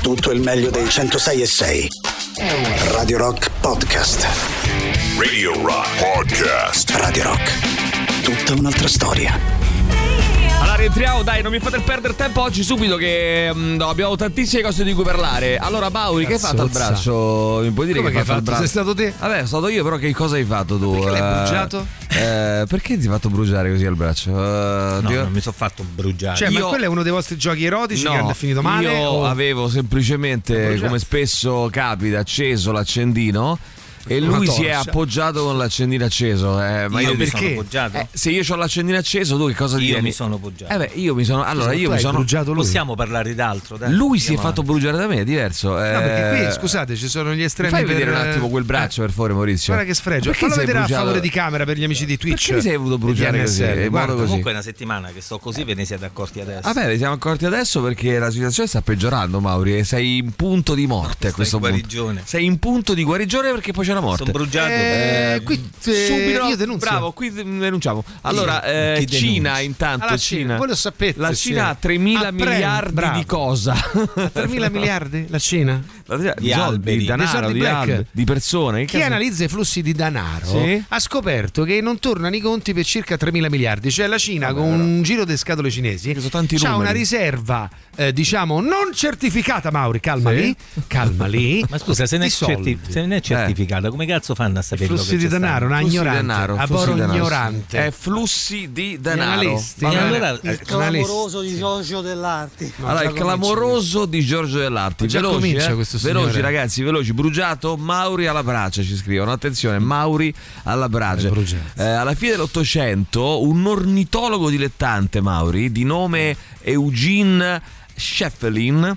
tutto il meglio dei 106 e 6. Radio Rock Podcast. Radio Rock Podcast. Radio Rock. Tutta un'altra storia. Allora rientriamo, dai, non mi fate perdere tempo oggi subito che mh, no, abbiamo tantissime cose di cui parlare. Allora, Bauri, che hai fatto al braccio? Mi puoi dire Come che hai fatto, al braccio? Sei stato te? Vabbè, sono stato io, però che cosa hai fatto tu? Perché l'hai Eh, bruciato? eh, perché ti hai fatto bruciare così al braccio? Eh, No, Dio- non mi sono fatto bruciare. Cioè, Io- ma quello è uno dei vostri giochi erotici No, che hanno finito male? Io o- avevo semplicemente, come spesso capita, acceso l'accendino e Una lui si è torcia. appoggiato con l'accendino acceso. eh, ma io, io, mi perché? sono poggiato. eh, se io ho l'accendino acceso, tu che cosa io dici? mi sono poggiato. Eh beh, io mi sono. Allora, Tu io mi hai sono. bruciato lui. Possiamo parlare d'altro, dai. Lui si è Andiamo fatto bruciare da me, è diverso. Eh, No, perché qui, scusate, ci sono gli estremi Fai per- vedere un attimo quel braccio, per favore, Maurizio. Guarda che sfregio. Perché Fallo sei vedere a bruciato? favore di camera per gli amici di Twitch. Perché mi sei voluto bruciare di così? NSL, In modo guarda. così? Eh. Comunque è una settimana che sto così, ve ne siete accorti adesso. Vabbè, ne Ah, siamo accorti adesso perché la situazione sta peggiorando, Mauri. E sei in punto di morte a in questo punto. guarigione. Sei in punto di guarigione perché poi c'è la morte. sono bruciato. Eh, qui eh, Subito, io denuncio. bravo, qui denunciamo. Allora, eh, Chi Cina denuncia? intanto, Alla Cina, Cina. voi lo sapete, La sì. Cina ha 3.000 Ah, prem, miliardi bravo. di cosa? 3.000 miliardi la Cina? La Cina- Di soldi, alberi. di Dei denaro, soldi di, black. alberi, di persone. Che Chi cazzo- analizza i flussi di denaro Sì. ha scoperto che non tornano i conti per circa 3.000 miliardi, cioè la Cina con un giro di scatole cinesi Che sono tanti ha numeri. una riserva eh, diciamo non certificata, Mauri, calma lì, calma lì. Ma scusa, se ne, di è soldi. certi- se ne è certificata, come cazzo fanno a sapere flussi che di c'è stato? denaro, una Flussi Eh. di ignorante, denaro, a flussi Boro di denaro. ignorante. Eh, flussi di Gli denaro. analisti, Va gli bene. anal- Il eh, analisti. di Giorgio dell'Arti. Allora, il clamoroso di Giorgio Dell'Arti. Già Veloci, comincia eh? questo signore. veloci ragazzi, veloci. Brugiato, Mauri alla brace, ci scrivono. Attenzione, Mauri alla brace. Eh, bruciato. Eh, alla fine dell'Ottocento, un ornitologo dilettante, Mauri, di nome Eugene Scheffelin.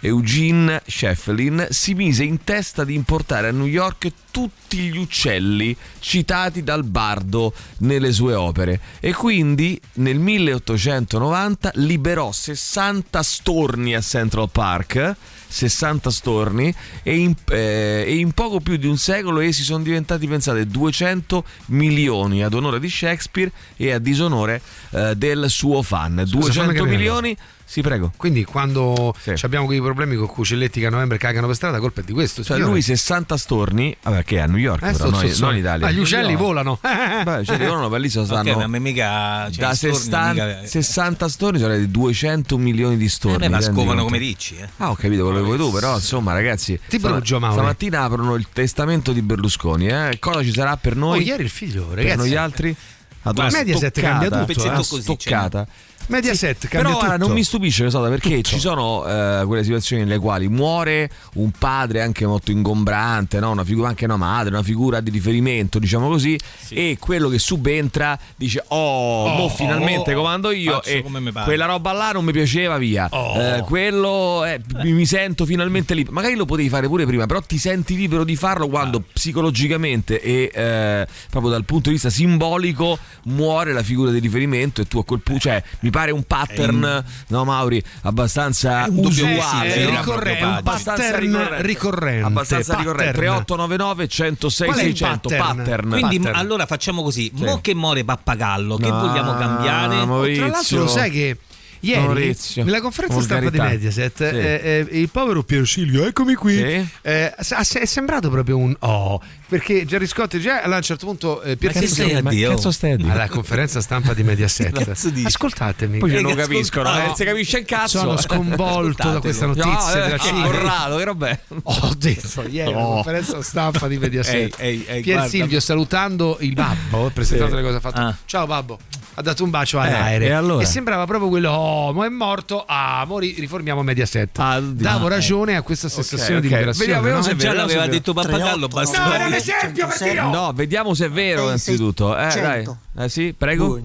Eugene Scheffelin si mise in testa di importare a New York tutti gli uccelli citati dal bardo nelle sue opere e quindi nel 1890 liberò 60 storni a Central Park, 60 storni e in, eh, e in poco più di un secolo essi sono diventati, pensate, 200 milioni ad onore di Shakespeare e a disonore eh, del suo fan. fammi 200 capire. milioni? Sì, prego. Quindi quando Sì. ci abbiamo quei problemi con Cucelletti che a novembre cagano per strada, colpa è di questo. Cioè, signore. lui 60 storni, vabbè, che è a New York, Eh, però, sto- non, sto- sto- non in Italia. Ah, gli uccelli No. volano. Beh, cioè, loro per lì sono Ok, stanno ma a me mica... Cioè, da i storni 60, mica- 60 storni, cioè di 200 milioni di Eh, storni. beh, ma ti rendi scovano conto? come ricci, eh. Ah, ho capito quello che vuoi tu, però insomma, ragazzi. Ti bruggio, Mauro. Stamattina aprono il testamento di Berlusconi, eh? Cosa ci sarà per Oh, noi? ieri il figlio, per ragazzi. noi altri? Ad una Mediaset cambia stoccata, tutto, una eh. così, stoccata. Mediaset cambia Però guarda, tutto. non mi stupisce cosa, perché ci sono eh, quelle situazioni nelle quali muore un padre anche molto ingombrante, no? una figura, anche una madre, una figura di riferimento, diciamo così, e quello che subentra dice oh, mo finalmente comando io oh, faccio e come mi pare." quella roba là non mi piaceva, via. Oh. Eh, quello eh, mi mi sento finalmente libero. Magari lo potevi fare pure prima, però ti senti libero di farlo Ah. quando psicologicamente e eh, proprio dal punto di vista simbolico muore la figura di riferimento e tu a quel punto, cioè mi pare un pattern, no Mauri, abbastanza usuale, Sì, sì, no? è ricorre- è un Abbastanza pattern ricorrente. ricorrente. abbastanza Pattern. ricorrente 3899 106 Qual è il 600 pattern? pattern, Quindi Pattern. allora facciamo così, mo che muore Pappagallo, che No, vogliamo cambiare? Ah, Maurizio. Tra l'altro, lo sai che ieri Maurizio. nella conferenza stampa di Volgarità. Mediaset Sì. eh, eh, il povero Piercilio, eccomi qui, Sì. eh, sa- è sembrato proprio un oh, perché Gerry Scotti già allora, a un certo punto eh, Pier che Silvio- sei a ma- Dio? cazzo stai a dire? alla conferenza stampa di cazzo Mediaset. dici? Ascoltatemi. Poi non Che capiscono, ascoltavo. eh, si capisce il cazzo. Eh, sono sconvolto da questa No, notizia eh, della ah, Cina. Corrado, che roba Ho detto ieri alla No. conferenza stampa di Mediaset. Ehi, ehi, ehi, Pier guarda. Silvio salutando il babbo, eh, presentato le cose ha fatto. Ah. Ciao babbo. Ha dato un bacio all'aereo Eh, e allora? sembrava proprio quello "Oh, mo è morto. Ah, mo ri- riformiamo Mediaset. Ah, oddio. Davo Ah, ragione a questa sensazione ok. di liberazione. Vediamo- vediamo no? se Già vero, l'aveva sì, detto Pappagallo, No, basta. era un esempio, per Dio! No, vediamo se è vero Sei, sei, innanzitutto. Eh, cento. dai. Eh, sì, prego.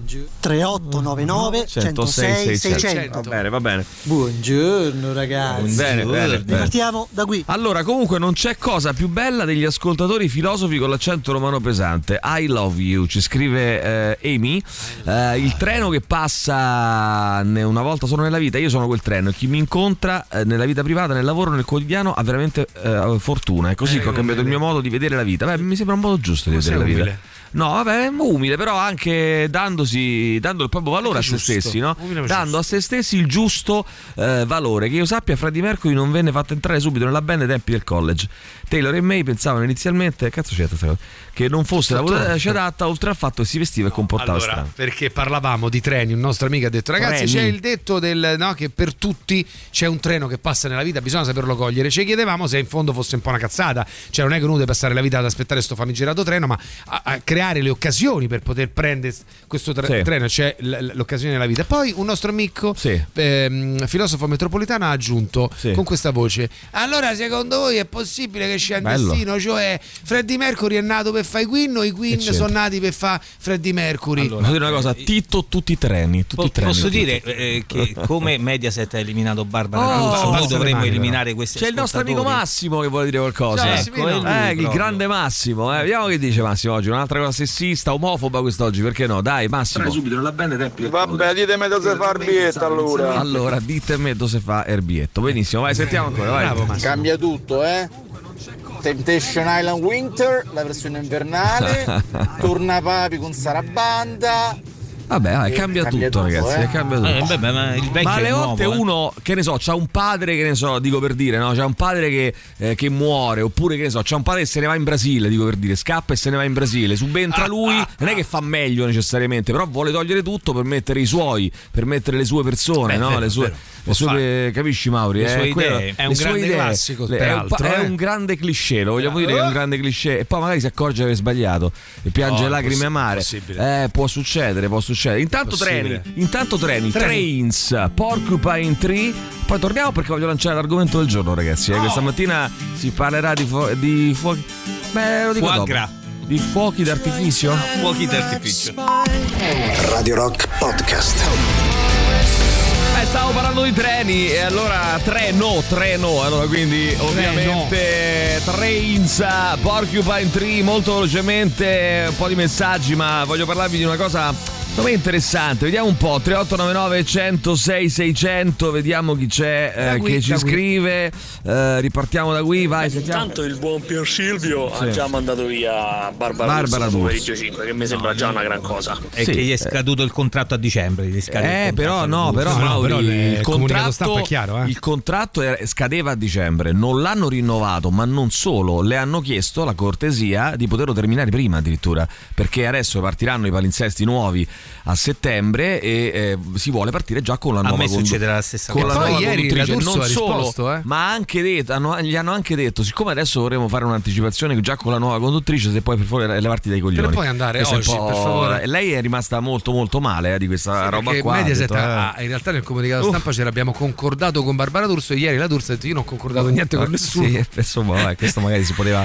3899 106 Va 600. bene, va bene. Buongiorno ragazzi. Bene, bene, bene. Partiamo da qui. Allora, comunque non c'è cosa più bella degli ascoltatori filosofi con l'accento romano pesante. I love you, ci scrive eh, Amy. Eh, il treno che passa ne- una volta solo nella vita, io sono quel treno. Chi mi incontra eh, nella vita privata, nel lavoro, nel quotidiano ha veramente eh, fortuna. È così che ho cambiato il mio modo di vedere la vita. Beh, mi sembra un modo giusto di Come vedere la sei vita. umile. No, vabbè, umile, però anche dandosi, dando il proprio valore a se giusto. stessi, no? Umile ma Dando a se stessi il giusto eh, valore. Che io sappia, Freddie Mercury non venne fatto entrare subito nella band ai tempi del college. Taylor e May pensavano inizialmente, cazzo c'è questa cosa, che non fosse la voce adatta, oltre al fatto che si vestiva e comportava allora, strano. perché parlavamo di treni, un nostro amico ha detto ragazzi Treni. c'è il detto del, no, che per tutti c'è un treno che passa nella vita, bisogna saperlo cogliere. Ci chiedevamo se in fondo fosse un po' una cazzata, cioè non è che uno deve passare la vita ad aspettare sto famigerato treno, ma a, a creare le occasioni per poter prendere questo tre- Sì. treno, cioè l- l- l'occasione della vita. Poi un nostro amico, Sì. ehm, filosofo metropolitano, ha aggiunto Sì. con questa voce, allora secondo voi è possibile che c'è un Bello. destino, cioè Freddie Mercury è nato per fare i Queen o i Queen c'entra? sono nati per fare Freddie Mercury? Allora, Posso dire una eh, cosa, Tito tutti i treni, tutti Po- i treni. posso tutti. dire eh, che come Mediaset ha eliminato Barbara Oh, D'Urso, noi basta dovremmo le mani, eliminare questi C'è il nostro amico ascoltatori. Massimo che vuole dire Ciao, qualcosa. Massimino. Ecco, è Eh, lui il proprio. grande Massimo, eh. vediamo che dice Massimo oggi. Un'altra cosa sessista, omofoba quest'oggi, perché no? Dai, Massimo. Vabbè, ditemi dove far bietta allora. Allora, dite a me dove si fa Erbietto. Benissimo, vai, sentiamo ancora. Vai. Bravo Massimo. Cambia tutto, eh? Temptation Island Winter, la versione invernale, torna Papi con Sarabanda. Vabbè, vai, cambia Cambia tutto, tutto, ragazzi. eh. Cambia tutto. Eh, beh, beh, ma il vecchio Ma alle è volte nuovo, eh. uno, che ne so, c'ha un padre che ne so, dico per dire, no? C'ha un padre che, eh, che muore, oppure che ne so, c'ha un padre che se ne va in Brasile, dico per dire, scappa e se ne va in Brasile, subentra lui, non è che fa meglio necessariamente, però vuole togliere tutto per mettere i suoi, per mettere le sue persone, Beh, no? vero, le sue, vero, le può sue- fare. capisci Mauri? Le Eh, sue quello- idee. È un le sue grande idee. classico, Le- è, un, pa- peraltro, è eh. un grande cliché, lo vogliamo dire che è Eh? un grande cliché, e poi magari si accorge di aver sbagliato e piange Oh, No, lacrime impossi- amare. impossibile. Eh, può succedere, può succedere. Intanto Impossibile. treni, intanto treni, Treni. Trains, Porcupine Tree. Poi torniamo perché voglio lanciare l'argomento del giorno, ragazzi. eh. Oh. Questa mattina si parlerà di, fuo- di fuochi. Beh, lo dico Foie dopo. gras. Di fuochi d'artificio? Fuochi d'artificio. Radio Rock Podcast. Eh, stavo parlando di treni e allora treno, treno. Allora, quindi ovviamente Trains, Porcupine Tree, molto velocemente un po' di messaggi, ma voglio parlarvi di una cosa secondo me interessante. Vediamo un po', 3899 106 600, vediamo chi c'è eh, qui, che ci da qui. scrive. Eh, ripartiamo da qui, vai, sentiamo. Tanto il buon Pier Silvio ha già mandato via Barbara, Barbara D'Urso dopo D'Urso. Reggio 5, che mi sembra già una gran cosa. È Sì, che gli eh. è scaduto il contratto a dicembre. Gli scade Eh, il contratto però al no, D'Urso. però, No, no, Mauri, però le- il il comunicato contratto, stampa è chiaro, eh. il contratto era- scadeva a dicembre, non l'hanno rinnovato, ma non solo, le hanno chiesto la cortesia di poterlo terminare prima addirittura, perché adesso partiranno i palinsesti nuovi a settembre e eh, si vuole partire già con la A nuova me condu- succederà la stessa con cosa. la E poi nuova ieri conduttrice, la D'Urso non ha solo, risposto, eh. ma anche detto, hanno- gli hanno anche detto: siccome adesso vorremmo fare un'anticipazione già con la nuova conduttrice, se puoi per favore levarti dai coglioni. puoi andare Questo è un oggi, po', per favore? Lei è rimasta molto, molto male eh, di questa roba Perché qua. ha Mediaset detto, eh. ha- in realtà nel comunicato Uff. stampa ce l'abbiamo concordato con Barbara D'Urso e ieri la D'Urso ha detto io non ho concordato niente con Ah, nessuno. Sì, insomma, vabbè, questo magari si poteva.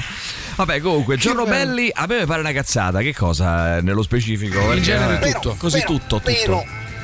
Vabbè, comunque, Giorno bello. Belli a me mi pare una cazzata. Che cosa eh, nello specifico? Perché, genere vabbè, tutto. Così Però, tutto, tutto. però.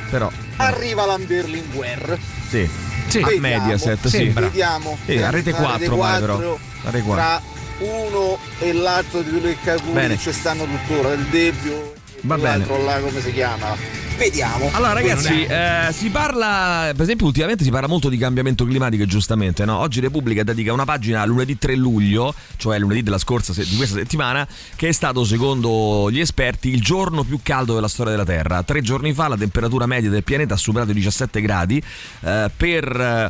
Però, Arriva l'Amberlinguer. sì. Sì. a Vediamo, Mediaset, sì. sembra. Vediamo. Sì, a Rete La 4 pare, però. La Rete 4. Tra uno e l'altro di due Caguri Bene. che ci stanno tuttora, il Debbio Va e l'altro bene. là come si chiama. Vediamo. Allora ragazzi, eh, si parla, per esempio ultimamente si parla molto di cambiamento climatico, giustamente, no? Oggi Repubblica dedica una pagina a lunedì 3 luglio, cioè lunedì della scorsa, se- di questa settimana, che è stato secondo gli esperti il giorno più caldo della storia della Terra. Tre giorni fa la temperatura media del pianeta ha superato i 17 gradi eh, per...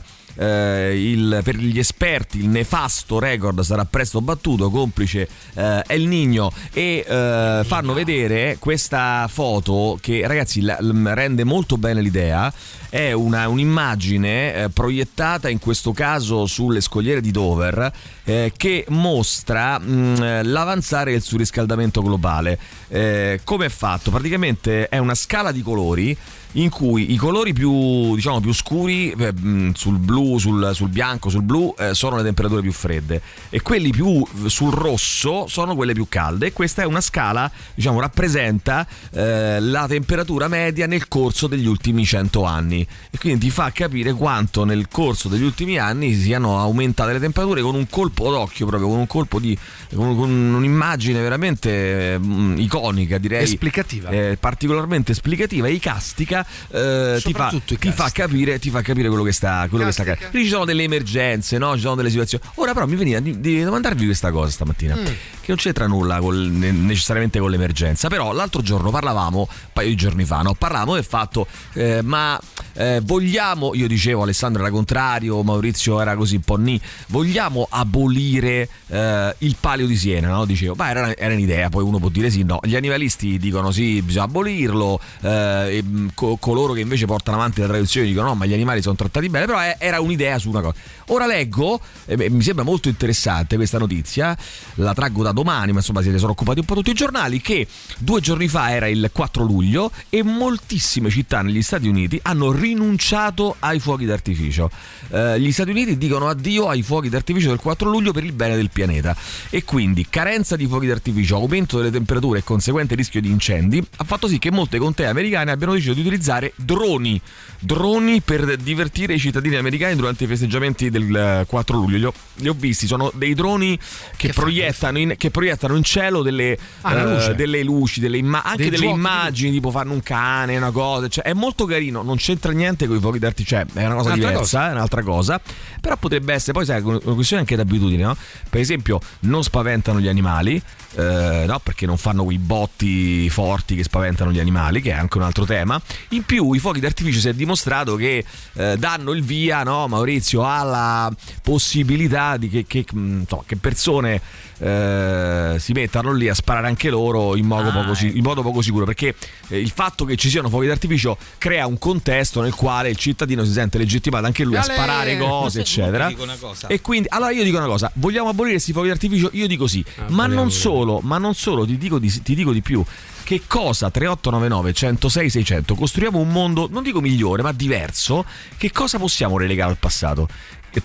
eh, eh, il- per gli esperti il nefasto record sarà presto battuto, complice eh, El Nino e eh, fanno vedere questa foto che ragazzi la- l- rende molto bene l'idea, è una- un'immagine eh, proiettata in questo caso sulle scogliere di Dover eh, che mostra mh, l'avanzare del surriscaldamento globale. Eh, Come è fatto? Praticamente è una scala di colori in cui i colori più, diciamo, più scuri eh, mh, sul blu, sul, sul bianco, sul blu eh, sono le temperature più fredde e quelli più eh, sul rosso sono quelle più calde e questa è una scala, diciamo, rappresenta eh, la temperatura media nel corso degli ultimi 100 anni e quindi ti fa capire quanto nel corso degli ultimi anni siano aumentate le temperature con un colpo d'occhio proprio, con un colpo di con, con un'immagine veramente eh, mh, iconica, direi Esplicativa. eh, particolarmente esplicativa e icastica, eh, ti, fa, Soprattutto ti fa icastica. capire, ti fa capire quello che sta quello che sta Icastica. accadendo. Mm. Lì ci sono delle emergenze, no? ci sono delle situazioni. Ora però mi veniva di, di domandarvi questa cosa stamattina. che non c'entra nulla col- ne- necessariamente con l'emergenza. Però l'altro giorno parlavamo, un paio di giorni fa, no? parlavamo del fatto, eh, ma eh, vogliamo, io dicevo Alessandro era contrario, Maurizio era così un po' nì, vogliamo abolire eh, il palio di Siena? No? Dicevo, ma era, era un'idea, poi uno può dire sì, no. Gli animalisti dicono sì, bisogna abolirlo, eh, e, mh, co- coloro che invece portano avanti la tradizione dicono no, ma gli animali sono trattati bene, però eh, era un'idea su una cosa. Ora leggo, e beh, mi sembra molto interessante questa notizia, la traggo da domani, ma insomma se ne sono occupati un po' tutti i giornali, che due giorni fa era il 4 luglio e moltissime città negli Stati Uniti hanno rinunciato ai fuochi d'artificio. Eh, gli Stati Uniti dicono addio ai fuochi d'artificio del 4 luglio per il bene del pianeta e quindi carenza di fuochi d'artificio, aumento delle temperature e conseguente rischio di incendi ha fatto sì che molte contee americane abbiano deciso di utilizzare droni, droni per divertire i cittadini americani durante i festeggiamenti del eh, 4 luglio. Li ho, li ho visti, sono dei droni che, proiettano, in, che proiettano in cielo delle, Ah, la eh, luce. delle luci, delle imma- anche Dei delle giochi, immagini, tipo fanno un cane, una cosa, cioè, è molto carino, non c'entra niente con i fuochi d'artificio, cioè, è una cosa Un'altra diversa cosa. diversa, è un'altra cosa. Però potrebbe essere, poi sai, una questione anche d'abitudine, no? Per esempio, non spaventano gli animali, eh, no? Perché non fanno quei botti forti che spaventano gli animali, che è anche un altro tema. In più, i fuochi d'artificio si è dimostrato che eh, danno il via, no, Maurizio, alla possibilità di che, che, mh, insomma, che persone eh, si mettano lì a sparare anche loro in modo, Ah, poco, si- ecco. in modo poco sicuro. Perché eh, il fatto che ci siano fuochi d'artificio crea un contesto nel quale il cittadino si sente legittimato anche lui a Ale! sparare cose, eccetera. Dico una cosa. E quindi, allora io dico una cosa: vogliamo abolire questi fuochi d'artificio? Io dico sì, Ah, ma non solo, ma non solo, ti dico di, ti dico di più. Che cosa 3899 106 600 costruiamo un mondo, non dico migliore, ma diverso? Che cosa possiamo relegare al passato?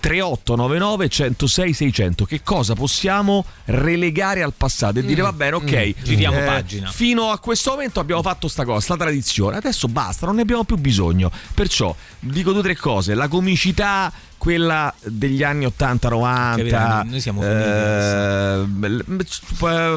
3899 106 600 che cosa possiamo relegare al passato e dire va bene ok Mm, eh, Giriamo pagina. fino a questo momento abbiamo fatto sta cosa sta tradizione adesso basta non ne abbiamo più bisogno perciò dico due o tre cose la comicità quella degli anni 80 90 Capirano, noi siamo eh,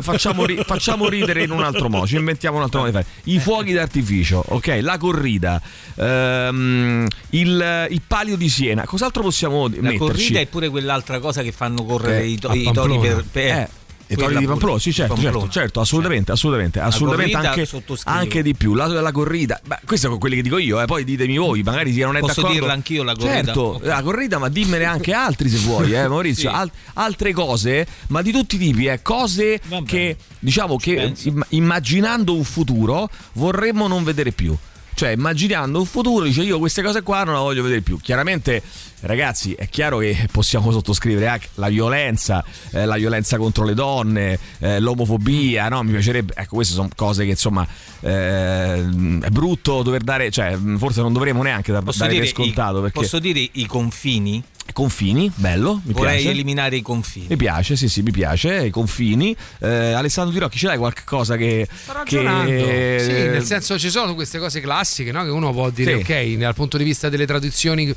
facciamo, ri- facciamo ridere in un altro modo ci inventiamo un altro modo di fare Eh. i fuochi d'artificio ok la corrida ehm, il, il palio di Siena cos'altro possiamo La metterci corrida è pure quell'altra cosa che fanno correre Eh, i, to- a i tori Pamplona. per, per- eh, i quella togli di pure, Pamplona, sì, di certo, certo, Pamplona. certo, assolutamente, assolutamente, assolutamente corrida anche, sottoscrivo. anche di più. Lato della corrida, beh, questi sono quelli che dico io, eh, poi ditemi voi, magari se non è Posso d'accordo. dirla anch'io la corrida? Certo, Ok. la corrida, ma dimmene anche altri se vuoi, eh, Maurizio, Sì. Al- altre cose, ma di tutti i tipi, eh, cose Va bene. che diciamo che penso. im- immaginando un futuro vorremmo non vedere più. Cioè, immaginando un futuro, dice io queste cose qua non le voglio vedere più. Chiaramente, ragazzi, è chiaro che possiamo sottoscrivere anche la violenza, eh, la violenza contro le donne, eh, l'omofobia, no? Mi piacerebbe, ecco, queste sono cose che insomma eh, è brutto dover dare, cioè, forse non dovremmo neanche dar, Posso dare dire, per scontato i, perché posso dire i confini? confini, bello, mi Vorrei piace. eliminare i confini. Mi piace, sì, sì, mi piace. I confini. Eh, Alessandro Di Rocchi, ce l'hai qualcosa che. eh, Sto ragionando. che- Sì, nel senso ci sono queste cose classiche no? che uno può dire, Sì. ok, dal punto di vista delle tradizioni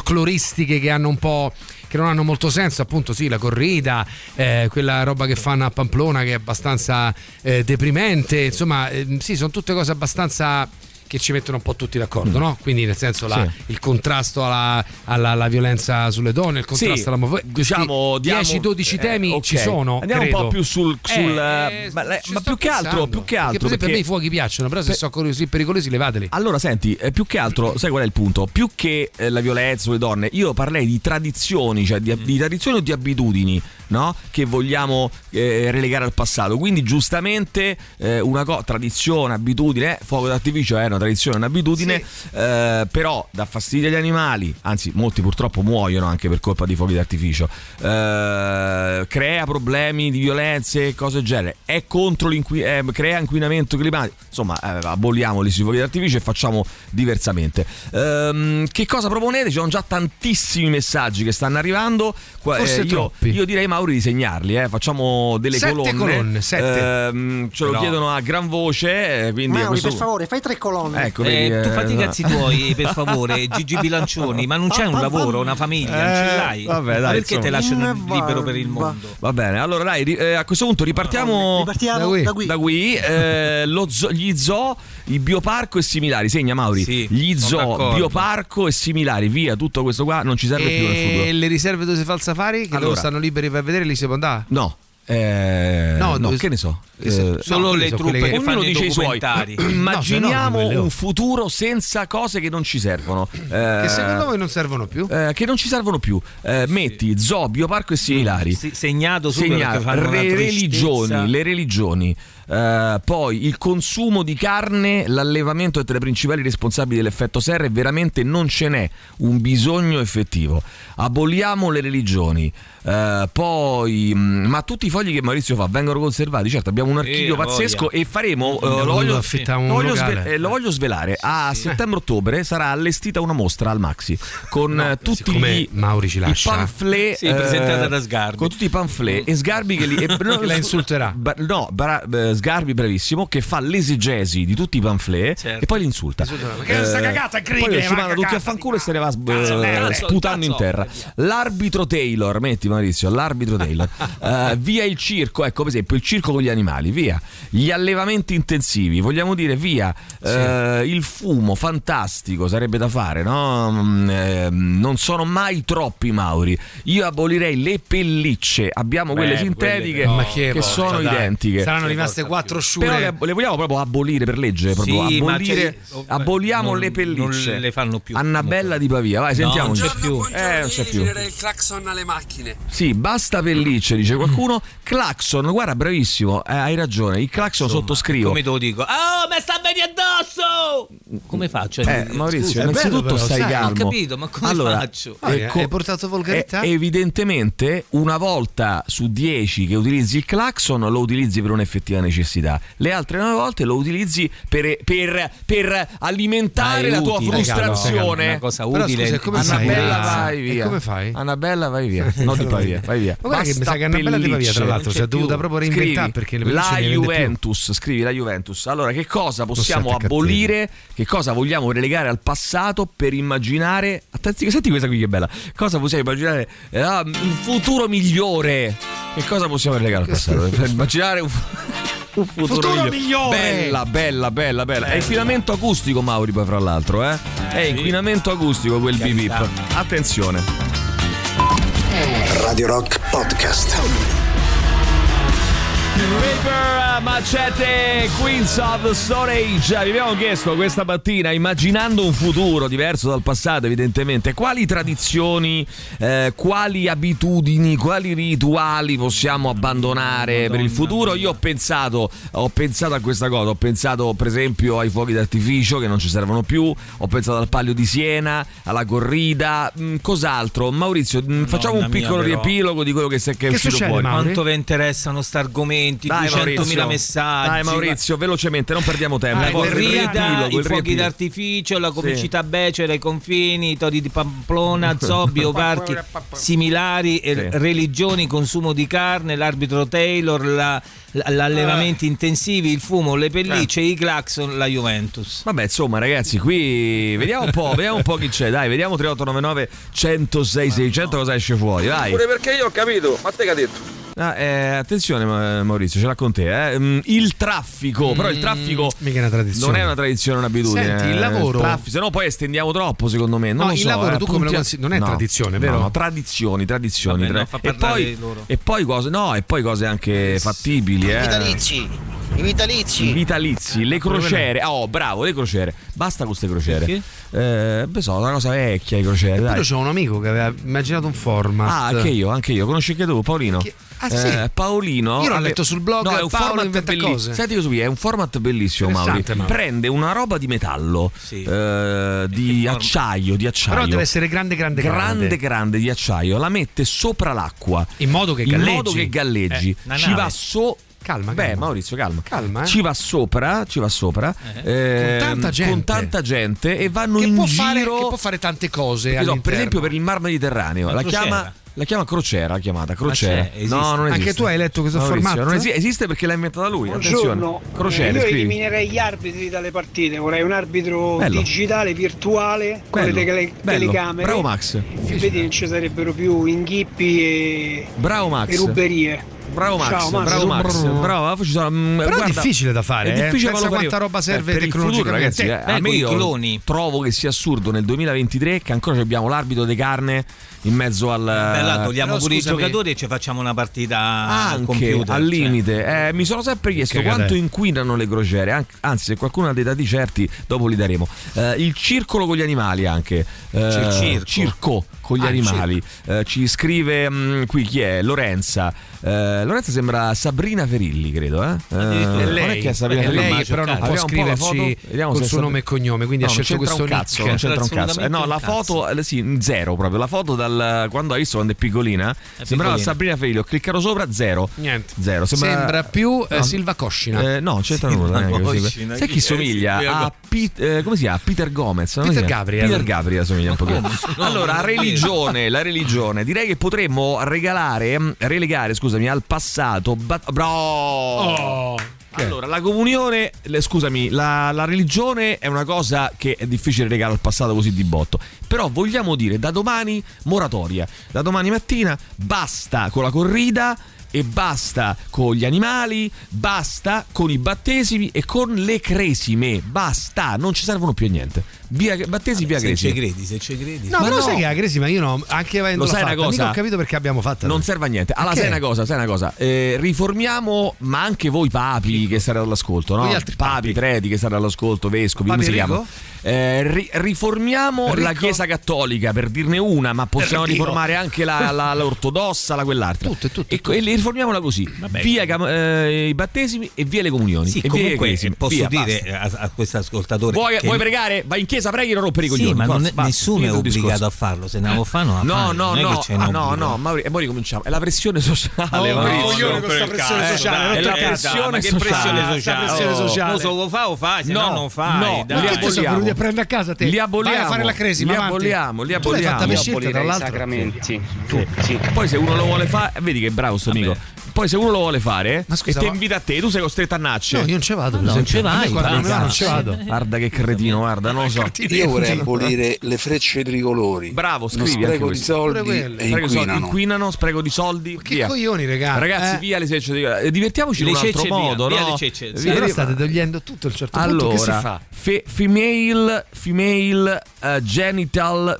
folcloristiche che hanno un po'. Che non hanno molto senso, appunto, sì, la corrida, eh, quella roba che fanno a Pamplona che è abbastanza eh, deprimente, insomma, ehm, sì, sono tutte cose abbastanza che ci mettono un po' tutti d'accordo, no? Quindi, nel senso, la- Mm. Sì. il contrasto alla, alla- alla violenza sulle donne, il contrasto Sì, alla homofobia, questi diciamo diamo- 10-12 eh, temi ok. ci sono. Andiamo un po' credo. più sul. Eh, sul, eh, ma le- ci ma sto più che altro, pensando. più che altro. Perché, per esempio, perché- a me i fuochi piacciono, però se Per- sono così pericolosi, levateli. Allora, senti, eh, più che altro, sai qual è il punto? Più che eh, la violenza sulle donne, io parlerei di tradizioni, cioè di, di tradizioni o di abitudini, no? Che vogliamo eh, relegare al passato. Quindi, giustamente, eh, una cosa, tradizione, abitudine, eh, fuoco d'artificio è una tradizione, un'abitudine, eh, però dà fastidio agli animali, anzi, molti purtroppo muoiono anche per colpa di fuochi d'artificio, eh, crea problemi di violenze, cose del genere, è contro l'inqui- eh, crea inquinamento climatico, insomma, eh, aboliamoli sui fuochi d'artificio e facciamo diversamente. Ehm, che cosa proponete? Ci sono già tantissimi messaggi che stanno arrivando. Qua- eh, Forse io, troppi. io direi Mauri di segnarli, eh, facciamo delle Sette colonne. colonne, sette. Ehm, ce lo Però- chiedono a gran voce, eh, quindi Mauri, questo- per favore, fai tre colonne. Ecco, Eh, vedi, tu fatti i eh, cazzi tuoi, per favore, Gigi Bilancioni, ma non c'è un lavoro, una famiglia, non ce Eh, l'hai. vabbè, dai, Ma perché insomma. te lasciano Una libero per il barba. mondo? Va bene, allora dai, ri- eh, a questo punto ripartiamo Da Ripartiamo qui. da qui. da qui. eh, lo zo- gli zoo, il bioparco e similari. Segna Mauri. Sì, gli sono zoo, d'accordo. bioparco e similari. Via, tutto questo qua non ci serve più nel E futuro. le riserve dove si fa il safari, che loro Allora. stanno liberi per vedere, lì si può andare. No. Eh, No, no, dove- che ne so. che se- Eh, no, Solo quelle le sono quelle truppe che che- fanno Ognuno i dice i suoi. documentari. Immaginiamo No, se no, quelle- un futuro senza cose che non ci servono. Eh, Che secondo voi non servono più? eh, che non ci servono più. Eh, Metti zoo, bioparco Mm, e similari. Se- segnato su Segna- perché fanno una re- tristezza. religioni, le religioni, eh, poi il consumo di carne, l'allevamento è tra i principali responsabili dell'effetto serra e veramente non ce n'è un bisogno effettivo. Aboliamo le religioni, eh, poi mh, ma tutti i fogli che Maurizio fa vengono conservati, certo abbiamo un archivio la pazzesco voglia. e faremo, eh, lo, Abbiamo dovuto voglio, affittare un lo voglio locale. sve- eh, lo voglio svelare, a settembre-ottobre sarà allestita una mostra al Maxi con eh, tutti siccome gli, Mauri ci i lascia. pamphlet eh, Sì, presentata da Sgarbi. con tutti i pamphlet e Sgarbi che li e- no, la scu- insulterà. ba- no, bra- eh, Sgarbi bravissimo che fa l'esegesi di tutti i pamphlet Certo. e poi li insulta. Eh, Ma che è sta cagata, incredibile, Poi li ma ci manda cagata, Ah, tutti a fanculo e se ne va sb- Cazzo, eh, cazzo, sputando in cazzo, terra. e via. L'arbitro Taylor, metti Maurizio, l'arbitro Taylor. Eh, via il circo, ecco per esempio il circo con gli animali, via. Gli allevamenti intensivi, vogliamo dire via. Eh, il fumo, fantastico, sarebbe da fare, no? Mm, ehm, non sono mai troppi Mauri. Io abolirei le pellicce, abbiamo quelle Beh, sintetiche quelle no. Ma che, porca, sono cioè, dai. identiche. Saranno rimaste quattro Però le, sciure. le vogliamo proprio abolire per legge, proprio Sì, ma abolire, cioè, aboliamo non- le pellicce. non le fanno più. Annabella di Pavia, vai, sentiamo. non c'è più. Eh, non c'è più. il clacson alle macchine. Sì, basta pellicce, dice qualcuno. Claxon, guarda, bravissimo, eh, hai ragione. Il claxon sottoscrivo. Come te lo dico? Oh, mi sta bene addosso! Come faccio? Eh, Maurizio, è bello innanzitutto però, stai sai, calmo. ho capito, ma come allora, faccio? Mauri, ecco, hai portato volgarità? eh, evidentemente una volta su 10 che utilizzi il clacson lo utilizzi per un'effettiva necessità, le altre 9 volte lo utilizzi per, per- per alimentare Ma è la tua utile, frustrazione. Una cosa Però utile. scusa, come Anna- sai? Annabella Ah. vai E via. come fai? Annabella vai via. No di Pavia, vai via. Ma guarda che mi sa che Annabella di Pavia, tra l'altro, si è dovuta proprio reinventare perché le pellicce la ne vende più. Juventus, scrivi la Juventus. Allora, che cosa possiamo siate cattivi. abolire? Che cosa vogliamo relegare al passato per immaginare? Attenzione, senti questa qui che bella. Cosa possiamo immaginare? Eh, ah, un futuro migliore. Che cosa possiamo relegare al passato? Per immaginare un, un futuro, Futuro migliore. Bella, bella, bella, bella. È inquinamento acustico, Mauri, poi fra l'altro, eh? È inquinamento acustico quel bip. Attenzione. Radio Rock Podcast. Reaper Macete Queens of Storage Vi abbiamo chiesto questa mattina Immaginando un futuro diverso dal passato evidentemente Quali tradizioni eh, Quali abitudini Quali rituali possiamo abbandonare Per il futuro Io ho pensato Ho pensato a questa cosa Ho pensato per esempio ai fuochi d'artificio Che non ci servono più Ho pensato al palio di Siena Alla corrida Mm, Cos'altro Maurizio mm, Facciamo un mia, piccolo però. riepilogo Di quello che, se- che è Che uscito succede, fuori Mauri? Quanto vi interessano sti argomenti? dai, 200.000 Maurizio. messaggi. Dai Maurizio, velocemente, non perdiamo tempo. La Dai, Forza, il corrida, riepilogo, Ah, i il fuochi riepilogo. d'artificio, la comicità becera, i confini, i tori di Pamplona, Zobbio, parchi similari, eh, Sì. religioni, consumo di carne, l'arbitro Taylor, la- la- Eh. l'allevamenti intensivi, il fumo, le pellicce, i clacson, la Juventus. Vabbè, insomma, ragazzi, qui vediamo un po', vediamo un po' chi c'è. Dai, vediamo 3899 106 600 cosa esce fuori. Dai. Pure perché io ho capito, ma te che ha detto? Ah, eh, attenzione Ma- Maurizio, ce l'ha con te, eh. Mm, Il traffico, però il traffico Mm, mica è una tradizione. Non è una tradizione, è un'abitudine. Senti, il eh. lavoro- Traffico, se no poi estendiamo troppo, secondo me. Non No, lo il so, lavoro eh, tu come lo appunti- consi- non è tradizione, no, vero? no, tradizioni, tradizioni. Vabbè, tra- no, fa e, parlare poi, loro. e poi cose no, e poi cose anche fattibili, eh. i I vitalizi. Eh, vitalizi, le crociere. Ah, Oh, bravo, le crociere. Basta con queste crociere. Eh, beh, so, una cosa vecchia, i crociere. Io Dai. Eh, c'ho un amico che aveva immaginato un format. Ah, anche io, anche io. Conosci anche tu, Paolino? Eh, Che- ah, sì. Paolino. Io l'ho ave- letto sul blog, No, è un Paolo format inventa bellissimo. cose. Senti così, è un format bellissimo, Mauri. Interessante, Mauri. Prende una roba di metallo, Sì. eh, di forma? acciaio, di acciaio. Però deve essere grande, grande, grande. grande, grande di acciaio. La mette sopra l'acqua. In modo che in galleggi. modo che galleggi. Eh, una ci nave. va so. Calma, Beh, calma. Maurizio, calma. Calma, eh. Ci va sopra, ci va sopra. ehm, Con tanta gente. con tanta gente e vanno Che in può, giro. fare, che può fare tante cose. Che so, per all'interno. esempio per il Mar Mediterraneo la crociera. chiama, la chiama crociera, la chiamata crociera. c'è, esiste. no, non Anche esiste. tu hai letto questo Maurizio, formato? Non esi- esiste perché l'ha inventata lui. Attenzione. Crociera, scrivi. gli arbitri dalle partite, vorrei un arbitro Bello. digitale, virtuale, Bello, bello. Bravo Max. Vedi, non ci sarebbero più inghippi e, Bravo Max. ruberie. Bravo Max, Ciao, Max. bravo Max. Brr. Bravo, ci sono- mm, Però è guarda, difficile da fare, È eh. difficile Pensa quello che quanta arriva. roba serve per il futuro, tecnologicamente. ragazzi. Eh, Eh, a me con i io cloni. trovo che sia assurdo nel 2023 che ancora abbiamo l'arbitro De Carne in mezzo al Eh, Beh, là togliamo Eh, Però pure i scusami, giocatori e ci facciamo una partita al anche computer. al cioè. limite Eh, mi sono sempre chiesto cagata quanto è. inquinano le crociere An- anzi se qualcuno ha dei dati certi dopo li daremo Eh, il circolo con gli animali anche Eh, Cir- circo. circo con gli Ah, il animali Eh, ci scrive mm, qui chi è Lorenza Eh, Lorenza sembra Sabrina Ferilli credo eh? Eh, È non lei, è che è Sabrina è Ferilli lei però non può Abbiamo un po' la foto? scriverci Vediamo col se è suo Sab- nome e cognome, quindi ha No, non c'entra scelto questo Cioè, un cazzo, nick. non c'entra un cazzo. Eh, no, la Assolutamente un foto, eh, sì, zero proprio. La foto dal quando hai visto quando è piccolina, sembrava piccolina. Sabrina Ferilli. Ho cliccato sopra, zero. Niente. Zero. Sembra, Sembra più, eh, Silva Coscina. Eh, no, non c'entra Silva nulla. neanche così. Coscina, Sai chi chi è somiglia Silvia a Go- Pete- eh, come si chiama? Peter Gomez. no? Peter Come si chiama? Gabriel. Peter Gabriel somiglia un pochino. no, allora, non è vero. religione, la religione. Direi che potremmo regalare, mh, relegare, scusami, al passato. bat- bro! Oh, Allora, la comunione, le- scusami, la, la religione è una cosa che è difficile regalare al passato così di botto. Però vogliamo dire da domani moratoria. Da domani mattina basta con la corrida e basta con gli animali, basta con i battesimi e con le cresime. Basta, non ci servono più a niente. Via battesimi, via Se ci cresime. credi, se ci credi. No, però sai che la cresima io no, anche avendo Lo sai fatta, una cosa? mica ho capito perché abbiamo fatta. Non serve a niente. Allora, Perché? sai una cosa, sai una cosa. Eh, riformiamo, ma anche voi papi che sarete all'ascolto, no? Voi altri papi, preti che sarete all'ascolto, vescovi, come Papi si chiama? Enrico? Eh, ri- riformiamo la Chiesa Cattolica, per dirne una, ma possiamo Enrico. riformare anche la, la- l'ortodossa, la quell'altra. E, co- e li riformiamola così. Via i cam- eh, i battesimi e via le comunioni. Sì, e via le comunque cresime. posso Via, dire basta. a, a questo ascoltatore Vuoi, che- vuoi pregare? Vai in chiesa, preghi e non rompere i Sì, coglioni. ma non Forza, è- basta. nessuno è Finito il discorso. obbligato a farlo, se ne vuole fare non la No, fa, no, non è che no, ce ah, n'è no, obbligo. no, Mauri, e poi ricominciamo. È la pressione sociale. Oh, Mauri. no, coglione No, con sta per pressione cazzo, sociale, dai, È la rompere il cazzo, pressione Eh, esatto, ma che sociale. pressione sociale? Sta Oh. sociale. Mo se lo fa, lo fai, se no non fai, No, dai. li Ma sono che te venuti a aboliamo. prendere a casa te. Li Vai aboliamo. a fare la cresima, Li avanti. aboliamo, li Tu l'hai fatta per aboliamo. scelta, tra l'altro. sacramenti, tutti. Poi se uno lo vuole fare, vedi che bravo sto amico. Poi se uno lo vuole fare scusa, e ti ma- invita a te, tu sei costretto a nacce. No, io non ci vado. per non esempio. ci A me vai, guarda, guarda. io non ci vado. Guarda che cretino, guarda, non lo so. Io vorrei abolire le frecce tricolori. Bravo, scrivi anche non spreco di questo. soldi Pure quello. Spreco e di soldi, inquinano. inquinano, spreco di soldi. Che coglioni, regà. Ragazzi, Eh. via le cecce. di- eh, Divertiamoci Le in un altro cecce via, modo, via no? le cecce. Sì, Via- però state togliendo tutto a un certo punto che si fa? Allora, fe- female, female eh, genital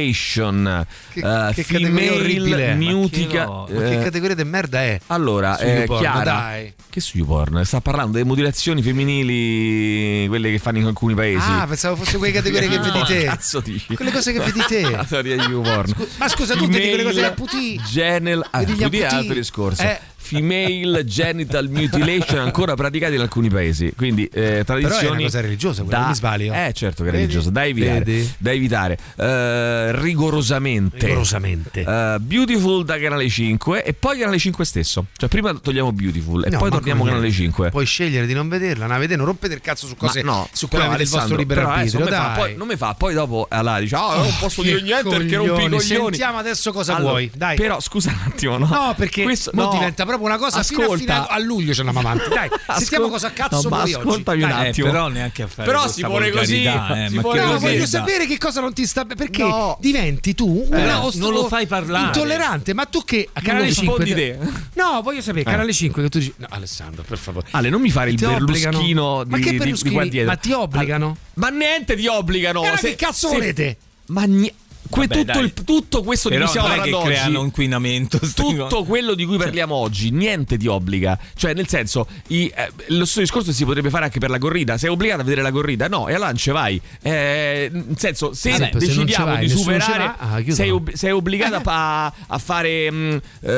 mutilation. Che, Eh, che categoria orribile. female è? mutica. Ma che, no, ma che eh, categoria di merda è? allora, Su eh, YouPorn, Chiara, dai. che su YouPorn? Sta parlando delle mutilazioni femminili, quelle che fanno in alcuni paesi. Ah, pensavo fosse quelle categorie che Ah. vedi te. Cazzo dici? Quelle cose che vedi te. La storia di YouPorn. Ma scusa, tu vedi quelle cose Female da puti. Genel ah, Vedi gli quindi è amputì? altro discorso. Eh. Female genital mutilation ancora praticata in alcuni paesi, quindi eh, tradizioni Però è una cosa religiosa quella, da- non mi sbaglio. Eh, certo che è Vedi? religiosa, da evitare, Vedi? da evitare. Eh, rigorosamente. Rigorosamente. Eh, beautiful da canale 5 e poi canale 5 stesso. Cioè prima togliamo Beautiful e No, poi ma torniamo come canale niente. 5. Puoi scegliere di non vederla, non la vedete, non rompete il cazzo su cose Ma no, su però, cui avete il vostro Alessandro, libero però adesso arbitrio, non mi dai. fa, poi, non mi fa, poi dopo allora dice "Ah, non Oh, posso che dire niente perché rompi i coglioni. coglioni". Sentiamo adesso cosa Allora, vuoi, dai. Però scusa un attimo, no. No, perché Questo- mo no. diventa proprio una cosa fino a- Ascolta. fino a, a luglio ce andiamo avanti. Dai, sentiamo Ascol- cosa cazzo no, ma vuoi ascoltami oggi. un Dai. Eh, attimo. però neanche a fare Però questa si vuole così. volgarità, eh, si ma vuole che No, così. voglio sapere che cosa non ti sta bene. Perché diventi tu un Eh, host- non lo fai parlare. Intollerante, ma tu che a canale Non 5 rispondi te. No, voglio sapere, Eh. canale 5 che tu dici. No, Alessandro, per favore. Ale, non mi fare il Ti obbligano? berluschino di, Ma che di- di Berlusconi? qua dietro. Ma ti obbligano? Al- ma niente ti obbligano. E allora che cazzo volete? Ma ni- que- Vabbè, tutto, dai. il- tutto questo di Però cui stiamo non è parlando che creano oggi. inquinamento. Tutto quello di cui cioè parliamo oggi, niente ti obbliga. Cioè, nel senso, i- eh, lo stesso discorso si potrebbe fare anche per la corrida. Sei obbligato a vedere la corrida? No, e allora non ci vai. Eh, nel senso, se Vabbè, se non ci decidiamo vai, di nessuno ci superare, va, ah, chiudo. sei, ob- sei obbligato a pa- a, fare. mm,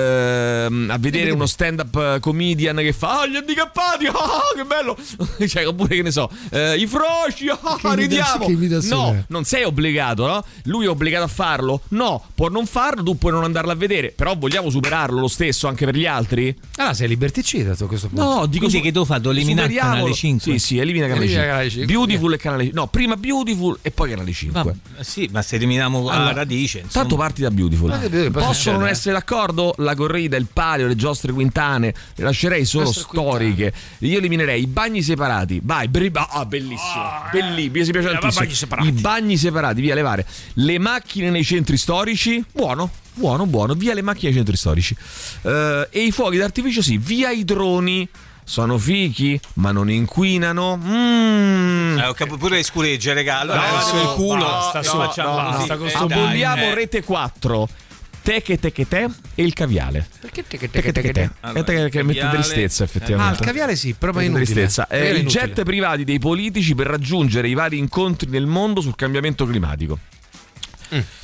ehm, a vedere uno stand-up comedian che fa. Ah, gli handicappati! Ah, che bello! cioè, oppure che ne so, eh, i froci! Ah, Che imitazione- ridiamo! che imitazione No, è? non sei obbligato, no? Lui è obbligato a farlo? No, può non farlo, tu puoi non andarlo a vedere, però vogliamo superarlo lo stesso anche per gli altri? Allora Ah, sei liberticida tu a questo punto. No, dico Quindi su- che devo fare? Devo eliminare il superiamolo. canale 5? Sì, sì, elimina canale Eh. Elimina 5. canale 5, Beautiful e canale 5. No, prima Beautiful e poi canale 5. Sì, ma se eliminiamo alla radice, insomma. Ah, Tanto parti da Beautiful. Ma che Beautiful? Possono non Cioè, essere d'accordo? La corrida, il palio, le giostre quintane, le lascerei solo Giostre storiche. Io eliminerei i bagni separati. Vai, briba- ah, bellissimo. bellissimo, mi piace tantissimo. bagni separati. I bagni separati, via levare. Le macchine nei centri storici, buono. Buono, buono. Via le macchine ai centri storici. Eh, e i fuochi d'artificio, sì, via i droni. Sono fichi, ma non inquinano. Mm. Eh, ho capito pure le scuregge, regà. Allora, No, vado nel culo. basta, No, su, facciamo no, così. basta con Eh, sto- dai, Vogliamo eh. rete 4. Te che te che te e il caviale. Perché te Te che te che te. Certo. Allora, Eh, te che- che mette caviale- tristezza effettivamente. Ah, il caviale sì, però è Mette inutile. Tristezza. È Eh, I inutile. jet privati dei politici per raggiungere i vari incontri nel mondo sul cambiamento climatico.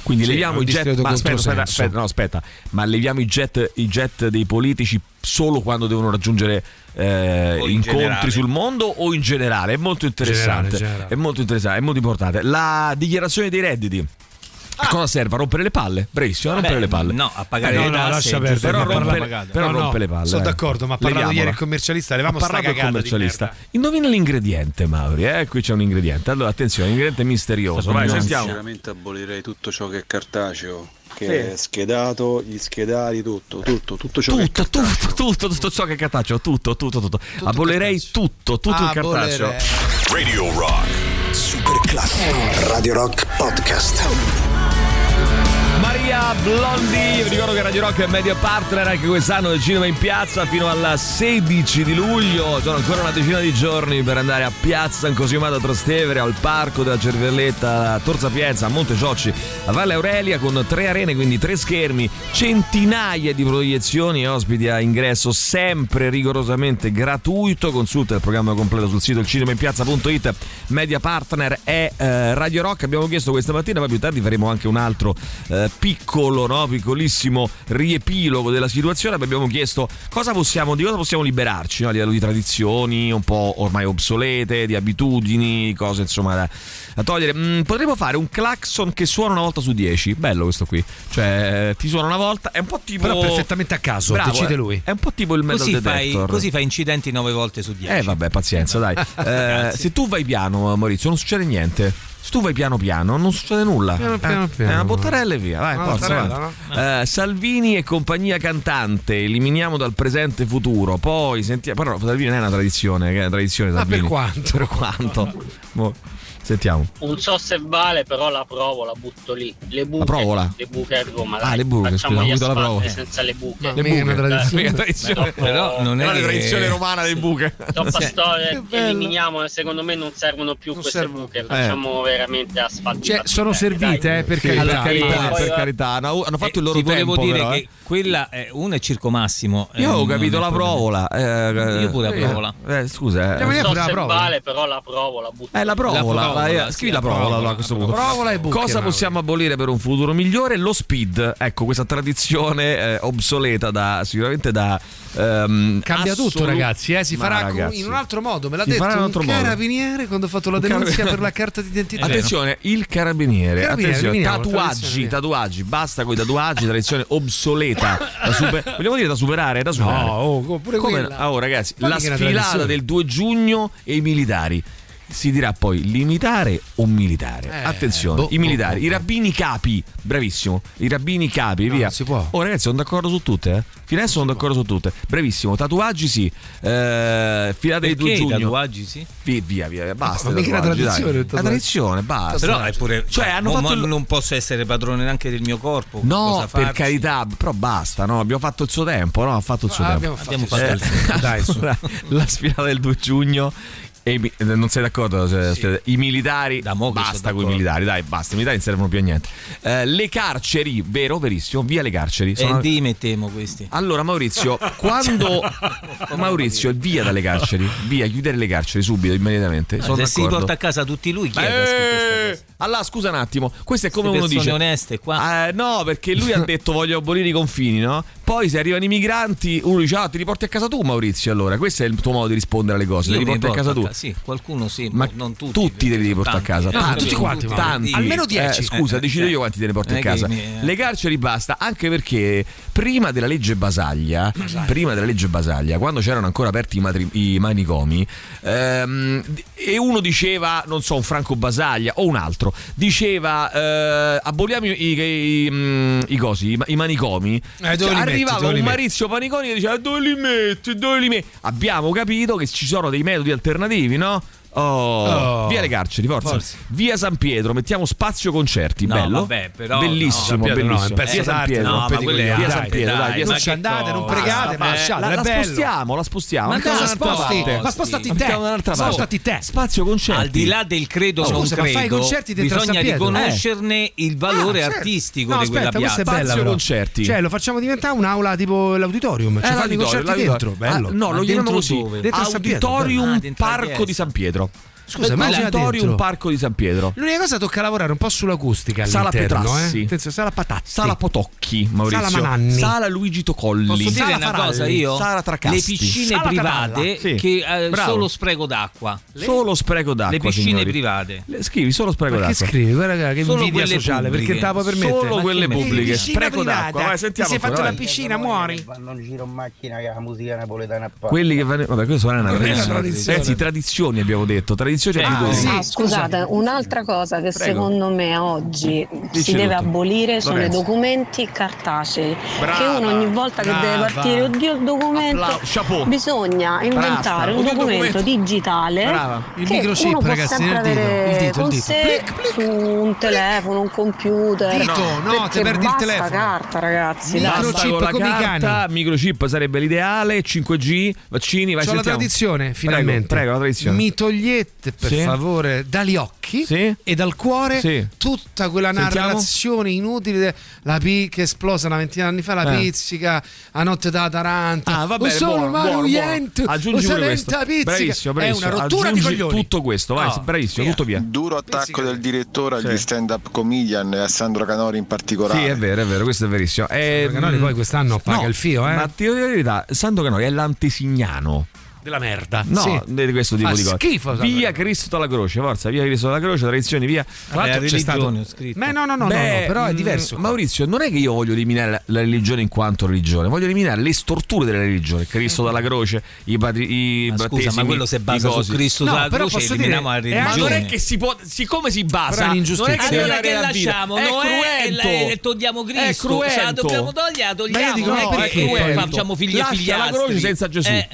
Quindi Sì, è leviamo un i jet. discreto Ma aspetta, aspetta, controsenso. aspetta, no, aspetta. Ma leviamo i jet, i jet dei politici solo quando devono raggiungere eh, O in incontri generale. sul mondo o in generale? È molto interessante. Generale, generale. È molto interessante, è molto importante. La dichiarazione dei redditi. A cosa serve? A rompere le palle? Bravissimo, a rompere Beh, le palle. Ah. no, a pagare No, le no, tasse, lascia giusto, perdere, Però ma parla- rompe, pagate. però No, no, rompe le palle. sono dai. d'accordo, ma ha parlato Leviamola. ieri il commercialista, levamo Ha sta parlato il cagata di commercialista. Indovina l'ingrediente, Mauri. Eh, qui c'è un ingrediente. Allora, attenzione, ingrediente misterioso. Vai, sentiamo. Sinceramente abolirei tutto ciò che è cartaceo, che Sì. è schedato, gli schedari, tutto, tutto, tutto ciò che Tutto, tutto, tutto, tutto ciò che è cartaceo, tutto, tutto, tutto. Abolerei tutto, tutto il cartaceo. Radio Rock. Super classico. Radio Rock Podcast. Maria Blondi, vi ricordo che Radio Rock è media partner anche quest'anno del cinema in piazza fino al 16 di luglio. Sono ancora una decina di giorni per andare a Piazza Incosimato a Trastevere, al Parco della Cervelletta, a Torza Piazza, a Monte Ciocci, a Valle Aurelia con tre arene, quindi tre schermi, centinaia di proiezioni e ospiti a ingresso sempre rigorosamente gratuito. Consulta il programma completo sul sito ilcinemainpiazza.it. Media partner è eh, Radio Rock. Abbiamo chiesto questa mattina, poi più tardi faremo anche un altro eh, piccolo, no? piccolissimo riepilogo della situazione. Abbiamo chiesto cosa possiamo, di cosa possiamo liberarci no? a livello di tradizioni un po' ormai obsolete, di abitudini, cose insomma da, da togliere. Mm, potremmo fare un clacson che suona una volta su 10. Bello questo qui. Cioè, ti suona una volta, è un po' tipo. Però perfettamente a caso, Bravo, decide eh. lui. È un po' tipo il metal Così fai, detector. così fai incidenti nove volte su dieci. Eh vabbè, pazienza, dai. Eh, se tu vai piano, eh, Maurizio, non succede niente. Se tu vai piano piano, non succede nulla. Piano, Eh, piano, piano. È una bottarella e via. Vai, Una forza, bottarella, avanti. Eh, Salvini e compagnia cantante, eliminiamo dal presente futuro. Poi sentiamo. Però Salvini non è una tradizione, che è una tradizione. Ma Salvini. per quanto? Per quanto? Mo, sentiamo. Non so se vale, però la provo, la butto lì. Le buche, provola? le buche a Roma. Ah, dai. le buche, Facciamo scusa, gli ho capito la asfalti provola. senza le Ma buche. mica è una tradizione. Mica tradizione. Troppo- Però non è Però la che- tradizione romana dei buche. Troppa Sì. storia, eh, eliminiamo, secondo me non servono più queste Eh. buche, facciamo veramente asfalti. Cioè, sono servite, eh, per Sì, carità. per carità, Poi- per carità. No, hanno fatto il loro eh, Ti volevo tempo, dire però, che eh. quella è una è Circo Massimo. eh, Io ho non- capito non è la problema. provola. eh, Io pure la eh, provola. eh, scusa, eh. non so se vale, però la provo, la butto Eh, la provola, provola, vai, sì, scrivi la la provola, provola, allora, a questo punto. provola e buche, Cosa Mauro. possiamo abolire per un futuro migliore? Lo speed, ecco, questa tradizione eh, obsoleta da, sicuramente da... ehm, Cambia tutto, assolu- ragazzi. Eh? Si Ma, farà ragazzi. in un altro modo. Me l'ha Si detto farà in un un altro modo. carabiniere quando ho fatto la Un denuncia carabiniere. Eh, per la carta d'identità. Attenzione, il carabiniere, Carabiniere, attenzione, eliminiamo, tatuaggi, tradizione. tatuaggi, basta con i tatuaggi, tradizione obsoleta, da super- vogliamo dire da superare, da superare. oh, pure Come quella. no? Oh, ragazzi, Ma la mica una sfilata tradizione. del 2 giugno e i militari. Si dirà poi limitare o militare. Eh, Attenzione, boh, i militari, boh, boh, i rabbini capi, bravissimo, i rabbini capi, via. non si può. Oh ragazzi, sono d'accordo su tutte, eh. Fino adesso sono d'accordo su tutte. Bravissimo, tatuaggi sì. Eh, filata del 2 Perché i giugno. tatuaggi sì? Vi- Via, via, via, basta. Ma mica tatuaggi, la tradizione dai. del La tatuaggio. tradizione, basta. Però è pure. Cioè, hanno mo- fatto mo il- Non posso essere padrone neanche del mio corpo. No, cosa per farci? carità, però basta, no? Abbiamo fatto il suo tempo, no? Ha fatto il suo Ah, tempo. abbiamo fatto il suo Eh, allora, la sfilata del 2 giugno. e i mi- eh, non sei d'accordo? cioè, aspetta, I militari. basta con i militari, dai, basta. I militari non servono più a niente. Eh, le carceri, vero, verissimo, via le carceri. E di mettiamo questi. Allora, Maurizio, quando. Maurizio, via dalle carceri, via, chiudere le carceri subito, immediatamente. Sono Ah, se si d'accordo. porta a casa tutti lui, chi è? che ha scritto Eh, Allora, scusa un attimo, questo è come Queste uno dice: persone oneste qua. Eh, no, perché lui ha detto voglio abolire i confini, no? Poi se arrivano i migranti, uno dice: Ah, ti riporti a casa tu, Maurizio. Allora, questo è il tuo modo di rispondere alle cose. Io Ti mi riporti a porto casa tu. ca- Sì, qualcuno sì, Ma ma non tutti. tutti te li devi portare a tanti. casa. No, Tanti. tutti quanti, ma- Tanti. almeno Eh, dieci. scusa, Eh, decido eh, io quanti te ne porti non a è che casa. mi- eh. Le carceri basta, anche perché prima della legge Basaglia, prima della legge Basaglia, quando c'erano ancora aperti i, matri- i manicomi, ehm, e uno diceva, non so, un Franco Basaglia o un altro, diceva eh, aboliamo i, i- i- mm, i cosi, i, ma- i manicomi. Cioè, Eh, dove li metti, arrivava dove li un metti? Maurizio "Eh, Paniconi che diceva dove li metti, dove li metti. Abbiamo capito che ci sono dei metodi alternativi, no? Oh, Oh. Via le carceri, forza. Forza. Via San Pietro, mettiamo spazio concerti. No, bello. vabbè, però- bellissimo, no, San Pietro no, bellissimo. è un pezzo via San esatto, d'arte, Pietro, no, ma rompete i quello è coglioni. via arte, San Pietro, dai, dai, via ma San che andate, non pregate, ma lasciate, la, è la bello. spostiamo, la spostiamo. Ma Mettiamo cosa da un'altra sposti? parte. Ma spostati te. Mettiamo da un'altra parte. Spostati te. Spazio concerti. Al di là del credo o non Scusa, ma credo, fai i concerti dentro a San bisogna Pietro? riconoscerne il valore Ah, certo. artistico No, di quella aspetta, questa piazza. è bella. però. concerti. Cioè, lo facciamo diventare un'aula tipo l'auditorium. Eh, Cioè, fanno i l'auditorium, concerti l'auditorium. dentro. Bello. Ah, no, Ma lo chiamiamo dentro così. dove? Dentro a San Pietro, Auditorium bello. Ah, dentro la Parco chiesa. di San Pietro. Eh, Scusa, ma c'era Auditorium dentro? Parco di San Pietro. L'unica cosa tocca lavorare un po' sull'acustica. Sala all'interno, Petrassi. eh. Attenzione, sala Patazzi. Sala Potocchi, Maurizio. Sala Mananni. Sala Luigi Tocolli. Posso dire Sala una Faralli. cosa io? Sala Tracasti. Le piscine Sala private Catalla. Sì. che eh, Bravo. solo spreco d'acqua. Solo spreco d'acqua. Le piscine signori. private. Le- scrivi solo spreco Ma che d'acqua. scrivi? Guarda che- che Solo invidia quelle sociale, pubbliche. perché te la puoi permettere. Solo Ma quelle che- pubbliche. Piscina Spreco privata. d'acqua. Vai, Ti sentiamo sei ancora, fatto la vai. piscina, muori. Vanno in giro in macchina che la musica napoletana Ah, a parte. Quelli che vanno. Vabbè, questa non è una Non è una tradizione. tradizione. Ragazzi, tradizioni abbiamo detto. Tradizioni Ah, abitudini. sì. No, scusate, Mm. un'altra cosa che Prego. secondo me oggi Dici si deve tutto. abolire sono Lorenzo. i documenti cartacei. Brava, che uno ogni volta che deve brava. partire, oddio il documento, Applauso, chapeau. bisogna inventare un Oddio, il documento, documento. digitale Brava. Il che microchip, uno può ragazzi, sempre nel dito, avere il dito, il con dito. sé su un telefono, un computer. Dito, no, perché te perdi il basta telefono. carta, ragazzi. dai. Basta con la carta, microchip sarebbe l'ideale, 5G, vaccini, vai C'ho la sentiamo. tradizione, Prego, finalmente. Prego, la tradizione. Mi togliete, per Sì. favore, dagli occhi e dal cuore Sì. tutta quella Sentiamo. narrazione inutile. de- La P che è esplosa una ventina di anni fa, la Eh. pizzica, a notte da Taranto. Ah, vabbè, un solo buono, umano buono, buono. niente, Aggiungi un pure questo. salenta pizzica. Bravissimo, bravissimo. È una rottura Aggiungi di coglioni. tutto questo, vai, No. bravissimo, tutto via. Duro attacco del direttore agli stand-up comedian e a Sandro Canori in particolare. Sì, è vero, è vero, questo è verissimo. Eh, Sandro Canori mh, poi quest'anno paga no, il fio, eh. Ma ti dico la verità, Sandro Canori è l'antesignano. Della merda. No, Sì. di questo tipo Fa di cose. schifo, Sandro via Cristo alla croce, forza, via Cristo alla croce, tradizioni, via. Tra l'altro c'è stato... Beh, no, no, no, Beh, mm, no, no, però è mh, diverso. Maurizio, non è che io voglio eliminare la, la religione in quanto religione, voglio eliminare le storture della religione. Cristo dalla croce, i, patri, i Ma scusa, battesimi, ma quello se i basa su cosi. Cristo No, dalla però croce, posso dire, eliminiamo la è religione. Ma non è che si può, siccome si basa, Però è non un'ingiustizia. è che Allora deve che andare a dire, lasciamo? È Noè e la- cruento. e togliamo È Cristo. cruento. Cioè, la dobbiamo togliere, la togliamo, Ma io dico, non è no, che- è che cruento. facciamo figli e Lascia figliastri. la croce senza Gesù. Eh, Eh,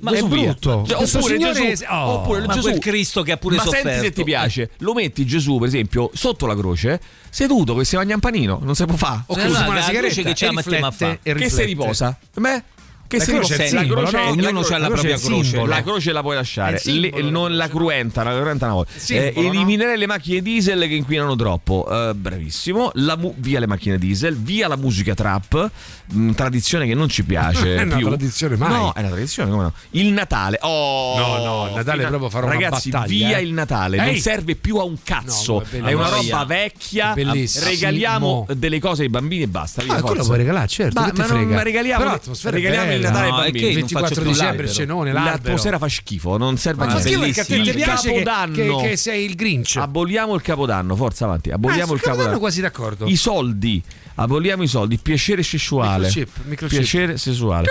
ma Gesù è via. brutto. Cioè, Questo oppure signore- Gesù, oh, oppure ma Gesù- quel Cristo che ha pure ma senti se sofferto. ti piace, lo metti Gesù, per esempio, sotto la croce, seduto che si mangia un panino, non si può fare. Eh, no, la croce che ce la mettiamo a fare. Che si riposa? Beh, che La si croce riposa? è il simbolo, no? Ognuno c'ha la propria è il croce. simbolo. La croce la puoi È lasciare, il simbolo, Le- non la cruenta, la cruenta una volta. simbolo, Eh, no? eliminerei le macchine diesel che inquinano troppo. Eh, bravissimo. La mu- via le macchine diesel, via la musica trap, mh, tradizione che non ci piace. Non è una più. tradizione mai. No, è una tradizione, come no? Il Natale. Oh, No, no, il Natale proprio farò una Ragazzi, battaglia, via eh. il Natale, non Ehi! serve più a un cazzo. No, è è una bellissimo. roba vecchia. Bellissimo. Regaliamo delle cose ai bambini e basta. Via, Ah, quello forza. puoi regalare, certo, Ma, che te ma non- frega. ma regaliamo, Però l'atmosfera è regaliamo il bella. Natale No, ai è che bambini. non faccio 24 più dicembre, l'albero. cenone, l'albero. L'atmosfera fa schifo, non serve Ma a fa niente. schifo perché a te ti Il piace che- Capodanno. che- che sei il Grinch. Aboliamo il Capodanno, forza avanti. Aboliamo Ah, il sul Capodanno Capodanno. quasi d'accordo. I soldi. Aboliamo i soldi. Piacere sessuale. Microchip, microchip. Piacere sessuale.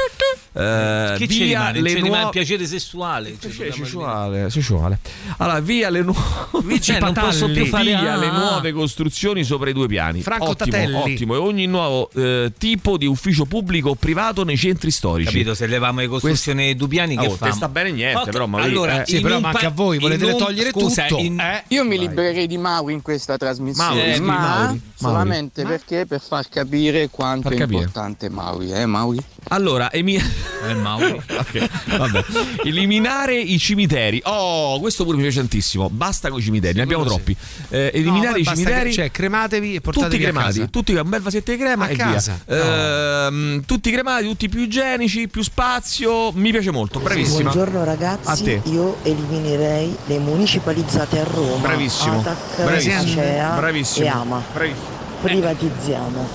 Eh, Che via ci rimane? Ci le rimane il nuove piacere sessuale. cioè, dobbiamo sessuale, sessuale. Allora, via le nuove Cioè, non posso più fare- via ah, le ah. nuove costruzioni sopra i due piani. Franco ottimo, Tatelli. ottimo. E ogni nuovo eh, tipo di ufficio pubblico o privato nei centri storici. Capito, se leviamo le costruzioni dei Dubiani che Oh, famo? te sta bene niente, Ok, però, Maurizio, allora, eh. Sì, in però un manca pa- a voi, volete in un- togliere scusa, tutto? eh? in- Io mi libererei di Mauri in questa trasmissione, Mauri, sì, ma Mauri, solamente perché per far capire quanto Far è capire. importante Mauri, eh Mauri? Allora, Emilia. Eh, Ok, vabbè. Eliminare i cimiteri. Oh, questo pure mi piace tantissimo. Basta con i cimiteri, ne abbiamo troppi. Eh, eliminare i cimiteri. Cioè, crematevi e portatevi tutti cremati, a casa. tutti un bel vasetto di crema A e casa? via. Ehm, tutti cremati, tutti più igienici, più spazio. Mi piace molto, bravissima. Buongiorno A ragazzi, te. io eliminerei le municipalizzate a Roma. Bravissimo. Atac, Bravissimo. Acea Bravissimo. Eh. e Ama. Privatizziamo.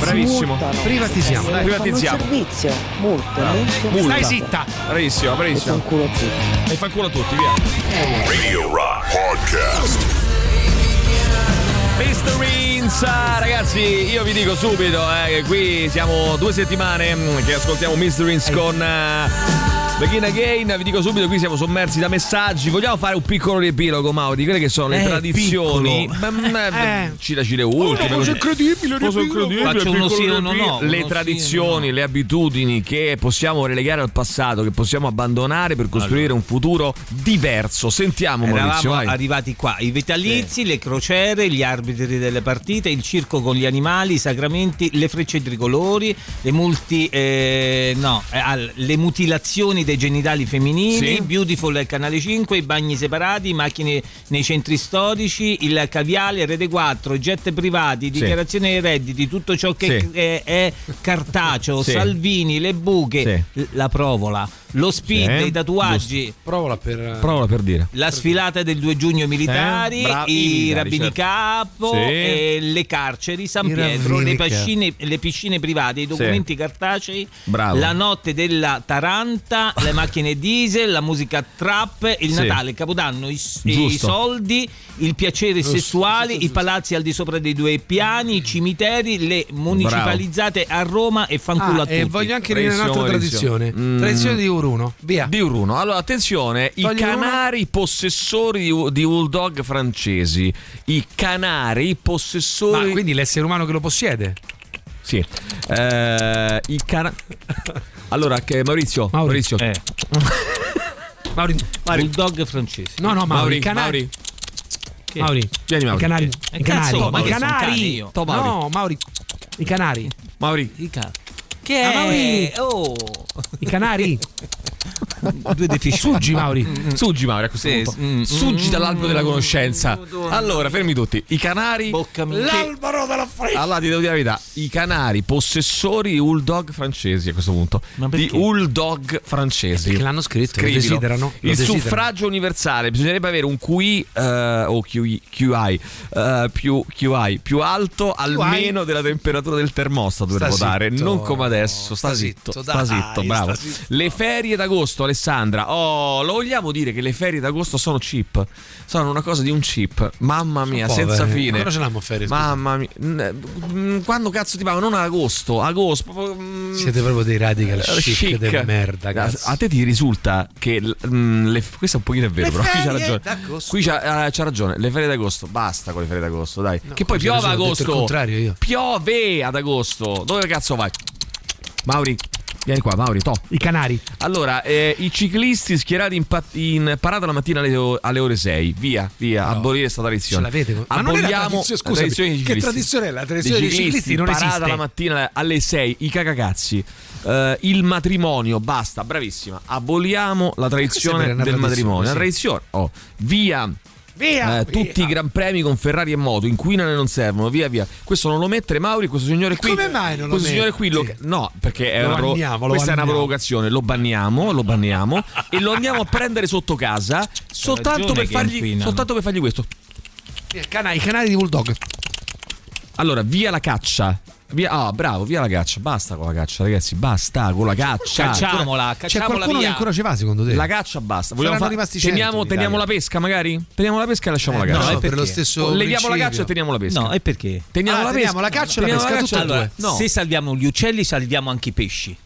Bravissimo. Multano. Privatizziamo, dai. Privatizziamo. Fanno un servizio. Multa. Bravo. non sono Multa. multate. Bravissima, bravissima. E fa culo a tutti, via. Radio Rock Podcast. Mr. Rinza, ragazzi, io vi dico subito eh, che qui siamo due settimane mm, che ascoltiamo Mr. Rinza con eh, Begin again, vi dico subito, qui siamo sommersi da messaggi. Vogliamo fare un piccolo riepilogo, Mauro, di quelle che sono le Eh, tradizioni. piccolo. Oh, Eh. Cira cire ultime. cose- incredibile, Cosa incredibile, Faccio uno sì o uno no. le tradizioni, le abitudini che possiamo relegare al passato, che possiamo abbandonare per costruire un futuro diverso. Sentiamo Maurizio, Eravamo vai. arrivati qua, i vitalizi, le crociere, gli arbitri delle partite, il circo con gli animali, i sacramenti, le frecce tricolori, le, multi, eh, no, eh, al- le mutilazioni dei genitali femminili, Sì. Beautiful al canale 5, i bagni separati, macchine nei centri storici, il caviale, rete 4, jet privati, dichiarazione dei redditi, tutto ciò che Sì. è, è cartaceo, Sì. Salvini, le buche, l- la provola, lo speed, Sì. i tatuaggi. Provola per... Provala per dire. La sfilata del 2 giugno militari, Eh, bravi, i, i militari, rabbini certo. capo, Sì. eh, le carceri, San I Pietro, rabbini le capo. piscine, le piscine private, i documenti cartacei, Bravo. la notte della Taranta, le macchine diesel, la musica trap, il Sì. Natale, il Capodanno, i, s- i Giusto. soldi, il piacere Giusto, sessuale, i palazzi al di sopra dei due piani, i cimiteri, le municipalizzate a Roma e fanculo Ah, a tutti. e voglio anche dire un'altra tradizione. Tradizione di Uruno. Via. Mm. Di Uruno. Allora, attenzione, i Togli canari possessori di, di Bulldog francesi. I canari possessori... Ma quindi l'essere umano che lo possiede? Sì. Eh, I canari... Allora, che- Maurizio. Maurizio. Mauri, Bulldog francese. No, no, Mauri, Mauri, canari. Mauri. Che? Mauri, Vieni, Mauri. I canari. Che? I canari. Cazzo, ma I che sono canari. cani io? To, Mauri. No, Mauri. I canari. Mauri. Che Ah, Mauri. è? Oh. I canari. Due deficienti. Suggi, Mauri. Suggi Mauri a questo punto. Suggi dall'albero della conoscenza. Allora, fermi tutti. I canari. L'albero della Allora ti devo dire la verità, i canari possessori di Bulldog francesi a questo punto. Di Bulldog francesi. Perché l'hanno scritto, lo Scrivilo. desiderano, lo Il desiderano. suffragio universale, bisognerebbe avere un QI eh, o QI, QI, eh, più, QI più alto almeno della temperatura del termostato per Sta votare, zitto. non come adesso, sta, zitto, zitto, sta dai, zitto, bravo. sta zitto. Le ferie d'agosto, Alessandra, oh, lo vogliamo dire che le ferie d'agosto sono cheap, sono una cosa di un cheap, mamma mia, povere. senza fine. Ancora ce l'hanno a ferie, scusa. Mamma mia, N- mm, quando cazzo ti pago? Non ad agosto, agosto. proprio, mm, Siete proprio dei radical eh, chic, del merda, A, cazzo. a te ti risulta che l- mm, le- questo è un pochino è vero, Le però qui c'ha ferie ragione. d'agosto. Qui c'ha, eh, c'ha ragione, le ferie d'agosto, basta con le ferie d'agosto, dai. che poi ce ne piove sono, ad ho detto il agosto. contrario io. Piove ad agosto. Dove cazzo vai? Mauri, vieni qua, Mauri, to. I canari. Allora, eh, i ciclisti schierati in, pa- in parata la mattina alle, alle ore 6. Via, via, abolire sta tradizione. Ce l'avete? Ma non è la Aboliamo tradizione- la scusami, tradizione dei che ciclisti. tradizione è la tradizione dei ciclisti? Non parata esiste. la mattina alle 6, i cacacazzi. eh, il matrimonio, basta, bravissima. Aboliamo la tradizione vera del una tradizione, matrimonio. La sì. tradizione, oh, via. Eh, tutti i gran premi con Ferrari e moto inquinano e non servono, via via. Questo non lo mettere Mauri, questo signore qui. come mai non lo Questo signore qui lo, metti? no, perché è Lo una provo- banniamo, lo questa è una banniamo. provocazione, lo banniamo, lo banniamo e lo andiamo a prendere sotto casa soltanto ragione per che fargli inquinano. soltanto per fargli questo. I canari, i canari di Bulldog. Allora, via la caccia. Via, ah, bravo, via la caccia. Basta con la caccia, ragazzi. Basta con la caccia. Cacciamola, C'è qualcuno che ancora ci va, secondo te? La caccia basta. Vogliamo Saranno fa- rimasti cento teniamo, in teniamo la Italia. pesca, magari? Teniamo la pesca e lasciamo Eh, la caccia. no, per lo stesso Leviamo la principio. caccia e teniamo la pesca. No, e perché? Teniamo Ah, la teniamo pesca. la caccia e la Teniamo pesca, tutte e Allora, due. No. se salviamo gli uccelli salviamo anche i pesci.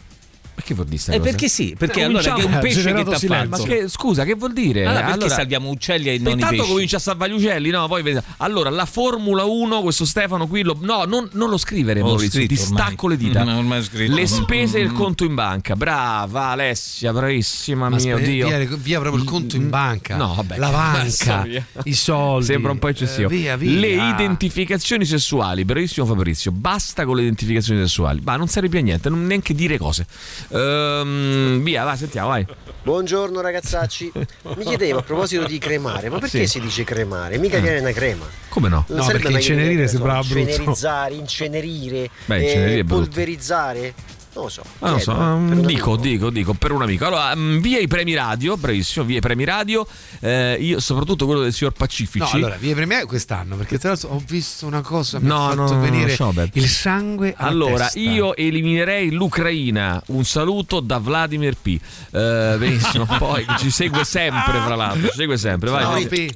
Perché vuol dire sta Eh, cosa? perché sì, perché Eh, allora che cominciamo- un Ha pesce che generato t'ha silenzio. fatto? Ma che- scusa, che vuol dire? Allora, perché Allora- salviamo uccelli e non i Intanto pesci? comincia a salvare gli uccelli, no? Poi vedi- Allora, la Formula 1, questo Stefano qui, lo- no, non, non lo scrivere, L'ho Maurizio. scritto Ti stacco le dita. Mm, ormai è scritto. Le spese e il Mm. conto in banca. Brava Alessia, bravissima, Ma mio spe- Dio. Via, via proprio il conto in banca. No, vabbè. La banca, Basta, via. i soldi. Sembra un po' eccessivo. Eh, via, via. Le identificazioni sessuali, bravissimo Fabrizio. Basta con le identificazioni sessuali. Ma non serve più a niente, non neanche dire cose. Ehm, via, va, sentiamo, vai. Buongiorno ragazzacci, mi chiedevo a proposito di cremare, ma perché Sì. si dice cremare? Mica Mm. che è una crema. Come no? Non serve una crema, sembrava che ne so, brutto. Incenerizzare, incenerire, Beh, incenerire è eh, brutto. polverizzare, non lo so. Ma non so, chiedo, eh, per ehm, una- dico, dico, dico, per un amico. Allora, ehm, via i premi radio, bravissimo, via i premi radio, eh, io, soprattutto quello del signor Pacifici. No, allora, via premia quest'anno, perché tra l'altro ho visto una cosa, mi No, ha fatto no, no, venire Schobert. il sangue alla Allora, testa. io eliminerei l'Ucraina. Un saluto da Vladimir P. Eh, benissimo, poi ci segue sempre, fra l'altro. Ci segue sempre, vai. Ciao, vai. P.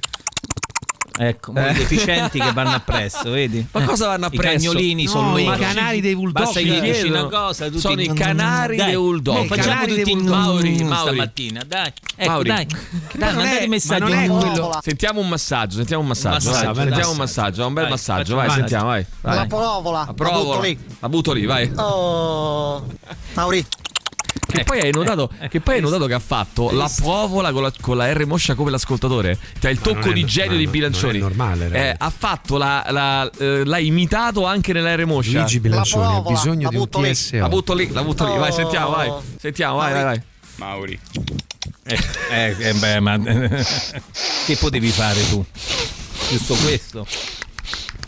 Ecco, eh. gli efficienti che vanno appresso, vedi? Ma cosa vanno appresso? I cagnolini No, sono i loro. canari dei bulldog. Basta che gli dici Chiedo. una cosa, tutti Sono i canari Dai, dei bulldog. no, facciamo Canari dei tutti in bulldog. Mauri, Mm, Mauri stamattina. stamattina, dai. Ecco, Mauri. dai. Dai, non mandate è- i messaggi. ma non è No. quello. Sentiamo un massaggio, sentiamo un massaggio. Un dai. massaggio, Sentiamo dai. un massaggio, un bel Vai, massaggio. facciamo Vai, un sentiamo, vai. vai. La provola. La Provola. butto lì. La butto lì, vai. Oh, Mauri. Che poi Ecco. hai notato Eh, che, poi hai notato che ha fatto la provola con la, con la R moscia come l'ascoltatore. Cioè il tocco non è di no- genio ma di non- Bilancioni. non è normale, ragazzi. Eh, ha fatto la, la- eh, l'ha imitato anche nella R moscia. Luigi Bilancioni ha bisogno di un TSO. Cioè, La butto lì, la butto lì. Vai, Oh. sentiamo, vai. Sentiamo, vai, vai, vai. Mauri. Eh, eh, eh, beh, ma che potevi fare tu? Giusto questo.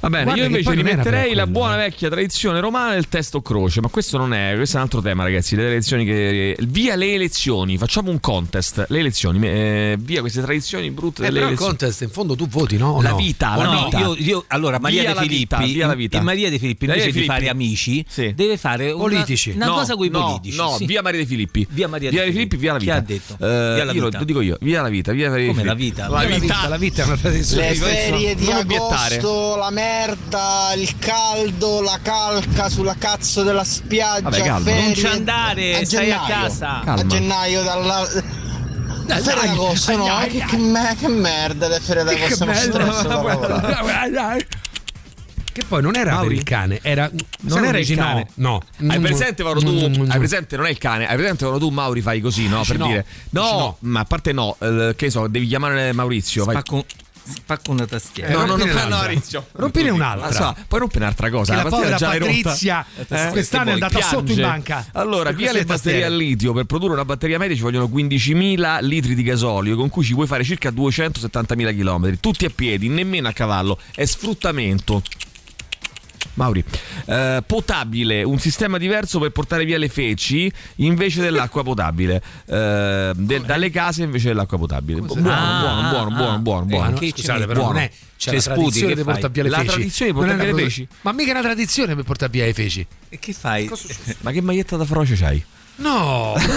Va bene, Guarda io che invece poi non era rimetterei per la buona vecchia tradizione romana del testo croce, ma questo non è, questo è un altro tema, ragazzi. Le elezioni che. Via le elezioni, facciamo un contest. Le elezioni, eh, via queste tradizioni brutte Eh, delle però il elezioni. contest in fondo tu voti, no? O La no? vita, O la no? vita. Io, io- allora, Maria Via De la Filippi, vita, via la vita. e Maria De Filippi Maria invece De di Filippi. fare amici, deve fare una, una No, cosa con i no, politici. No, sì. via Maria De Filippi. Via Maria De De Filippi, via la Chi vita. ha detto? Eh, Via la io lo- vita. Lo dico io, via la vita, via Maria De Come la Filippi. vita? La Via la vita. La vita è una tradizione. Le Questo- ferie di non obiettare. agosto, la merda, il caldo, la calca sulla cazzo della spiaggia. Vabbè, calma. ferie Non ci andare, stai a gennaio. casa. A Calma. gennaio dalla... Ferie d'agosto, no? Che, che me- che merda le ferie d'agosto, non ci interessa da lavorare. Che poi non era per il cane, era. Non era il cane. No. Mm. Hai presente quando tu. Mm, Hai presente, non è il cane. Hai presente quando tu Mauri fai così, no? Per no. dire. No, ma a parte no, eh, che so, devi chiamare Maurizio. Vai. Spacco, spacco una tastiera. No, no, no, Eh, no, rompine l'altra. Maurizio. Rompine un'altra. La Ah, so, poi rompi un'altra cosa. Che la tastiera povera già l'hai rotta. Patrizia, Eh? quest'anno è Che poi andata sotto in piange. banca. Allora, Per via le queste batterie al tastiere. litio. Per produrre una batteria media ci vogliono 15.000 litri di gasolio, con cui ci puoi fare circa 270.000 km. Tutti a piedi, nemmeno a cavallo. È sfruttamento. Mauri, eh, potabile, un sistema diverso per portare via le feci invece dell'acqua potabile, Eh, de- dalle case invece dell'acqua potabile. Bu- Buono, Ah, buono, buono, buono, buono, buono. Eh, no, scusate, però non è. C'è Cioè, la sputi, tradizione che di fai? portare via le La feci. tradizione di Non è portare una via le cosa- feci. Ma mica è una tradizione per portare via le feci. E che fai? Ma che maglietta da froce c'hai? No, come?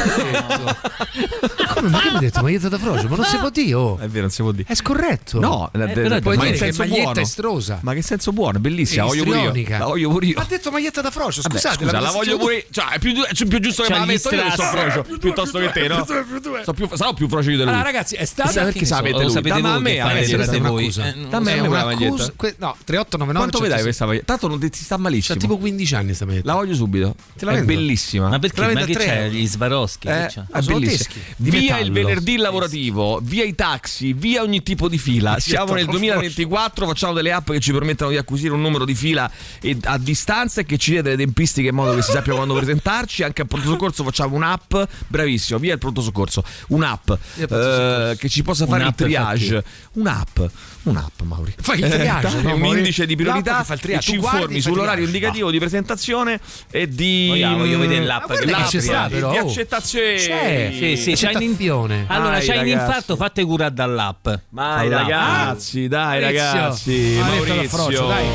Ma che mi hai detto maglietta da frocio? Ma non si può dire. oh. È vero, non si può dire. È scorretto. No, Eh, però puoi dire che maglietta estrosa. Ma che senso buono, bellissima, la voglio pure io. Istrionica. La voglio pure io. Ma ha detto maglietta da frocio, Vabbè, scusate. scusa, la l'avete voglio sentito pure. Cioè, è più, gi- è più giusto che C'ha me la gli metto io che sono strass. frocio, Più due, piuttosto più che te, due, no? più due, più due. Sono più, sarò più frocio di te lui. Allora, ragazzi, è stata Chissà perché se la mette Lo lui. sapete Dammi a voi me, che ragazzi, fate, questa è voi. un'accusa. Eh, non Dammi a È me quella un'accusa. maglietta. que- No, 3899. Quanto vedai certo, questa maglietta? Tanto non ti ti sta malissimo. C'ha tipo 15 anni sta maglietta. La voglio subito. Te la è vendo. bellissima. Ma Te perché? la Ma vendo che a tre c'è? euro. Gli Swarovski? Eh, che c'è? è bellissima. Di Via metallo. il venerdì lavorativo, via i taxi, via ogni tipo di fila. Siamo nel 2024, facciamo delle app che ci permettano di acquisire un numero di fila e- a distanza e che ci dia delle tempistiche in modo che si sappia quando presentarci. Anche al pronto soccorso facciamo un'app, bravissimo, via il pronto soccorso, un'app eh, che ci possa fare il Un'app per triage. Un'app, un'app Mauri. Eh, Fai il triage, dai, no, un Mauri? indice di L'app priorità che fa il e triage. ci Tu guardi, informi fai sull'orario triage. indicativo di presentazione e di... Vogliamo- voglio vedere l'app Ma che guarda l'app che c'è apre. sta, però, Di oh. accettazione. C'è. Sì, sì, c'hai un in- Accettazione. Allora, Dai, c'hai un ragazzi. infarto, fate curare dall'app. Ma dai, Dall'app. ragazzi, dai Maurizio. ragazzi, Maledetto Maurizio. l'affrocio, dai.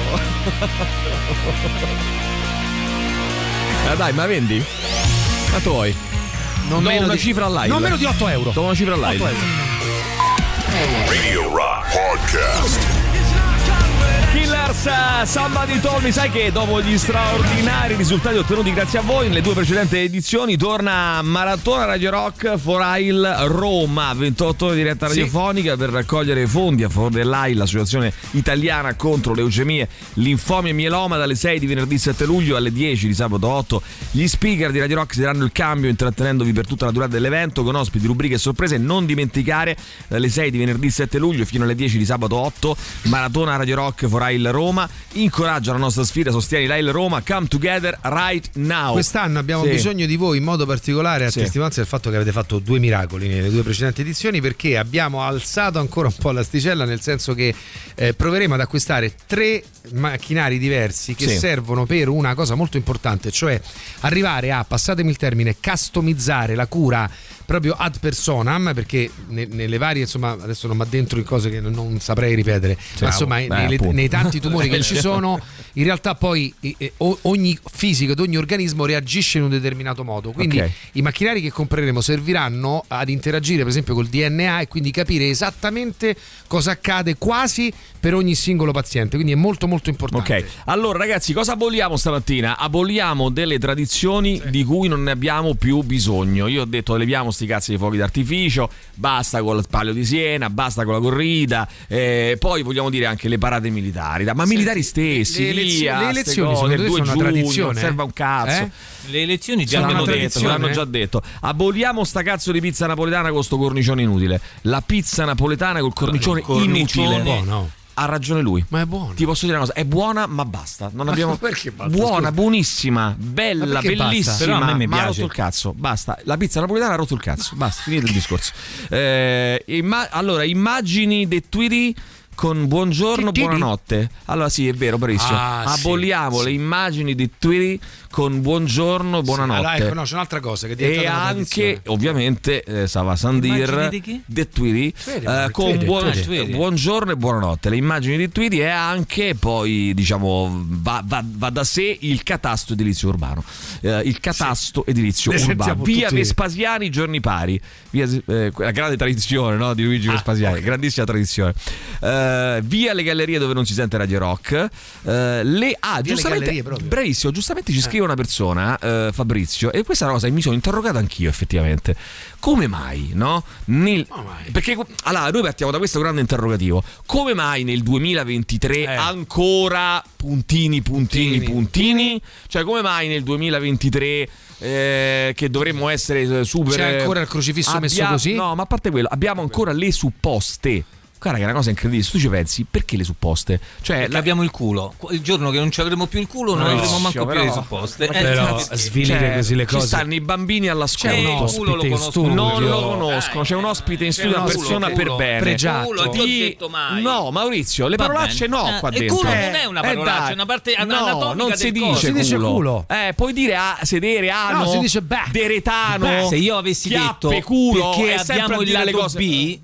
Ah, dai, ma vendi? Ma tu vuoi? Non Do meno una di- cifra all'aile. non meno di 8 euro. Do una cifra all'aile. 8 euro. Radio Rock Podcast. Killers, eh, Somebody Told Me, sai che dopo gli straordinari risultati ottenuti grazie a voi nelle due precedenti edizioni torna Maratona Radio Rock for AIL Roma, 28 ore di diretta radiofonica per raccogliere fondi a favore dell'AIL, l'associazione italiana contro leucemie, linfomia e mieloma dalle 6 di venerdì 7 luglio alle 10 di sabato 8. Gli speaker di Radio Rock si daranno il cambio intrattenendovi per tutta la durata dell'evento con ospiti, rubriche e sorprese. Non dimenticare dalle 6 di venerdì 7 luglio fino alle 10 di sabato 8 Maratona Radio Rock for AIL Roma. Incoraggia la nostra sfida, sostieni l'AIL Roma. Come together right now. Quest'anno abbiamo Sì. bisogno di voi in modo particolare a Sì. testimonianza del fatto che avete fatto due miracoli nelle due precedenti edizioni perché abbiamo alzato ancora un po' l'asticella nel senso che eh, proveremo ad acquistare tre macchinari diversi che Sì. servono per una cosa molto importante, cioè arrivare a, passatemi il termine, customizzare la cura proprio ad personam perché ne- nelle varie insomma adesso non ma dentro in cose che non- non saprei ripetere ma Bravo. insomma Beh, nelle- appunto. nei tanti tumori che ci sono in realtà poi eh, eh, o- ogni fisico ed ogni organismo reagisce in un determinato modo. Quindi Ok. i macchinari che compreremo serviranno ad interagire, per esempio, col DNA e quindi capire esattamente cosa accade quasi per ogni singolo paziente. Quindi è molto, molto importante. Ok, allora ragazzi, cosa aboliamo stamattina? Aboliamo delle tradizioni di cui non ne abbiamo più bisogno. Io ho detto leviamo sti cazzi di fuochi d'artificio, basta con il palio di Siena, basta con la corrida, eh, poi vogliamo dire anche le parate militari, da- ma militari stessi, le elezio- via, le ste elezioni, cose, secondo te, il 2 sono una giugno, tradizione, non serve a un cazzo. eh? Le elezioni già Sono una l'hanno detto, tradizione, l'hanno eh? già detto. Aboliamo sta cazzo di pizza napoletana con sto cornicione inutile. La pizza napoletana col cornicione, cornicione inutile. buono. Ha ragione lui. Ma è buono. Ti posso dire una cosa, è buona ma basta. Non Ma abbiamo... perché basta? Buona, Scusa. buonissima, bella, Ma perché basta? bellissima. Però a me mi ma ha piace. rotto il cazzo. Basta. La pizza napoletana ha rotto il cazzo. Basta, finito il discorso. Eh, imma- allora, immagini dei tweet con buongiorno, Tweety? buonanotte. Allora sì, è vero, bravissimo. Ah, sì, Aboliamo sì. le immagini dei tweet con buongiorno, buonanotte. Allora, ecco, no, c'è un'altra cosa che è E diventata una anche, ovviamente, eh, Sava Immagini Sandir di chi? De Tweedy, Tweedy, eh, Tweedy, con buon- Tweedy. Tweedy. buongiorno e buonanotte. Le immagini di Tweedy e anche poi, diciamo, va, va- va da sé il catasto edilizio urbano. Eh, il catasto edilizio Ne urbano. sentiamo Via tutti. Vespasiani, giorni pari. Via, eh, quella grande tradizione no, di Ah, Luigi Vespasiani, grandissima tradizione. Eh, via le gallerie dove non si sente Radio Rock. Eh, le, ah, Via le gallerie giustamente, proprio. bravissimo, giustamente ci scrive una persona, eh, Fabrizio, e questa è una cosa che mi sono interrogato anch'io effettivamente. Come mai, no? Nel- Perché allora, noi partiamo da questo grande interrogativo. Come mai nel 2023 Eh. ancora puntini, puntini, puntini, Cioè come mai nel 2023 eh, che dovremmo essere eh, super... C'è ancora il crocifisso messo così? No, ma a parte quello, abbiamo ancora le supposte. Cara, che è una cosa incredibile. Se tu ci pensi, perché le supposte? Cioè, abbiamo il culo. Eh, Il giorno che non ci avremo più il culo, non No, avremo manco però- più le supposte. Ma però svilire Cioè, così le ci cose- stanno i bambini alla scuola. C'è un ospite in studio. Non lo conoscono. Eh, C'è un ospite in C'è studio, un una culo, persona culo, per bene. pregiato. Culo, ti ho Di- detto mai. No, Maurizio, le Va parolacce bene. no Eh, qua e dentro. culo non è una Eh, parolaccia, dai. è una parte no, anatomica non si del dice corpo. culo. Si dice culo. Eh, puoi dire a sedere, ano, No, si dice beh. deretano. Beh. Se io avessi chiappe, detto culo, perché è sempre abbiamo a il dire le lato cose- B,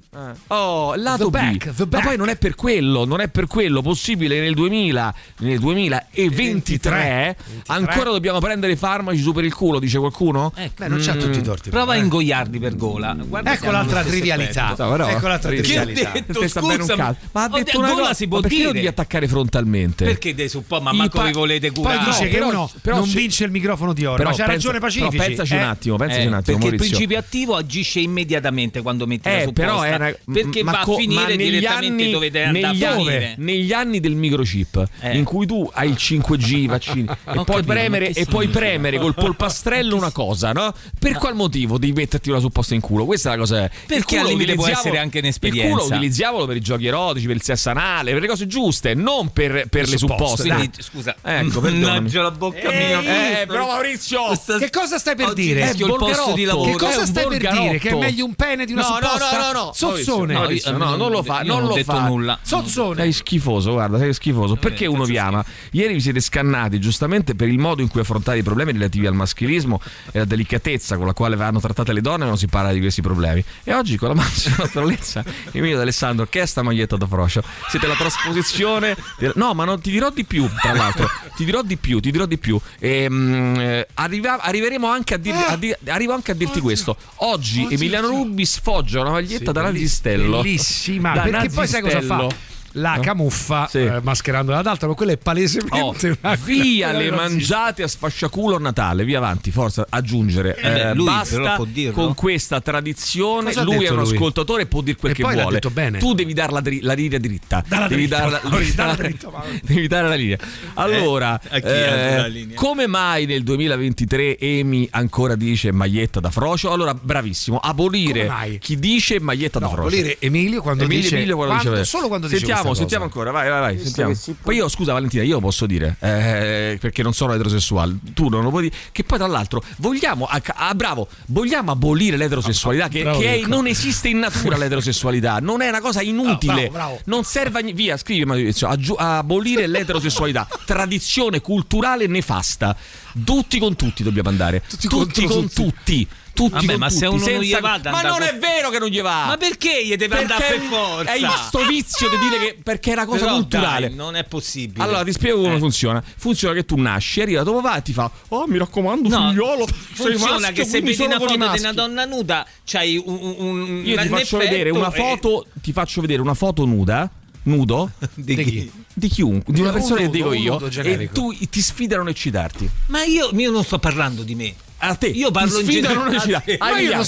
Oh, lato The B. back, the Ma poi non è per quello, non è per quello possibile nel 2000, nel 2023 ancora dobbiamo prendere i farmaci su per il culo, dice qualcuno? Ecco. Beh, non c'ha tutti i torti, eh. Prova eh. a ingoiardi per gola. Mm. Guarda Ecco se hanno l'altra lo stesso trivialità. effetto. No, però- Ecco l'altra Che ho trivialità. detto? Te sta bene un Scusami, cazzo. Ma ha ho detto detto- una gola cosa, si può ma perché dire? non devi attaccare frontalmente? Perché dei suppo, ma I manco pa- vi volete curare. Eh, Poi dice che uno non vince vince il microfono di oro. Ma c'ha ragione Pacifici. però pensaci un eh? attimo, pensaci un attimo, Perché il Maurizio. principio attivo agisce immediatamente quando metti la Eh, supposta. però era, perché ma va co- a ma finire negli direttamente anni- dove deve andare a negli anni- finire. Eh. negli anni del microchip in cui tu hai il 5G vaccini e Ho puoi capito, ma premere che e puoi significa? premere col polpastrello una cosa no? per qual motivo devi metterti una supposta in culo questa è la cosa Perché Il culo al limite può utilizziamolo- essere anche il culo un'esperienza. utilizziamolo per i giochi erotici per il sesso anale per le cose giuste non per, per Le le supposte. supposte Quindi, Dai. scusa, Eh, ecco perdonami mannaggia la bocca eh, mia. però Maurizio Che cosa stai per Oggi dire? rischio il posto Volgarotto. di lavoro. Che cosa È un stai per dire? volgarotto. Che è meglio un pene di una No, no, supposta? no, no, no. Sozzone. No, io- no, non lo fa, io non non ho lo detto fa. nulla. Sozzone. Sei schifoso, Eh, guarda, sei schifoso. Perché uno vi ama? Ieri vi siete scannati giustamente per il modo in cui affrontare i problemi relativi al maschilismo e la delicatezza con la quale vanno trattate le donne non si parla di questi problemi. E oggi con la massima naturalezza, Emilio D'Alessandro, che è sta maglietta da froscio? Siete la trasposizione... del- No, ma non ti dirò di più, tra l'altro. Ti dirò di più, ti dirò di più. Ehm, eh, arriva- arriveremo anche a, dirti- a di- arrivo anche a dirti questo. Eh! Oggi Emiliano Rubbi sfoggia una maglietta da nazistello. Bellissima. Da perché poi sai cosa fa? nazistello. La No? camuffa eh, mascherandola ad altro, ma quella è Oh, palesemente una via una le razzista. mangiate a sfasciaculo a Natale, via avanti, forza, aggiungere. Eh, beh, Eh, lui però basta può dirlo. con questa tradizione, Cosa ha lui è detto un lui? ascoltatore e può dire quel E che poi l'ha vuole. detto bene. Tu devi dare la, dri- la linea dritta. Dalla devi dritta, darla- Maurizio, dalla devi dare la linea. Allora, Eh, eh, a chi ha dato la linea? come mai nel 2023 Emi ancora dice maglietta da frocio? Allora, bravissimo, Come abolire mai? chi dice maglietta da frocio. abolire Emilio quando Emilio, dice- Emilio quando quando- dice- solo quando dice sentiamo, questa sentiamo cosa. ancora, vai, vai, vai, Visto sentiamo. che si può- Poi io, scusa Valentina, io posso dire, eh, perché non sono eterosessuale, tu non lo puoi dire, che poi tra l'altro vogliamo, ah, ca- ah, bravo, vogliamo abolire l'eterosessualità, che, Ah, bravo, ecco. che è- Mirko. non esiste in natura l'eterosessualità, non è una cosa inutile, Ah, bravo, bravo. non serve a ni- via, scrivi Maurizio, aggiu- abolire l'eterosessualità, tradizione culturale nefasta, tutti con tutti dobbiamo andare, tutti, contro con tutti. tutti Vabbè, con ma tutti, se uno non senza- gli va, deve Ma andare non è con- vero che non gli va! Ma perché gli deve Perché andare per è- forza? È il vasto vizio di dire che perché è una cosa Però culturale. dai, Eh. non è possibile. Allora ti spiego come funziona. Funziona che tu nasci, arriva dopo papà e ti fa "Oh, mi raccomando, No, figliolo, sei Funziona maschio, che se quindi vedi solo una con i foto di maschi". una donna nuda, c'hai un, un, un Io ti un faccio effetto vedere una e- foto, ti faccio vedere una foto nuda, nudo di, chi? Di chiunque, di una Un persona nudo, che dico un io nudo e generico. tu ti sfida a non eccitarti. Ma io, io non sto parlando di me. A te. Io parlo vi in sfido a generale. non eccitarvi. Ah, via.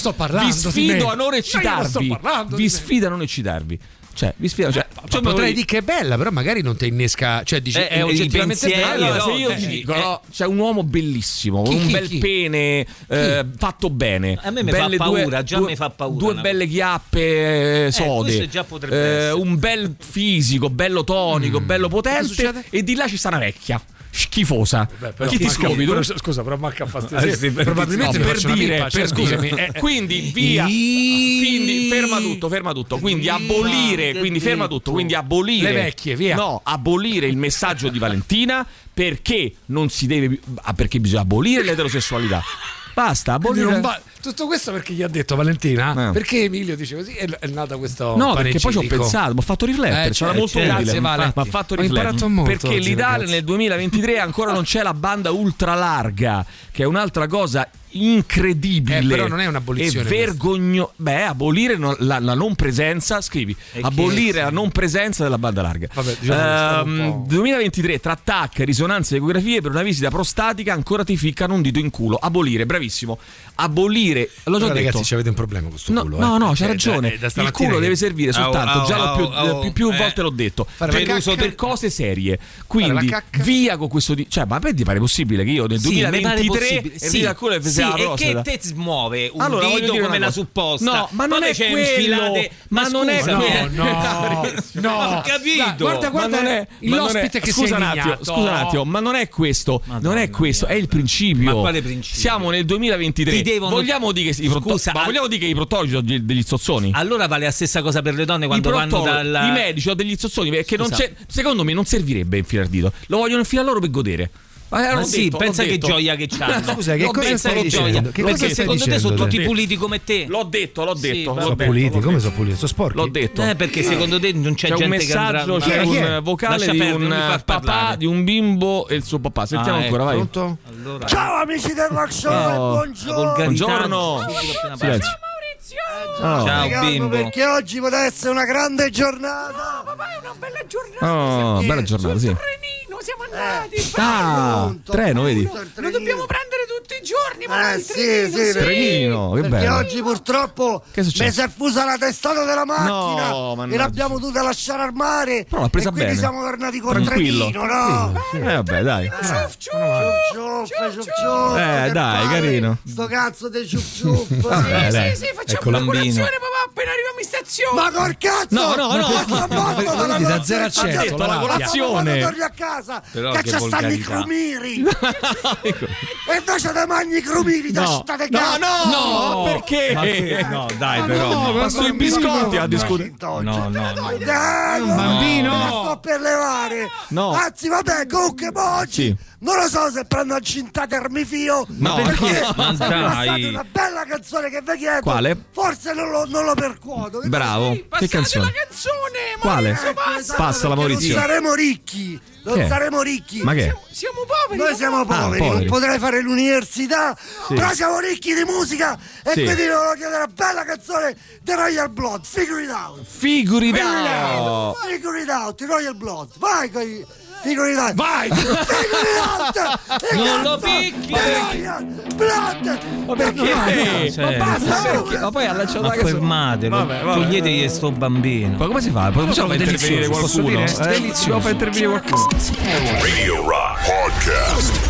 Vi sfido a non eccitarvi. vi sfido a non eccitarvi. Cioè, vi sfido. Cioè, Eh, Eh, Cioè, potrei dire che è bella, però magari non ti innesca. Cioè, dici, è oggettivamente bella. bello. Allora, se io ti dico, eh. no, c'è un uomo bellissimo, con Chi, un chi, bel chi? pene, eh, fatto bene. A me mi fa Belle paura, già mi fa paura Due una belle chiappe eh, sode, questo già potrebbe eh, essere. Mm. un bel fisico, bello tonico, bello potente, e di là ci sta una vecchia. Schifosa, però chi ti manca- scopi tu? però, scusa, però manca fastidio. Eh, sì, per- Probabilmente no, per faccio una dire, pippa, per cioè, scusami. dire- eh, quindi via, quindi ferma tutto, ferma tutto. Quindi abolire, quindi ferma tutto, quindi abolire Le vecchie, via. No, abolire il messaggio di Valentina perché non si deve più- ah, perché bisogna abolire l'eterosessualità. Basta, Quindi abolire non va- tutto questo perché gli ha detto Valentina? Perché Emilio dice così? È, è nata questo. Eh. No, perché poi ci ho panegirico. pensato, mi ha fatto riflettere, Eh, sarà certo, molto grazie, utile, Vale. mi ha fatto Ho riflettere. imparato molto perché oggi, l'Italia ragazzi. nel 2023 ancora non c'è la banda ultra larga, che è un'altra cosa incredibile. Eh, però non è un'abolizione È vergogno, beh, abolire no- la, la non presenza, scrivi, E chi- abolire la non presenza della banda larga. diciamo che stavo un Ehm, 2023 tra TAC, risonanze e ecografie per una visita prostatica ancora ti ficcano un dito in culo. Abolire, bravissimo. Abolire, l'ho già Allora, detto. ragazzi, c'è avete un problema con questo No, culo. no, eh. no, c'ha Cioè, da- ragione. eh, da il stamattina- culo deve servire soltanto, Au, au, già l'ho più, au, au, più, più eh. volte l'ho detto, Fare per, la uso- cacca. per cose serie. Quindi via con questo di- cioè, ma per ti pare possibile che io nel Sì, mi pare 2023 possibile. e al culo e sì, vede la e che prostata? te smuove un Allora, voglio dito dire come una la cosa. supposta No, ma non Poi è c'è quello. infilate Ma non è scusami, quello. eh. No, no. ho Dai, capito guarda, guarda Ma non è- ma non l'ospite è- che si è scusa un attimo, indignato. scusa un attimo, ma non è questo, non è questo, è il principio. Ma quale principio? Siamo nel 2023. Ti devono- Vogliamo dire che i proto- Scusa, ma al- vogliamo dire che i protologi sono degli- degli zozzoni? allora vale la stessa cosa per le donne quando I vanno proctologi, dalla i medici o degli zozzoni perché non Scusa. c'è, secondo me non servirebbe infilare il dito lo vogliono infilare loro per godere Eh, ma, Ma sì, pensa che gioia che c'hanno. Scusa, eh, che cosa stai dicendo? Che Perché cosa stai secondo te dicendo sono te? tutti puliti come te? L'ho detto, l'ho Sì, detto, vabbè. Sono puliti, come sono puliti? Sono sporchi. L'ho detto. Eh, perché secondo te non c'è, c'è un gente messaggio, che andrà c'è Chi è? un Chi è? vocale Lascia di perdere, un non mi far papà, parlare. di un bimbo e il suo papà. Sentiamo Ah, ancora, ecco. vai. Pronto? Ciao amici del Rock Show, Oh, buongiorno. la volgarità. Buongiorno. Silenzio. Oh. Ciao bimbo. Perché oggi potrà essere una grande giornata. papà, è una bella giornata. Oh, bella giornata, sì. Trenino, siamo andati. Ah, treno, vedi? Lo dobbiamo prendere tutti i giorni. Ma il Eh, sì, trenino, sì, sì. Trenino, che perché bello. oggi purtroppo Che è mi si successo? è fusa la testata della macchina No, mannaggia. e l'abbiamo dovuta lasciare al mare. Però l'ha presa e quindi bene. siamo tornati col Tranquillo. trenino, no? Sì, sì. Eh, vabbè, dai. Ciuff, ciuff, ciuff, Eh, dai, che palle, carino. Sto cazzo di ciuff ciuff. Vabbè, Eh, Sì, dai. sì, sì, facciamo Ecco una l'ambino. colazione, papà, appena arriviamo in stazione. Ma col cazzo! No, no, no. Cazzo, morto, Quindi dalla da colazione, zero a cazzo, cento, detto, la ma colazione. Quando torni a casa, Però che che c'è stanno i volgarità. crumiri. E invece da mangi i crumiri, da Ecco. No. state No, cazzo. no, no, perché? Ma che- no, dai, Ma però. no, Ma ma sui bambino, biscotti a no, discutere. no, No, no, no. Dai, un bambino. Me la sto per levare. No. Anzi, vabbè, comunque, ma oggi Sì. non lo so se prendo a cintatermifio. No, perché no, ma dai. è passata una bella canzone che vi chiedo. Quale? Forse non lo, non lo percuoto. Che Bravo. così? Che canzone? la canzone. Quale? Maurizio, passa. Passa la Perché Maurizio. Non saremo ricchi. Non Che è? saremo ricchi. Ma che è? Siamo, siamo poveri. Noi siamo Ah, poveri. poveri. Non potrei fare l'università. Sì. Però siamo ricchi di musica. E Sì. quindi volevo chiedere una bella canzone di Royal Blood. Figure it out. Figure it out. Figure it out, Royal Blood. Vai con i- Figure it out. Vai! Figure it out. E Non cazzo, lo picchi. Royal Blood. Ma perché? no, ma cioè- basta, perché? Ma poi ha lanciato Ma la canzone. fermatelo, Vabbè, vabbè. toglietegli sto bambino. Ma come si fa? Possiamo far intervenire qualcuno? Eh, possiamo far intervenire Certo. qualcuno? Radio Rock Podcast.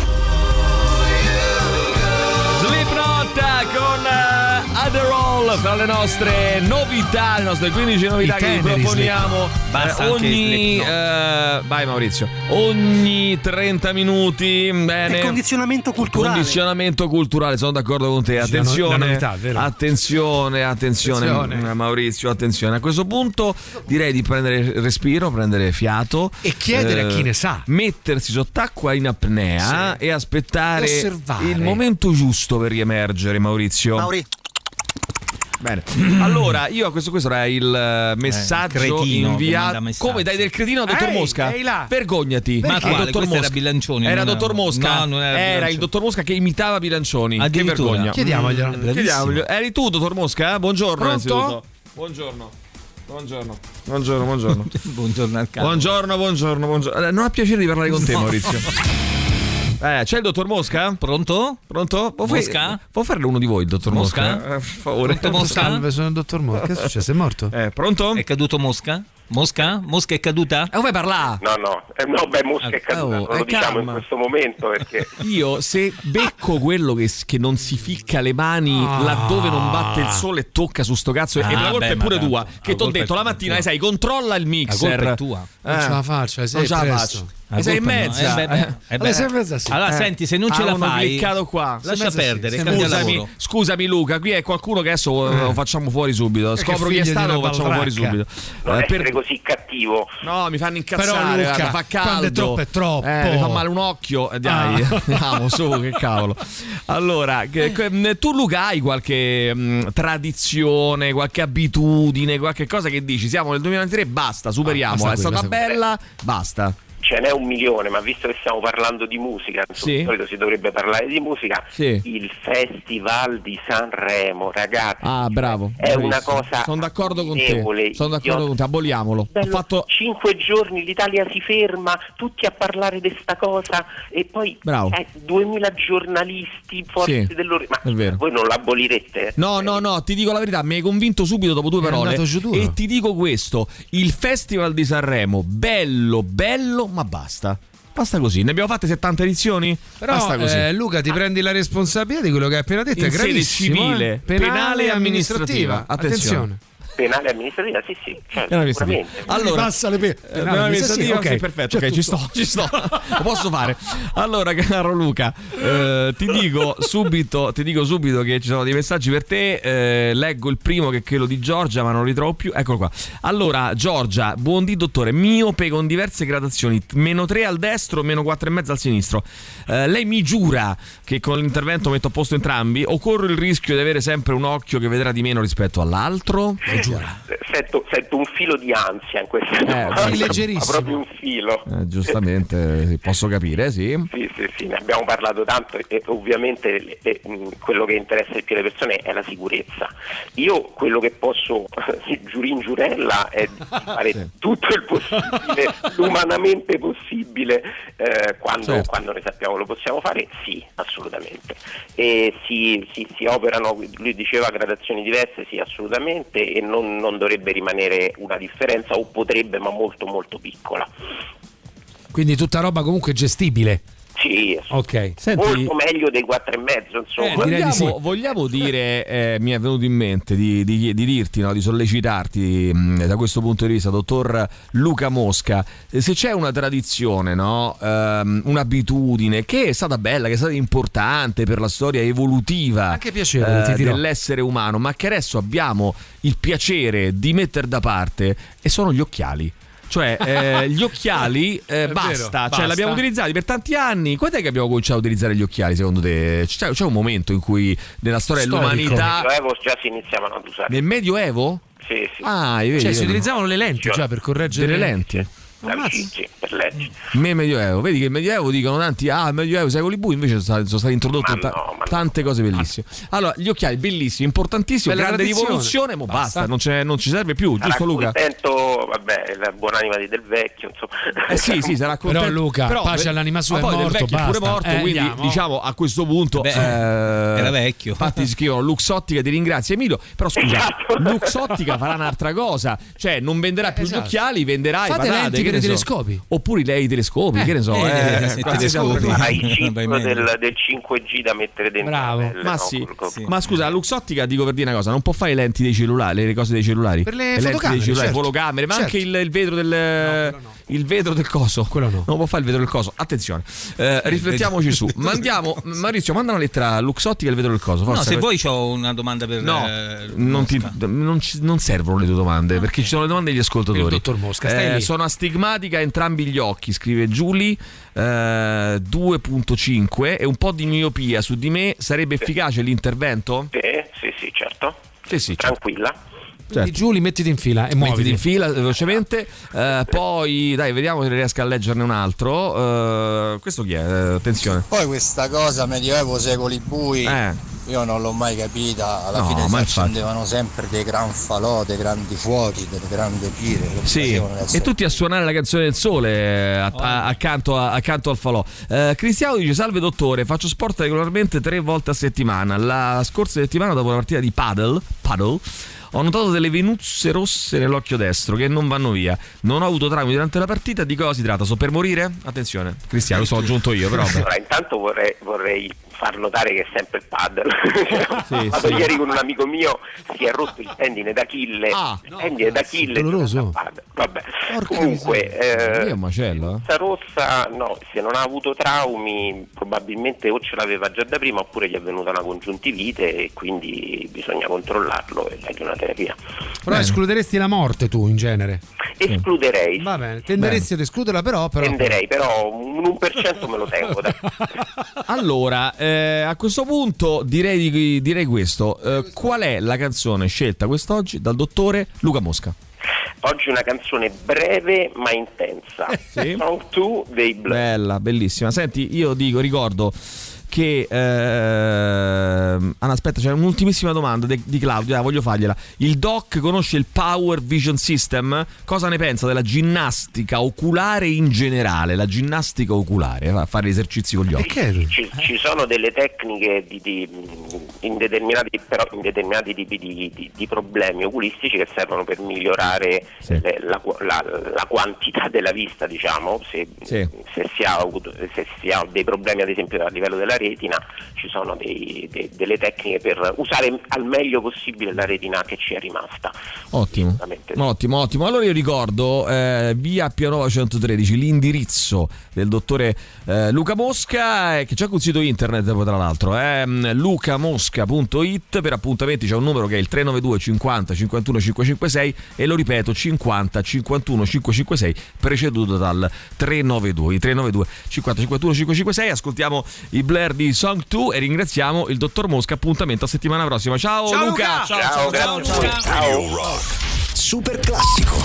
Slipknot con eh, Adderall Soul fra le nostre novità, le nostre 15 novità I che vi teneri proponiamo Slick. Basta eh, anche ogni Slick, eh, vai Maurizio, ogni 30 minuti, bene. È condizionamento culturale. Condizionamento culturale, sono d'accordo con te. Sì, la no- Attenzione, la novità, vero. attenzione, attenzione, Attenzione. eh, Maurizio, attenzione. A questo punto direi di prendere respiro, prendere fiato E chiedere a chi ne sa. Mettersi sott'acqua in apnea e aspettare E osservare. il momento giusto per riemergere, Maurizio. Mauri. Bene. Allora, io a questo, questo era il eh, messaggio cretino che manda inviato. messaggio. Come dai del cretino, dottor Ehi, Mosca? ehi là. Vergognati. Ma Perché? quale? Dottor Questo era Mosca. Bilancioni, Era non era- dottor Mosca. No, non era Bilancioni. il dottor Mosca che imitava Bilancioni. Che Addirittura. vergogna. Chiediamoglielo. Mm, Bravissimo. Chiediamoglielo. Eri tu, dottor Mosca? Buongiorno. Pronto? innanzitutto. Buongiorno. Buongiorno. Buongiorno, buongiorno. buongiorno al cavolo. Buongiorno, buongiorno, buongiorno. Eh, Non ha piacere di parlare con te, No. Maurizio. Eh, c'è il dottor Mosca? Pronto? Pronto? Può, fa- Mosca? può farlo uno di voi, il dottor Mosca? Mosca? Eh, per favore. Pronto, Mosca? Salve, sono il dottor Mosca. Che è successo? È morto? Eh, pronto? È caduto Mosca? Mosca? Mosca è caduta? E Eh, come parla? No, no, eh, no, beh, Mosca è caduta, oh, non eh, lo diciamo calma. Eh, in questo momento perché Io se becco quello che, che non si ficca le mani laddove non batte il sole e tocca su sto cazzo Ah, e la colpa beh, è pure ma tua che tanto, la ti ho colpa è detto la tua. mattina, eh, sai, controlla il mixer. colpa è tua. Non ce la faccio, eh, sei non ce la presto. faccio. La E sei in colpa no, mezzo. eh, beh, beh, eh, beh. Allora, senti, se non ce la fai, Ah, cliccato qua. Sei lascia in mezzo, perdere, sì. cambia Scusami, lavoro. scusami Luca, qui è qualcuno che adesso eh, Eh. lo facciamo fuori subito. che Scopro chi è figlio di stato, lo una facciamo fuori subito. baldracca. non Eh, essere così cattivo. No, mi fanno incazzare, Però, Luca, guarda, fa caldo. quando è troppo, è troppo. Eh, mi fa male un occhio. Eh, dai, Ah. Eh. andiamo su, che cavolo. Allora, che- que- tu Luca hai qualche mh, tradizione, qualche abitudine, qualche cosa che dici? Siamo nel 2023, basta, superiamola. Ah, è basta stata qui, basta qui. bella, basta. Ce n'è un milione, ma visto che stiamo parlando di musica, insomma, Sì. di solito si dovrebbe parlare di musica, Sì. il Festival di Sanremo, ragazzi, Ah, bravo. È bravissimo. una cosa Sono d'accordo con te. notevole, Sono d'accordo idiota. con te, aboliamolo. Bello, Cinque giorni l'Italia si ferma, tutti a parlare di sta cosa e poi Bravo. eh, 2000 giornalisti forti Sì, dell'ordine. è Ma vero. voi non l'abolirete? No, no, no, ti dico la verità, mi hai convinto subito dopo due parole. andato giù duro. E ti dico questo: il Festival di Sanremo, bello, bello, ma basta. Basta così. Ne abbiamo fatte 70 edizioni? Però basta così. eh, Luca ti prendi la responsabilità di quello che hai appena detto, è In sede gravissimo. civile, eh. penale e amministrativa. Attenzione. Penale amministrativa, sì, sì, cioè, Penale amministrativa. sicuramente. Allora, Passa le pe- eh, penale penale amministrativa, amministrativa, sì, ok. Cioè, perfetto, C'è ok, ci tutto. sto, ci sto. Lo posso fare. Allora, caro Luca, eh, ti, dico subito, ti dico subito che ci sono dei messaggi per te. eh, leggo il primo che è quello di Giorgia, ma non li trovo più. Eccolo qua. Allora, Giorgia, buon dì, dottore. Miope con diverse gradazioni, t- meno 3 al destro, meno 4,5 al sinistro. Eh, lei mi giura che con l'intervento metto a posto entrambi. O corro il rischio di avere sempre un occhio che vedrà di meno rispetto all'altro? Lo giura. Sento, sento un filo di ansia in questa beh, domanda, sì. ma Leggerissimo. proprio un filo. Eh, giustamente, sì, posso capire, sì. Sì, sì, sì, ne abbiamo parlato tanto e, e ovviamente le- le- mh, quello che interessa di più alle persone è la sicurezza. Io quello che posso, giuri in giurella, è di fare tutto il possibile, l'umanamente possibile, eh, quando, Certo. quando ne sappiamo lo possiamo fare, sì, assolutamente. E si, si- si operano, lui diceva, gradazioni diverse, sì, assolutamente, e non- non dovrebbe rimanere una differenza o potrebbe, ma molto molto piccola. Quindi tutta roba comunque gestibile. Sì, Ok. molto meglio dei 4 e mezzo, insomma. Eh, vogliamo, vogliamo dire, eh, mi è venuto in mente di, di- di dirti, no, di sollecitarti mh, da questo punto di vista, dottor Luca Mosca, eh, se c'è una tradizione, no, ehm, un'abitudine che è stata bella, che è stata importante per la storia evolutiva Anche Eh, piacevole, Cioè, ti dirò. dell'essere umano, ma che adesso abbiamo il piacere di mettere da parte, e sono gli occhiali. Cioè, eh, gli occhiali eh, È vero, basta, basta. cioè l'abbiamo utilizzati per tanti anni. Quando è che abbiamo cominciato a utilizzare gli occhiali? Secondo te c'è, c'è un momento in cui nella storia dell'umanità, Nel Medioevo già si iniziavano ad usare. nel Medioevo? Sì, sì. Ah, vedi, Cioè, vedi. si utilizzavano le lenti già per correggere delle lenti. Da vicini, per legge. Me Medioevo, vedi che il Medioevo dicono tanti, ah, il Medioevo secoli bui, invece sono state, sono state introdotte ta- tante cose bellissime. Allora, gli occhiali bellissimi, importantissimi, Bella grande tradizione. rivoluzione, ma basta, Basta. non, c'è- non ci serve più, Sarà giusto Luca? contento, vabbè, la buonanima di Del Vecchio, insomma. Eh sì, sì, sarà Però contento. Luca, pace beh, all'anima ma sua, è poi Del morto, Vecchio è pure basta. morto, Eh, quindi andiamo. diciamo a questo punto Beh, era vecchio. Infatti si scrivono Luxottica ti ringrazia Emilio, però Esatto. scusa, Luxottica farà un'altra cosa, cioè non venderà più Esatto. gli occhiali, venderà Fate i patate, lenti che avere che ne so. telescopi. Oppure lei i telescopi, Eh, che ne so. eh, eh, eh, sì, qualsiasi telescopi. altro. Ma hai il chip del, del 5G da mettere dentro la pelle, Ma no? sì. Col- col- Ma scusa, la Luxottica dico per dire una cosa: non può fare i lenti dei cellulari, le cose dei cellulari. Per le lenti dei fotocamere, cellulari, certo. fotocamere, ma Certo. anche il, il vetro del. Il vetro del coso. Quello no. Non può fare il vetro del coso. Attenzione. Eh, riflettiamoci su. Mandiamo. Maurizio, manda una lettera a Luxottica e il vetro del coso. No, Forse se per- vuoi c'ho una domanda per No, eh, non, ti- non ci- non servono le tue domande perché ci sono le domande degli ascoltatori. Eh, Il dottor Mosca, stai lì. Sono astigmatica entrambi gli occhi, scrive Giulie eh, 2.5 e un po' di miopia su di me. Sarebbe efficace l'intervento? Sì, sì, sì, certo. Sì, sì. Tranquilla. Quindi, Giuli, mettiti in fila e Mettiti muoviti. certo. in fila velocemente, eh, poi dai, vediamo se riesco a leggerne un altro. Eh, questo chi è? Eh, attenzione. Poi questa cosa medioevo secoli bui. Io non l'ho mai capita, alla Eh. No, fine si ma infatti. accendevano sempre dei gran falò, dei grandi fuochi, delle grandi pire. che Sì, facevano adesso. e tutti a suonare la canzone del sole eh, a- a- accanto, a- accanto al falò. Eh, Cristiano dice: Salve dottore, faccio sport regolarmente tre volte a settimana. La scorsa settimana, dopo la partita di paddle, paddle ho notato delle venuzze rosse nell'occhio destro che non vanno via. Non ho avuto traumi durante la partita. Di cosa si tratta? So per morire? Attenzione, Cristiano, lo so, ho aggiunto io, però. Allora, intanto vorrei, vorrei far notare che è sempre il paddle. Vado sì. ieri con un amico mio, si è rotto il tendine d'Achille. Ah, il tendine d'Achille. Doloroso. Vabbè. Comunque, eh, Lì è un macello, eh. Rossa Rossa, no, se non ha avuto traumi, probabilmente o ce l'aveva già da prima oppure gli è venuta una congiuntivite e quindi bisogna controllarlo e dargli una terapia. Però escluderesti la morte tu in genere. Escluderei. Va bene, tenderesti ad escluderla però, però Tenderei, però un 1% me lo tengo. dai. Allora, eh, a questo punto direi, di- direi questo. Eh, qual è la canzone scelta quest'oggi dal dottore Luca Mosca? Oggi una canzone breve ma intensa. Song 2 dei Blur. Bella, bellissima. Senti, io dico, ricordo che... ehm, Anna, aspetta, c'è un'ultimissima domanda de- di Claudio, ah, voglio fargliela. Il doc conosce il Power Vision System? Cosa ne pensa della ginnastica oculare in generale? La ginnastica oculare, va, fare esercizi con gli occhi. Ci, ci sono delle tecniche di, di- in, determinati, però in determinati tipi di, di- di problemi oculistici che servono per migliorare le- la, la- la quantità della vista, diciamo, se, se si ha avuto- se si ha dei problemi ad esempio a livello della retina, ci sono dei- de- delle tecniche per usare al meglio possibile la retina che ci è rimasta. Ottimo. Ottimo, ottimo. Allora io ricordo eh, via Pianova 113 l'indirizzo del dottore eh, Luca Mosca eh, che c'è anche un sito internet poi, tra l'altro, eh, mm, lucamosca.it per appuntamenti c'è un numero che è il 392 50 51 556 e lo ripeto 50 51 556 preceduto dal 392 Il 392 50 51 556 ascoltiamo i Blair di Song 2 e ringraziamo il dottor Mosca appuntamento a settimana prossima. Ciao, Luca. Ciao, ciao, ciao, Radio Rock. Super classico.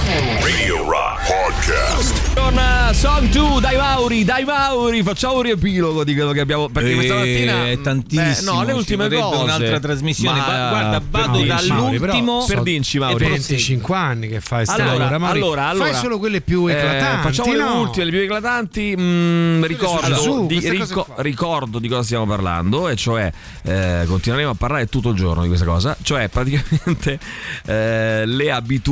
Radio Rock Podcast. Con eh, Song 2, dai Mauri, dai Mauri, facciamo un riepilogo di quello che abbiamo. Perché Eh, questa mattina. è tantissimo, no, le ci ultime vorrebbe cose. un'altra trasmissione. Gua- guarda, vado dall'ultimo- per per dirci, Mauri. 25 anni che fai sta Allora, ora, Mauri. allora, allora. fai solo quelle più Eh, eclatanti. facciamo le no? ultime, le più eclatanti. Mm, ricordo, su Gesù, di, queste cose rico- ricordo di cosa stiamo parlando, e cioè eh, continueremo a parlare tutto il giorno di questa cosa, cioè praticamente eh, le abitudini,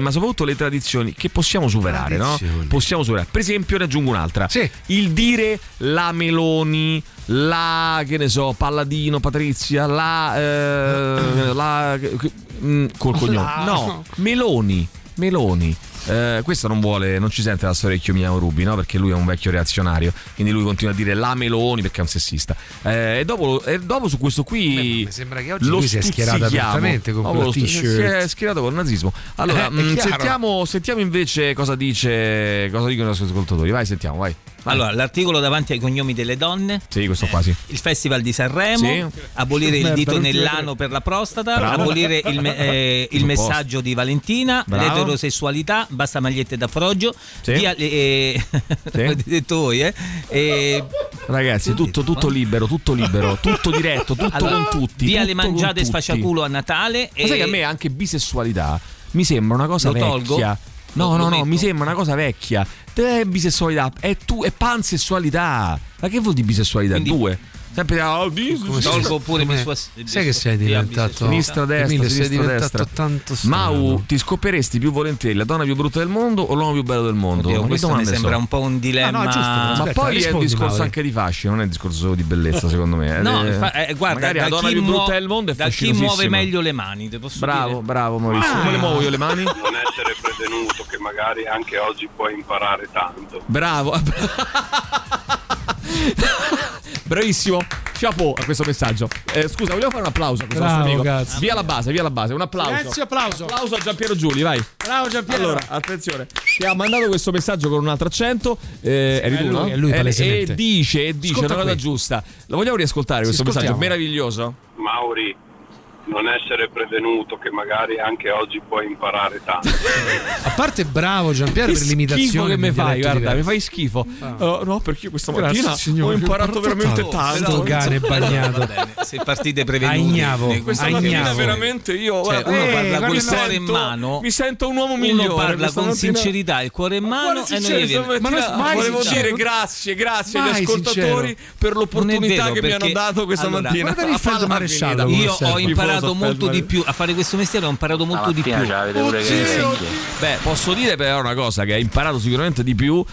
ma soprattutto le tradizioni che possiamo superare. No? Possiamo superare. Per esempio, ne aggiungo un'altra: il dire la Meloni, la che ne so, Palladino, Patrizia, la, eh, la mm, col cognome, La- no, Meloni. Meloni. Eh, questo non vuole, non ci sente la storia di Chiomino Rubi, no? Perché lui è un vecchio reazionario. Quindi lui continua a dire la Meloni perché è un sessista. Eh, e, dopo, e dopo su questo qui. mi sembra che oggi lui si è schierato apertamente con quel t-shirt. Si è schierato col nazismo. Allora, Eh, è mm, chiaro. sentiamo, sentiamo invece cosa dice. Cosa dicono i nostri ascoltatori. Vai, sentiamo, vai. Allora, l'articolo davanti ai cognomi delle donne. Sì, questo quasi. Il Festival di Sanremo, Sì. abolire il Merda, dito non ti nell'ano per la prostata, Bravo. abolire il, me- eh, il Sul posto. messaggio di Valentina, Bravo. l'eterosessualità, basta magliette da froggio, Sì. via le- eh, come avete detto voi, eh, eh, Ragazzi, tutto, tutto libero, tutto libero, tutto diretto, tutto allora, con tutti. via tutto le con mangiate tutti. sfacciaculo a Natale Ma sai che a me anche bisessualità mi sembra una cosa Lo tolgo? vecchia. No, Lo- lo no, no, metto? mi sembra una cosa vecchia. Te è bisessualità, è tu, è pansessualità. Ma che vuol dire bisessualità? Due. Sempre da oh, di- Come si- Tolgo pure come- mi sua- Sai che sei diventato? Sinistra, destra, Emilio, sei sinistra, diventato destra. tanto strano. Mau, ti scoperesti più volentieri la donna più brutta del mondo o l'uomo più bello del mondo? Oddio, Ma che questo mi domande sembra sono? un po' un dilemma. No, no, giusto, ma aspetta, poi è un rispondi, discorso Mauri. anche di fascia, non è un discorso solo di bellezza, secondo me. No, Eh, infa- eh, guarda, magari la da donna chi, più brutta muo- del mondo è da chi fascinosissima. muove meglio Ah. le mani, te posso Bravo, dire? bravo Maurizio. Come le muovo io le mani? Non essere prevenuto che magari anche oggi puoi imparare tanto. Bravo. Bravissimo. Chapeau a questo messaggio. Eh, scusa, vogliamo fare un applauso a questo Bravo, nostro amico. cazzo. Via la base, via la base, un applauso. Silenzio, applauso. Applauso a Giampiero Giuli, vai. Bravo Giampiero. Allora, attenzione, ti ha mandato questo messaggio con un altro accento. Eh, eri è tu, lui, no? è lui, Eh, palesemente. e dice, e dice Ascolta una cosa qui. giusta. Lo vogliamo riascoltare questo messaggio ascoltiamo. meraviglioso? Mauri, non essere prevenuto che magari anche oggi puoi imparare tanto. A parte bravo Giampiero Che per l'imitazione schifo che mi del fai, dialetto guarda, diverso. Ah. mi fai schifo. Eh, no, perché io questa Grazie, mattina signore, ho imparato ho imparato veramente tanto. tanto. Sto cane bagnato. Va bene, se partite prevenuti. Agnavo, ne- Questa mattina veramente io Cioè, guarda, uno eh, parla guarda, col mi cuore in sento- mano. Mi sento un uomo uno migliore. parla questa con mattina. sincerità, il cuore in mano Guarda, e non sincero, gli viene. stamattina volevo dire grazie, grazie agli Mai ascoltatori sincero. per Non è l'opportunità vero, che mi hanno perché- dato questa allora, mattina. guarda lì il A palla Fred finita. Io ho imparato Tifoso molto Fred di più a fare questo mestiere, ho imparato molto di più. Oddio, Beh, posso dire però una cosa che hai imparato sicuramente di più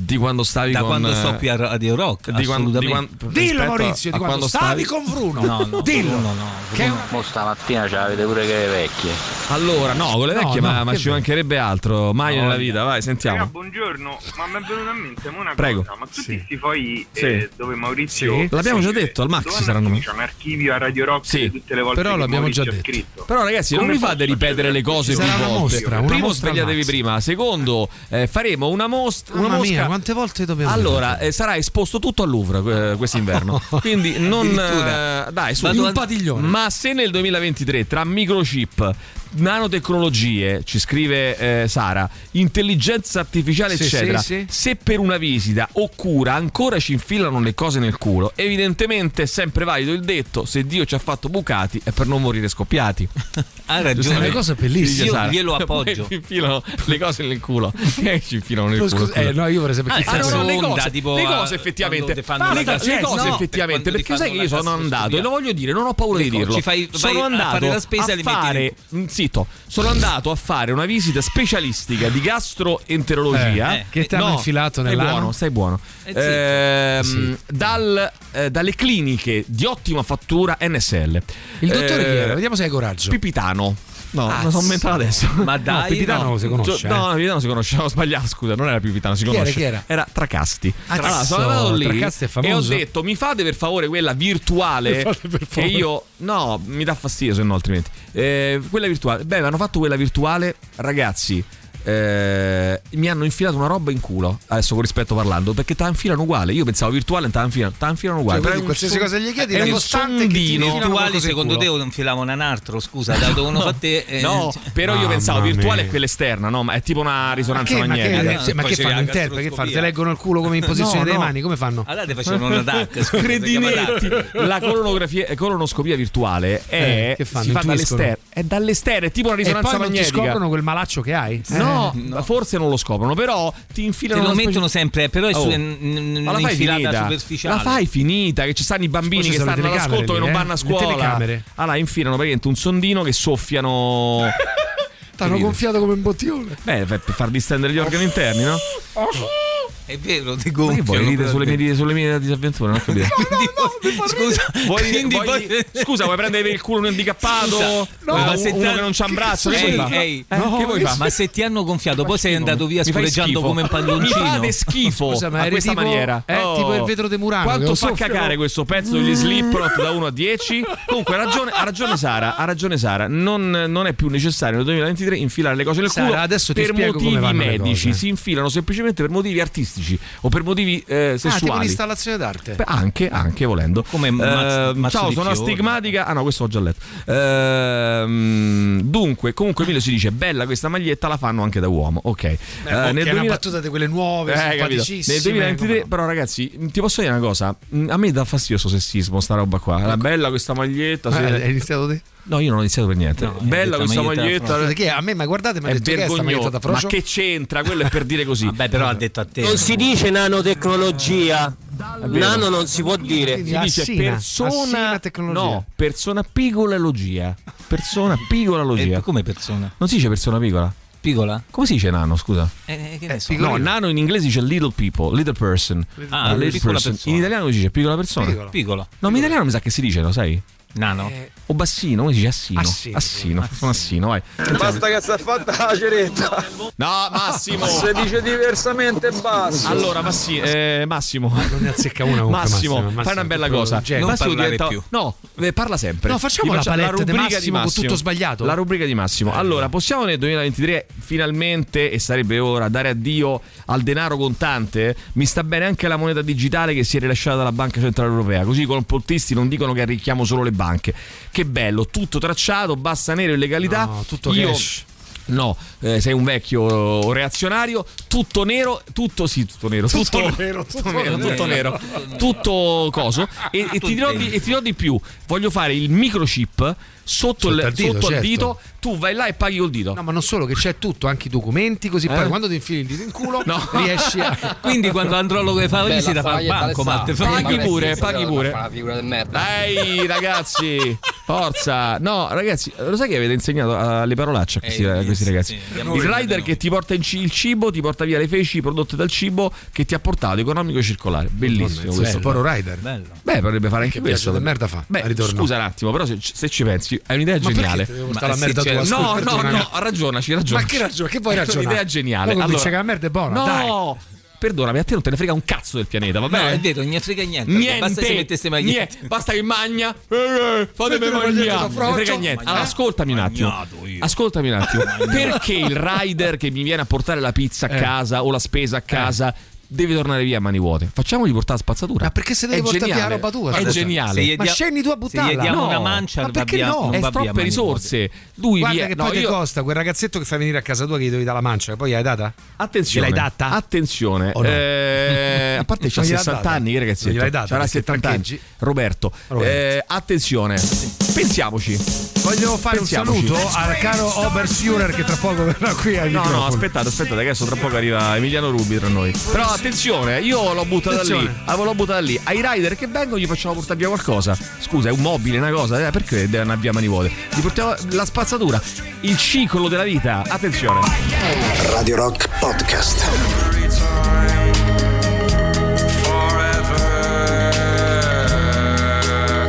di quando stavi Da con eh, quando sto qui a Radio Rock, di quando, di assolutamente. quan- Dillo, rispetto a- Maurizio, di a quando stavi con Bruno. No, no, Dillo. Bruno no. Che è Bruno. Mo stamattina ce l'avete pure che le vecchie. Allora, no, con le No, vecchie, no, ma, ma che ci bello. mancherebbe altro. Mai No, nella voglio. vita, vai, sentiamo. Raga, buongiorno, ma mi è venuta in mente una Prego. cosa, ma tutti questi poi Sì. eh, dove Maurizio... Sì. L'abbiamo già scrive, detto, al Max Giovanna saranno- Chi C'è un archivio a Radio Rock di tutte le volte Però che l'abbiamo Maurizio già ha detto. scritto. Però ragazzi, non Come mi fate ripetere le cose Ci più sarà una volte. mostra, una Primo mostra al svegliatevi Max. prima, secondo eh, faremo una mostra, una Mamma mosca mia, quante volte dobbiamo Allora, eh, sarà esposto tutto al Louvre eh, quest'inverno. Quindi non Addirittura. eh, dai, su Vado In un al- padiglione. Ma se nel 2023 tra microchip, nanotecnologie, ci scrive eh, Sara, intelligenza artificiale Sì, eccetera, sì, sì. se per una visita o cura ancora ci infilano le cose nel culo, evidentemente è sempre valido il detto se Dio ci ha fatto bucati è per non morire scoppiati. Ha ragione. È una cosa bellissima, Io Sara. glielo Poi appoggio. ci infilano le cose nel culo. Che ci infilano nel Però culo? scusa, eh, no, io vorrei sapere chi Ah, cazzo no, no, è. le cose, Onda, tipo, le ah, cose effettivamente. quando ti fanno le la cose, le cazzo- cose no, effettivamente, quando ti perché sai che io fanno la sono cazzo andato stupida. e lo voglio dire, non ho paura di Ecco, dirlo. ci fai- vai sono a andato fare la spesa e li a metti fare, Mm, zitto, sono andato a fare una visita specialistica di gastroenterologia. Eh, eh, che ti hanno No, infilato stai nell'ano? buono, stai buono. Eh, Ehm, dal, eh, dalle cliniche di ottima fattura NSL. Il dottore chi era? Eh, Vediamo se hai coraggio. Pipitano. No, Ah, me lo sono inventato adesso. Ma dai, Pipitano no. si conosce, eh. No, no, Pipitano si conosce. Ho sbagliato, scusa, non era Pipitano, si Chi era, conosce. chi era? Tracasti. Ah, allora, cazzo, sono andato lì Tracasti è famoso. e ho detto: mi fate per favore quella virtuale. Mi fate per Che favore. io. No, mi dà fastidio se no, altrimenti. Eh, quella virtuale. Beh, mi hanno fatto quella virtuale, ragazzi. eh, mi hanno infilato una roba in culo. Adesso con rispetto parlando, perché te la infilano uguale. Io pensavo virtuale, te la infilano, te la infilano uguale. Cioè, Però quindi è un qualsiasi son- cosa gli chiedi, è la un costante che ti sondino. infilano Virtuali secondo te non filavano un altro, scusa, ha dato uno fa te. eh, No, cioè- però io Mamma pensavo virtuale mia. è quella esterna, no? Ma è tipo una Ma risonanza che, ma che, magnetica. sì, ma che fanno? Interprete? Che fanno? Ti leggono il culo come in posizione No, delle no. mani? Come fanno? Allora ti facevano una DAC, scusa, Credinetti, si chiama DAC. la colonografia- colonoscopia virtuale è, Eh, che fanno? si fa Intuiscono. dall'esterno, è dall'esterno, è tipo una E risonanza poi non ti magnetica. scoprono quel malaccio che hai? No, forse non lo scoprono, però ti infilano. Te lo una specie- mettono sempre, però è su- n- n- ma la fai infilata finita. superficiale. La fai finita, che ci stanno i Poi bambini ci che sono le stanno all'ascolto, che telecamere non lì, vanno a eh? Le scuola. telecamere. Allora, infilano praticamente un sondino che soffiano. T'hanno gonfiato come un bottione. Beh, per per far distendere gli organi interni, no? È vero, ti Ma che gonfiano. vuoi ridere sulle proprio. mie, sulle mie disavventure? Non ho capito. Scusa, Vuoi- quindi vuoi- poi- Scusa, vuoi prendere per il culo un handicappato? Scusa, No, ma uno se te- che non c'ha un braccio? Che Ehi, vuoi fa? ehi, Eh, no, che vuoi fa? Ma se ti hanno gonfiato, poi sei andato via Mi fai spureggiando schifo. come un palloncino. Mi fate schifo Scusa, ma a eri questa tipo- maniera. Oh. eh, tipo il vetro de Murano, che Quanto lo fa soffio. cagare questo pezzo degli Slipknot da 1 a 10? Comunque ha ragione, ha ragione Sara, ha ragione Sara. Non, non è più necessario nel 2023 infilare le cose nel Sara, culo adesso ti per spiego come motivi vanno le medici, cose. si infilano semplicemente per motivi artistici o per motivi eh, Ah, tipo sessuali. un'installazione d'arte. Beh, anche, anche volendo. Eh, Come mazzo- mazzo ciao, di sono fiori. astigmatica. Ah no, questo l'ho già letto. Ehm, dunque, comunque Emilio si dice, bella questa maglietta, la fanno anche da uomo. Ok. Eh, Beh, occhi, è una 2000 battuta di quelle nuove, Eh, capito. simpaticissime. Nel 2023, però ragazzi, mh, ti posso dire una cosa? Mh, A me dà fastidio sto sessismo, sta roba qua. Ecco. La bella questa maglietta. Ma se- Cioè, hai iniziato te? No, io non ho iniziato per niente. Eh, No, hai bella detto questa maglietta da maglietta. Frocio. Chi è? A me, ma guardate, mi ha è detto, "Che è sta maglietta vergognosa. da Frocio?" Ma che c'entra? Quello è per dire così. Eh. Vabbè, però ha detto a te. Non si dice nanotecnologia, Nano non si può dire. Si Ah, dice sì, persona, assina tecnologia. no, persona piccola e logia. Persona piccola logia. Eh, come persona? Non si dice persona piccola? Piccola? Come si dice nano, scusa? Eh, che ne so. No, nano in inglese dice little people, little person. Ah, piccola persona. In italiano come si dice piccola persona? Piccola. Piccola. No, in italiano mi sa che si dice, lo sai? Nano. O bassino, come si dice assino? Assino. Eh, Assino, sono assino, vai. Basta che si è fatta la ceretta. No, Massimo. Se dice diversamente basta. Allora, Massi- eh, Massimo, non ne azzecca una comunque, Massimo, Massimo, Massimo, fai una bella proprio- cosa. cioè, non Massimo parlare diventa- più. No, eh, parla sempre. No, facciamo Gli la facciamo palette di rubrica Massimo con tutto sbagliato. Eh. La rubrica di Massimo. Allora, possiamo nel 2023 finalmente e sarebbe ora dare addio al denaro contante? Mi sta bene anche la moneta digitale che si è rilasciata dalla Banca Centrale Europea, così i complottisti non dicono che arricchiamo solo le banche. Che bello, tutto tracciato, basta nero e legalità. tutto Io- cash. No, eh, sei un vecchio reazionario, tutto nero, tutto sì, tutto nero, tutto, nero, tutto nero. tutto nero, tutto coso. E, e ti dirò di, e ti dirò di più, voglio fare il microchip sotto, il, al dito, sotto il certo. dito, tu vai là e paghi col dito. No, ma non solo, che c'è tutto, anche i documenti, così poi Eh? quando ti infili il dito in culo riesci a... Quindi quando andrò lo che fa lì si da fa il banco, ma te fa- Paghi pure, paghi pure. figura del Dai ragazzi, forza. No, ragazzi, lo sai che avete insegnato alle parolacce a questi, a questi ragazzi? Eh, abbiamo il imparato rider che ti porta in ci- il cibo, ti porta via le feci prodotte dal cibo che ti ha portato economico e circolare. Bellissimo questo. Poro Rider. Beh, potrebbe fare anche Che viaggio questo. di merda fa? Beh, Ritorno. scusa un attimo, però se, se ci pensi, è un'idea Ma perché geniale. ti devo portare la se merda c'è- tua? Scusa, Cioè, No, no, perdonami. no, ragionaci, ragionaci. Ma che ragione? Che vuoi ragionare? È un'idea geniale. Allora, dice che Allora- la merda è buona, No! Perdonami, a te non te ne frega un cazzo del pianeta, va No, bene? è vero, non ne frega niente. Niente, Basta se metteste mai niente. niente, basta che magna, eh, eh, fatemi Mettete mangiare, maglietta da non frocio. frega niente. Allora, ascoltami un attimo, Magnato io. ascoltami un attimo, perché il rider che mi viene a portare la pizza a Eh. casa o la spesa a casa deve tornare via a mani vuote? Facciamogli portare la spazzatura. Ma perché se devi portare via la roba tua, È scusa. geniale. Se gli Ma dia- scendi tu a buttarla. se gli diamo No. una mancia, ma non va perché via- no? non È va via a troppe mani risorse. Lui Guarda via- che no, poi ti io- costa quel ragazzetto che fai venire a casa tua che gli devi dare la mancia, che poi gliel'hai data? Attenzione, Gliel'hai data? attenzione. O no? Eh, a parte c'ha Non gliel'ha 60 data? anni, che ragazzi. Non gliel'hai data, C'ha perché 70 anni. parcheggi? Roberto, Roberto. eh, attenzione, pensiamoci. Voglio fare Pensiamoci. un saluto al caro Obersurer che tra poco verrà qui ai No, no, microfoni. aspettate, aspettate, adesso tra poco arriva Emiliano Rubi tra noi. Però attenzione, io l'ho buttata lì. Attenzione. Avevo l'ho buttata lì. Ai rider che vengono gli facciamo portare via qualcosa. Scusa, è un mobile, una cosa, eh, perché deve andare via mani vuote? Gli portiamo la spazzatura, il ciclo della vita. Attenzione. Radio Rock Podcast.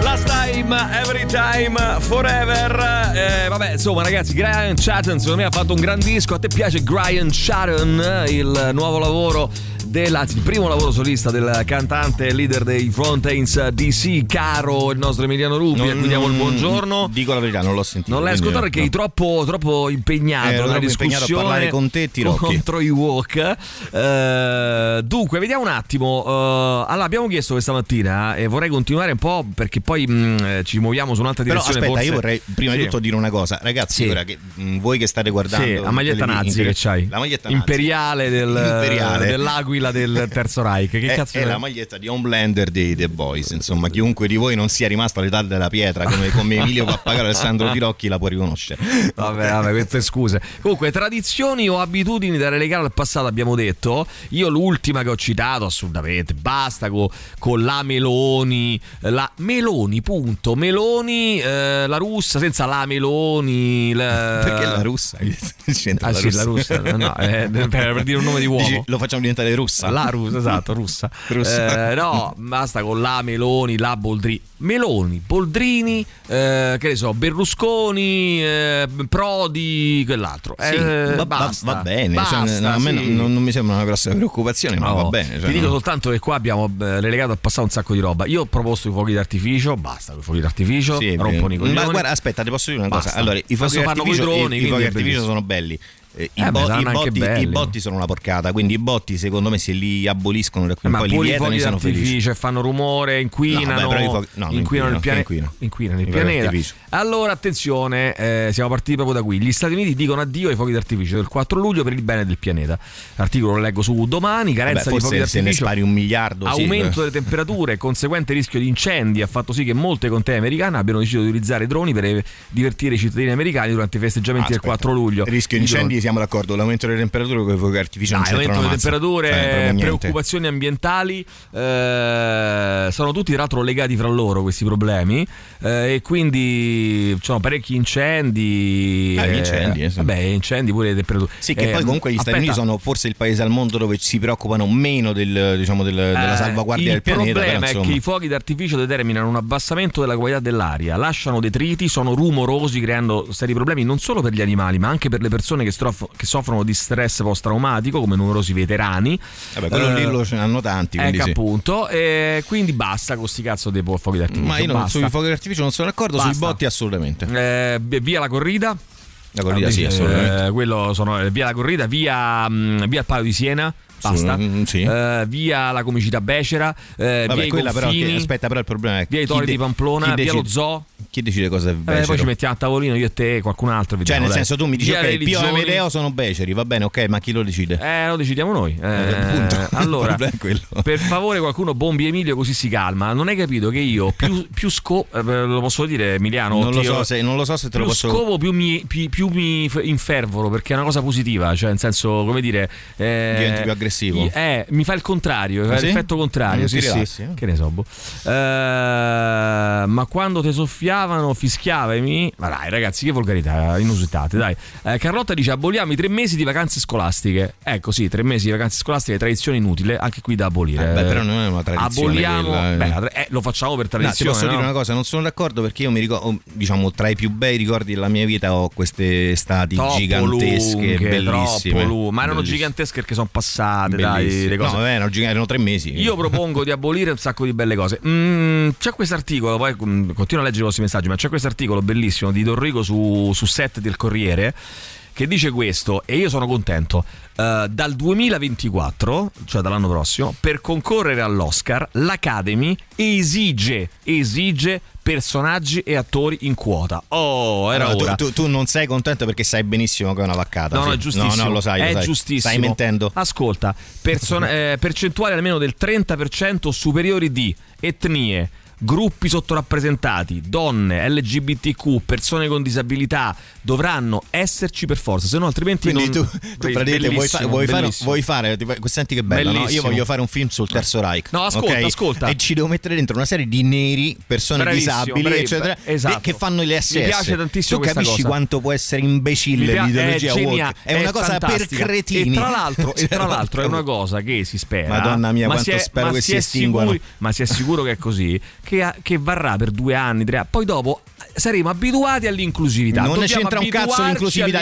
Last time, every time, forever. Eh, vabbè, insomma, ragazzi, Brian Chatton secondo me ha fatto un gran disco. A te piace Brian Chatton, il nuovo lavoro del, anzi, il primo lavoro solista del cantante e leader dei Frontains DC, caro il nostro Emiliano Rubi, a cui diamo Mm. il buongiorno. Dico la verità, non l'ho sentito. Non l'hai quindi, ascoltato perché no. eri troppo, troppo impegnato Eh, ero nella troppo impegnato a discussione parlare con te, Tirocchi. contro i walk. Eh, dunque, vediamo un attimo. Eh, allora, abbiamo chiesto questa mattina eh, e vorrei continuare un po' perché poi mm, eh, ci muoviamo su un'altra Però direzione. aspetta, io forse. vorrei prima di Sì. tutto dire una cosa, ragazzi. Sì. Ora che mh, voi che state guardando, Sì, la maglietta televisione, nazi che c'hai. la maglietta nazi Eh, imperiale, del, Imperiale. dell'aquila del Terzo Reich. Che è, cazzo è la maglietta di Homelander dei The Boys. Insomma, chiunque di voi non sia rimasto all'età della pietra, come, come Emilio Pappagallo e Alessandro Tirocchi, la può riconoscere. Vabbè, vabbè, queste scuse. Comunque, tradizioni o abitudini da relegare al passato, abbiamo detto. Io l'ultima che ho citato, assolutamente, basta co- con la Meloni. La Meloni, punto. Meloni, eh, la russa, senza la Meloni. La... Perché la russa? C'entra Ah, sì, la russa. No, eh, per, per dire un nome di uomo. Dici, lo facciamo diventare russa. La russa, esatto, russa. Russa. Eh, no, basta con la Meloni, la Boldrini. Meloni, Boldrini, eh, che ne so, Berlusconi, eh, Prodi, quell'altro. Sì, Eh, va, va- basta. va bene, Basta, cioè, no, a me sì. non, non mi sembra una grossa preoccupazione, ma No, va bene. cioè, ti dico no. soltanto che qua abbiamo eh, relegato al passato un sacco di roba. Io ho proposto i fuochi d'artificio, basta con i fuochi d'artificio, Sì, eh, rompono i ma coglioni. guarda, aspetta, ti posso dire una Basta. cosa. Allora, i fuochi Posso farlo coi d'artificio, i- droni, i, quindi fuochi è d'artificio bellissimo. sono belli. Eh, I, Eh, bo- beh, saranno i anche botti, i belli. botti sono una porcata, quindi i botti, secondo me, se li aboliscono da qui in Ma poi li pure i vietano, fuochi io sono felice. d'artificio e cioè fanno rumore, inquinano, No, vabbè, però i fuochi- no, non inquinano il inquinano, pianeta. inquinano. Inquinano il I fuochi pianeta. d'artificio. Allora, attenzione, eh, siamo partiti proprio da qui. Gli Stati Uniti dicono addio ai fuochi d'artificio del 4 luglio per il bene del pianeta. L'articolo lo leggo su domani. Vabbè, Carenza di fuochi forse se ne d'artificio. spari un miliardo, sì. Aumento delle temperature e conseguente rischio di incendi ha fatto sì che molte contee americane eh, abbiano deciso di utilizzare droni per divertire i cittadini americani durante i festeggiamenti del Aspetta. 4 luglio. rischio incendi quindi siamo d'accordo, l'aumento delle temperature con i fuochi artificiali non Dai, c'entrano aumento delle mazza. temperature, Cioè, proprio niente. preoccupazioni ambientali, eh, sono tutti tra l'altro legati fra loro questi problemi eh, e quindi ci sono parecchi incendi. Ah, gli incendi, eh, sì. Vabbè, incendi pure le temperature. Sì, che Eh, poi comunque gli Stati aspetta, Uniti sono forse il paese al mondo dove si preoccupano meno del, diciamo, del- della eh, salvaguardia del pianeta. Il problema però, è che insomma. i fuochi d'artificio determinano un abbassamento della qualità dell'aria, lasciano detriti, sono rumorosi, creando seri problemi non solo per gli animali, ma anche per le persone che, strof- che soffrono di stress post-traumatico, come numerosi veterani. Eh, Vabbè, quello lì lo ce n'hanno tanti. Ecco quindi sì. appunto, eh, quindi basta con sti cazzo dei po- fuochi d'artificio. Ma io non- basta. sui fuochi d'artificio non sono d'accordo, sui Basta. botti assolutamente. Eh, vi- via la corrida. La corrida sì, Eh, assolutamente. quello sono eh, via la corrida, via, mm, via il Palio di Siena. Basta. Sì, mm, sì. Eh, via la comicità becera, eh, Vabbè, via i quella però, confini, che- aspetta, però il problema è via i tori chi di de- Pamplona, chi via lo decide- zoo. Chi decide cosa è Eh, poi ci becero? mettiamo a tavolino io e te e qualcun altro. Cioè, vediamo, nel dai. senso, tu mi dici, Via ok, le Pio e religioni. Medeo sono beceri, va bene, ok, ma chi lo decide? Eh, lo decidiamo noi. Eh, appunto, il allora, problema è quello. per favore, qualcuno bombi Emilio così si calma. Non hai capito che io più, più sco- eh, lo posso dire, Emiliano? Non lo Ti- so se- non lo so se te lo più posso- scopo, più mi, pi- più mi f- infervoro perché è una cosa positiva. Cioè, nel senso, come dire, eh, Diventi più aggressivo. Eh, mi fa il contrario, fa Ah, sì? l'effetto contrario. Non sì, ti sì. rilassi, eh? Che ne so, boh. Eh, ma quando te soffiavano, fischiavami. Ma dai, ragazzi, che volgarità, inusitate, dai. Eh, Carlotta dice: aboliamo i tre mesi di vacanze scolastiche. Ecco, sì, tre mesi di vacanze scolastiche, tradizione inutile, anche qui da abolire. Eh, beh, però non è una tradizione Aboliamo. quella, eh. beh, la tra- eh, lo facciamo per No, ti tradizione. posso dire no? una cosa, non sono d'accordo perché io mi ricordo, diciamo, tra i più bei ricordi della mia vita ho queste estati Troppo gigantesche, lunghe, bellissime. troppo lunghe. Ma erano Bellissime. gigantesche perché sono passate, dai, Bellissime. le cose. No, vabbè, erano, giga- erano tre mesi. Io propongo di abolire un sacco di belle cose. Mm, c'è questo articolo, poi mm, continuo a leggere i vostri messaggi, ma c'è questo articolo bellissimo di Dorrigo su, su set del Corriere che dice questo, e io sono contento, Eh, dal 2024, cioè dall'anno prossimo, per concorrere all'Oscar, l'Academy esige, esige personaggi e attori in quota. Oh, era Allora, tu- ora. tu, tu non sei contento perché sai benissimo che è una vaccata. No, sì. no, è giustissimo. No, no, lo sai. lo è sai. giustissimo. Stai mentendo. Ascolta, person- eh, percentuale almeno del 30% superiori di etnie, gruppi sottorappresentati, donne, LGBTQ, persone con disabilità dovranno esserci per forza, se no altrimenti Quindi non... tu, tu praticamente vuoi, fa- Bellissimo, vuoi fare, bellissimo. vuoi fare tipo, senti che bello, no? io Bellissimo. voglio fare un film sul Terzo Reich. No, ascolta, ok? ascolta. E ci devo mettere dentro una serie di neri, persone Bravissimo, disabili, bravo, eccetera, esatto. e- che fanno le Mi SS. piace tantissimo Tu questa capisci cosa. quanto può essere imbecille Mi pia- l'ideologia è woke? geniale, È una è cosa fantastica. per cretini. E tra l'altro, e Cioè, tra l'altro è una cosa che si spera. Madonna mia, ma quanto si è- spero ma che si è estinguano. sicuri- ma si è sicuro che è così, che, ha- che varrà per due anni, tre anni. Poi dopo eh, saremo abituati all'inclusività. Non ne Dobbiamo c'entra un cazzo abituarci l'inclusività. L'inclusività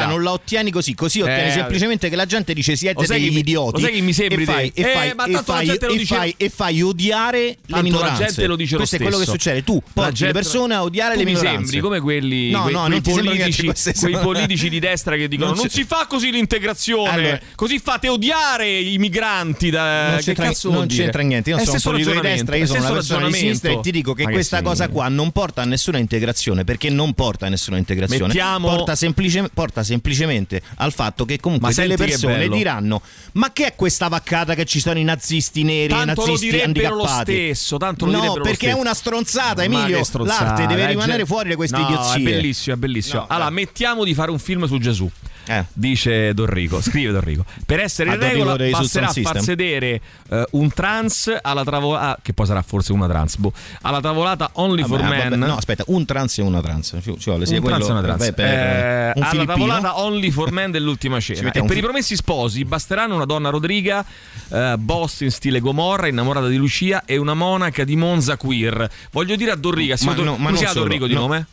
all'inclusività. non la ottieni così. Così ottieni Eh, semplicemente che la gente dice siete Lo sai degli che mi- idioti. lo sai che mi sembri e fai, te? e Eh, fai, ma e tanto la fai- gente lo e dice- fai- e fai odiare le Tanto minoranze. La gente lo dice Questo lo è quello che stesso. succede. Tu La porti le gente- persone a odiare le minoranze. Tu mi sembri come quelli, No, quei, no, quei non ti sembra che politici, faccio queste- quei politici di destra che dicono Non non, c'è- si fa così l'integrazione, Allora- così fate odiare i migranti. Da... Non Eh, che c'entra, cazzo non vuol dire? Eh, c'entra niente. Io È non sono un stesso politico di ragionamento, destra, io è sono una stesso persona di sinistra e ragionamento. ti dico che Ma questa sì. cosa qua non porta a nessuna integrazione perché non porta a nessuna integrazione. Mettiamo- Porta, semplice- porta semplicemente al fatto che comunque Ma delle senti che persone bello. diranno: Ma che è questa vaccata che ci sono i nazisti neri Tanto e i lo nazisti direbbero lo handicappati? stesso, tanto lo no, direbbero lo perché stesso. è una stronzata, Ma Emilio. che stronzata, L'arte deve eh, rimanere Gen- fuori da queste no, idiozie. È bellissimo, è bellissimo. No, Eh. allora, mettiamo di fare un film su Gesù. Dice Dorrico, scrive Dorrico. Per essere Ah, in Dorrico regola dei basterà Subsound far System. sedere eh, un trans alla tavolata che poi sarà forse una trans, boh, alla tavolata Only for Ah, Vabbè, Men. vabbè, no, aspetta, un trans e una trans. Ci, ci vuole sia un quello- trans e una trans. beh, per- Eh, un alla filippino. tavolata Only for Men dell'ultima Ci cena. mettiamo E un per i fi- promessi sposi basteranno una donna Rodriga, eh, boss in stile Gomorra, innamorata di Lucia e una monaca di Monza queer. Voglio dire a Dorriga, si Ma chiama no, Dor- ma come non si chiama solo, Dorrico di no. nome?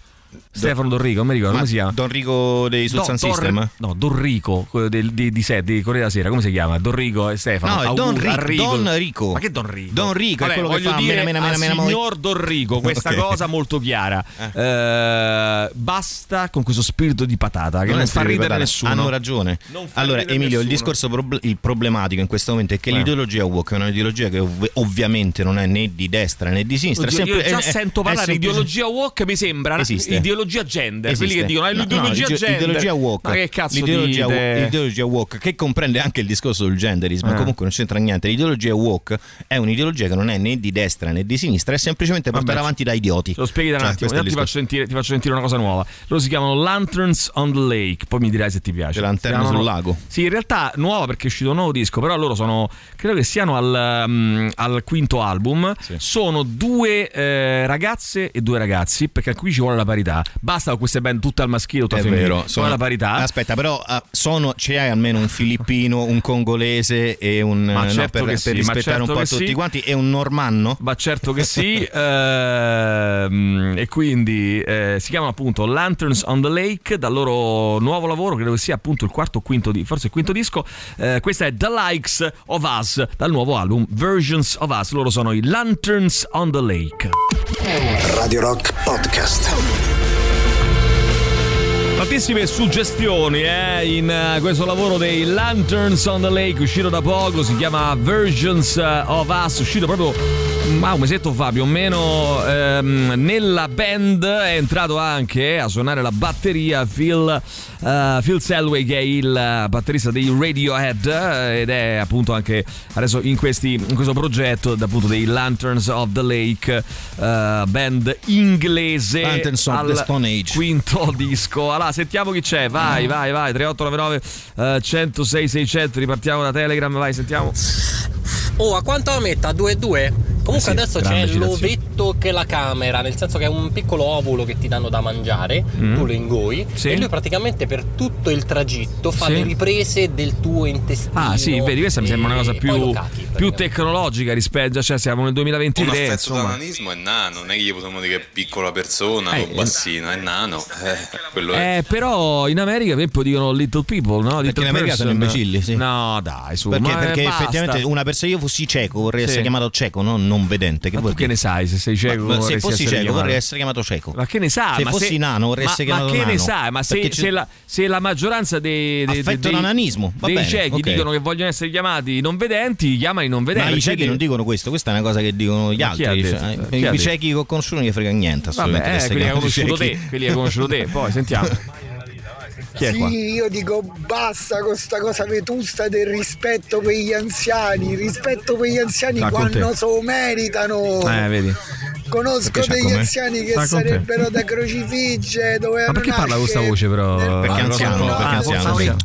Stefano Dorrico, non mi ricordo Ma come si chiama. Don Rico dei Sul Sound Dor- System? No, Dorrico quello del- di, di, Se- di Corriere della Sera, come si chiama? Dorrico e Stefano. No, è Don Auguri, Rico, Arrigo. Don Rico. Ma che Don Rico? Don Rico è Vabbè, quello che voglio fa dire mena, mena, mena, al mena, mena. signor Dorrico questa Ok. cosa molto chiara. Eh, basta con questo spirito di patata che non, è fa Ah, stereotipata. ridere nessuno. Hanno ragione. Allora, ridere Emilio, il nessuno. discorso prob- il problematico in questo momento è che Eh. l'ideologia woke è un'ideologia che ov- ovviamente non è né di destra né di sinistra. Oddio, è sempre- eh, io già è- è- sento è parlare di semplice- ideologia woke, mi sembra Esiste. ideologia gender, Esiste. quelli che dicono "Ah, No, l'ideologia no, l'ideo- gender. L'ideologia woke. Ma che cazzo l'ideologia, dite? wo- l'ideologia woke, che comprende anche il discorso del genderismo, Eh. comunque non c'entra niente. L'ideologia woke è un'ideologia che non è né di destra né di sinistra, è semplicemente Vabbè, portare ci- avanti da idioti. Te lo spieghi da un Cioè, attimo, questo è il intanto ti faccio, sentire, ti faccio sentire una cosa nuova. Loro si chiamano Lanterns on the Lake, poi mi dirai se ti piace. lanterne Si chiamano- sul lago. Sì, in realtà nuova perché è uscito un nuovo disco, però loro sono, credo che siano al, mm, al quinto album. Sono due eh, ragazze e due ragazzi, perché qui ci vuole la parità. Basta con queste band tutte al maschile, tutte È al femminile. vero, Ci sono- vuole la parità. Aspetta, però ah, sono, c'è almeno un filippino, un congolese e un eh, Ma no, certo per, che per sì, ma rispettare certo un po' che tutti sì. quanti e un normanno. Ma certo che sì, ehm, e quindi eh, si chiamano appunto Lanterns on the Lake, dal loro nuovo lavoro, credo che sia appunto il quarto o quinto, di, forse il quinto disco, Eh, questa è The Likes of Us, dal nuovo album Versions of Us, loro sono i Lanterns on the Lake. Radio Rock Podcast. Tantissime suggestioni eh, in eh, questo lavoro dei Lanterns on the Lake uscito da poco, si chiama Versions eh, of Us, uscito proprio mm, ma un mesetto fa più o meno ehm, nella band è entrato anche a suonare la batteria Phil, eh, Phil Selway che è il eh, batterista dei Radiohead eh, ed è appunto anche adesso in, questi- in questo progetto appunto dei Lanterns of the Lake eh, band inglese Lanterns of the al- Stone Age. Mm. quinto disco. Allora, sentiamo chi c'è. Vai, vai, vai. 3899 eh, 106 600. Ripartiamo da Telegram. Vai, sentiamo. Oh, a quanto la metta? 2-2? Comunque Eh Sì, adesso grande c'è citazione. l'ovetto che la camera, nel senso che è un piccolo ovulo che ti danno da mangiare, Mm. tu lo ingoi Sì. e lui praticamente per tutto il tragitto fa Sì. le riprese del tuo intestino. Ah, sì, vedi, questa mi sembra una cosa e poi lo più, cachi, più tecnologica rispetto. Cioè, siamo nel 2023. Un affetto da insomma. nanismo è nano, non è che gli possiamo dire che è piccola persona Eh, o bassina, è nano. Eh, quello è. Eh, però in America per esempio dicono little people, no? Little in America sono person. imbecilli, sì. No, dai, su. Perché, ma, eh, perché basta. effettivamente una persona io fossi cieco vorrei Sì. essere chiamato cieco, no? non vedente. Che Ma tu che ne sai se sei cieco? se vorresti fossi essere cieco chiamato? vorrei essere chiamato cieco. Ma che ne sa? Se ma fossi nano vorrei ma- essere Ma chiamato che ne nano. sa? Ma se, Perché ci- se la, se la maggioranza dei, dei, dei, Affetto dei- nananismo, va dei bene, ciechi ok. dicono che vogliono essere chiamati non vedenti, chiamali non Ma vedenti. i ciechi non dicono questo, questa è una cosa che dicono gli Ma chi ha altri. detto? cioè, Chi ha I detto? ciechi che ho conosciuto non gli frega niente. assolutamente, Vabbè, eh, che quelli che hai siano conosciuto ciechi. te, quelli che hai conosciuto te, poi sentiamo. Chi è sì, qua? io dico basta con sta cosa vetusta del rispetto per gli anziani, rispetto per gli anziani Sta con quando te. se lo meritano. Eh, vedi. Conosco Perché c'ha degli con me? anziani che Sta con te. sarebbero da crocifigge, dove Ma perché parla con questa voce però? Perché Ah, anziano, no, perché ah, anziano, forse sì.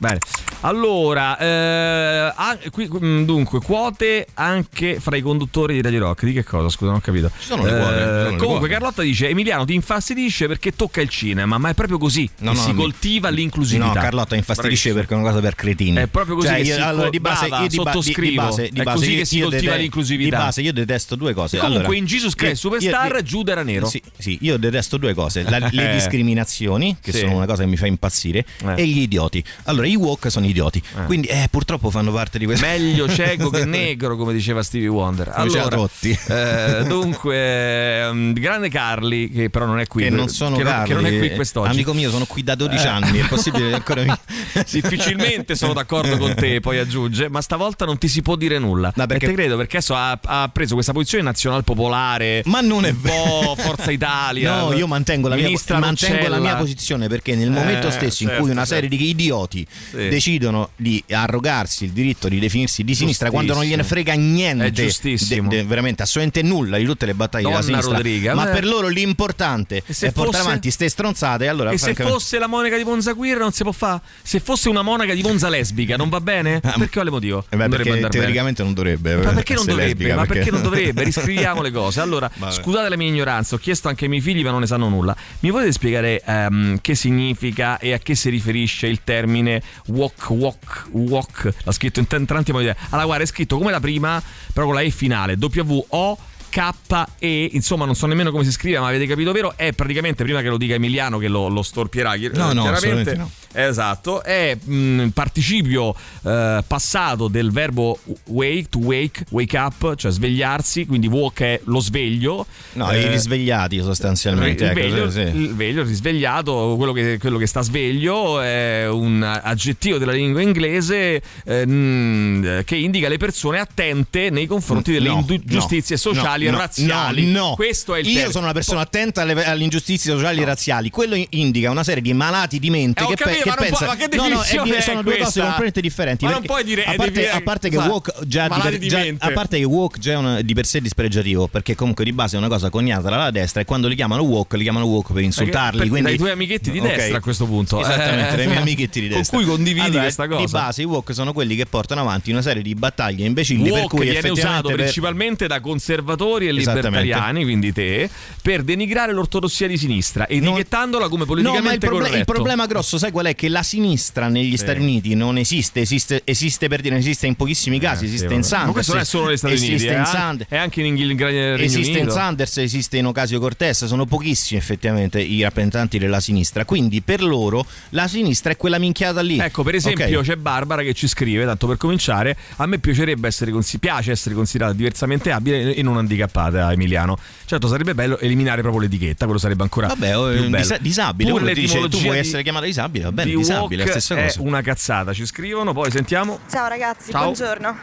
Bene. Allora, eh, ah, qui- qui- mm, dunque, quote anche fra i conduttori di Radio Rock. Di che cosa? Scusa, non ho capito. Ci sono le quote, ci sono le comunque, quote. Carlotta dice: Emiliano ti infastidisce perché tocca il cinema, ma è proprio così. No, che no, si mi- coltiva l'inclusività. No, Carlotta infastidisce perché è una cosa per cretini. È proprio così Cioè, che io- si allora, di base, brava, io di ba- di- di sottoscrivo. base- di È base così io- che si io coltiva dete- l'inclusività. Di base, io detesto due cose. Comunque, Allora, in Jesus Christ io- io- Superstar, Giuda era nero. Sì, sì, io detesto due cose: La- le Eh. discriminazioni, che Sì. sono una cosa che mi fa Eh. impazzire, e gli idioti. Allora, i woke sono idioti, quindi eh, purtroppo fanno parte di questo. Meglio cieco che negro, come diceva Stevie Wonder. Come diceva Allora, Totti. eh, dunque, ehm, grande Carli, che però non è qui. Che non sono che Carli, che non è qui quest'oggi. Amico mio, sono qui da 12 Eh. anni. È possibile che ancora mi. Difficilmente sono d'accordo con te, poi aggiunge, ma stavolta non ti si può dire nulla. perché- E te credo, perché adesso ha, ha preso questa posizione nazional popolare. Ma non è vero. Forza Italia. eh, No, io mantengo la, mia, Ministra mantengo la mia Roccella. posizione perché nel Eh, momento stesso in certo, cui una certo. serie di idioti Sì. decidono di arrogarsi il diritto di definirsi di sinistra quando non gliene Giustissimo. frega niente, È giustissimo. de- de- veramente assolutamente nulla di tutte le battaglie della Donna sinistra, Rodriguez, ma eh. per loro l'importante è se portare fosse- avanti ste stronzate. Allora, e se francamente- fosse la monaca di Monza queer non si può fare? Se fosse una monaca di Monza lesbica non va bene? Perché quale motivo? Eh beh, Non dovrebbe perché andar bene. teoricamente non dovrebbe. eh, Ma perché non essere dovrebbe? lesbica, ma perché non dovrebbe? Riscriviamo le cose. Allora, Vabbè. scusate la mia ignoranza, ho chiesto anche ai miei figli, ma non ne sanno nulla. Mi potete spiegare ehm, che significa e a che si riferisce il termine walk, walk, walk? L'ha scritto in tan- tanti modi. Allora, guarda, è scritto come la prima, però con la E finale, W-O. K-E, insomma, non so nemmeno come si scrive, ma avete capito vero? È praticamente prima che lo dica Emiliano che lo, lo storpierà. chi- No, no, chiaramente assolutamente no. Esatto, è mh, participio eh, passato del verbo wake, to wake, wake up, cioè svegliarsi, quindi walk è lo sveglio. Eh, No, i risvegliati sostanzialmente. Il ecco, veglio, sì. il veglio, il risvegliato, quello che, quello che sta sveglio, è un aggettivo della lingua inglese eh, mh, che indica le persone attente nei confronti delle Mm, No, indu- giustizie no, sociali e no, no, razziali. No, no. Questo è il Io termine. sono una persona attenta alle, alle ingiustizie sociali e razziali. Quello in- indica una serie di malati di mente Eh, ho che, capito, ma non pensa- può- ma che No, no, definizione è che è sono due cose questa? completamente differenti. Ma non perché- puoi dire- a parte, devi- a parte che sa- walk già, di malati per- di già- mente. a parte che walk già è una- di per sé dispregiativo, perché comunque di base è una cosa cognata dalla destra e quando li chiamano walk li chiamano walk per insultarli. Perché- quindi- dai tuoi amichetti di Ok. destra a questo punto. Esattamente, Eh. dai miei amichetti di Con destra. cui condividi Allora, questa cosa. Di base i walk sono quelli che portano avanti una serie di battaglie imbecilli per Walk cui viene usato effettivamente per- principalmente da conservatori e Esattamente. libertariani, quindi te, per denigrare l'ortodossia di sinistra, etichettandola come No, ma il, politicamente proble- il corretto. problema grosso, sai qual è? Che la sinistra negli Stati Uniti non esiste, esiste, esiste per dire, esiste in pochissimi casi, esiste in Sanders. Eh, Ma questo non è solo negli Stati Uniti, esiste eh, in Sanders. è anche in Inghilterra. Esiste in Sanders, esiste in Ocasio Cortez, sono pochissimi effettivamente i rappresentanti della sinistra, quindi per loro la sinistra è quella minchiata lì. Ecco, per esempio, Ok. c'è Barbara che ci scrive, tanto per cominciare, a me piacerebbe essere, consi- piace essere considerata diversamente abile e non handicappata, Emiliano. Certo, sarebbe bello eliminare proprio l'etichetta, quello sarebbe ancora Vabbè, più oh, è un bello. disa- disabile, Pure uno dice, tu l'etimologia vuoi di- essere chiamato disabile, va bene, di disabile, è la woke stessa è cosa. una cazzata, ci scrivono, poi sentiamo. Ciao ragazzi, Ciao. buongiorno.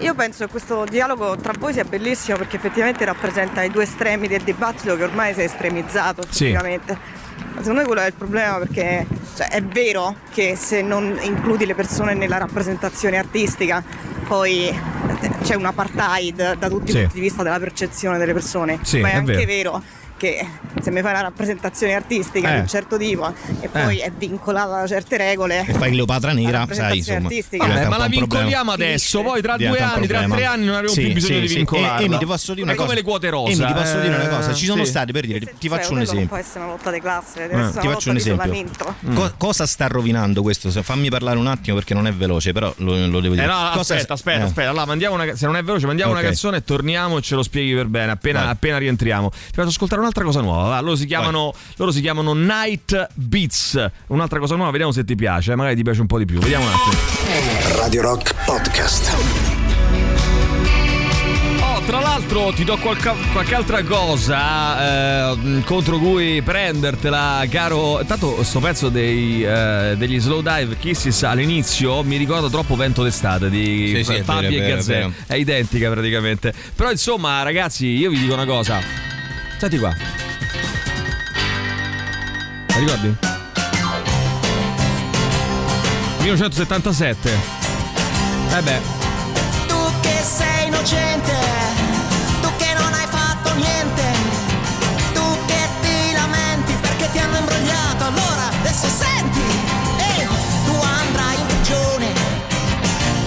Io penso che questo dialogo tra voi sia bellissimo perché effettivamente rappresenta i due estremi del dibattito che ormai si è estremizzato Sì. effettivamente. Ma Secondo me quello è il problema perché cioè, è vero che se non includi le persone nella rappresentazione artistica poi eh, c'è un apartheid da tutti Sì. i punti di vista della percezione delle persone, Sì, ma è, è anche vero. vero che se mi fai una rappresentazione artistica di Eh. un certo tipo e poi è vincolata da certe regole E fai Cleopatra nera, La sai, insomma. rappresentazione diventa Vabbè, ma un po' la un problema. vincoliamo adesso, poi tra due Diventa un anni, tra problema. tre anni non avremo Sì, più bisogno sì, di sì. vincolarla. E, e mi ti posso dire una è cosa. come le quote rosa. E mi ti posso dire una eh, cosa. Ci sono sì. stati, per dire, ti Cioè, faccio un quello non esempio. può essere una lotta di classe deve Eh, essere ti una faccio lotta un di esempio. isolamento Co- Mm. cosa sta rovinando questo? Se- Fammi parlare un attimo perché non è veloce, però lo, lo devo dire. Eh, no, Cosa- aspetta, aspetta, eh. aspetta. Allora, mandiamo una, se non è veloce, mandiamo Ok. una canzone e torniamo e ce lo spieghi per bene. Appena, appena rientriamo, ti faccio ascoltare un'altra cosa nuova. va. Loro, si chiamano, loro si chiamano Night Beats. Un'altra cosa nuova, vediamo se ti piace. eh. Magari ti piace un po' di più. Vediamo un attimo. Radio Rock Podcast. Oh, tra l'altro ti do qualca- qualche altra cosa eh, mh, contro cui prendertela, caro. Tanto sto pezzo dei, eh, degli slow dive kisses all'inizio mi ricorda troppo vento d'estate di Sì, sì, è Fabi vero, è e vero, è Gazzè. vero. È identica praticamente. Però insomma, ragazzi, io vi dico una cosa. Senti qua. La ricordi? 1977. Eh beh. Tu che sei innocente, tu che non hai fatto niente, tu che ti lamenti perché ti hanno imbrogliato, allora adesso senti, e tu andrai in prigione,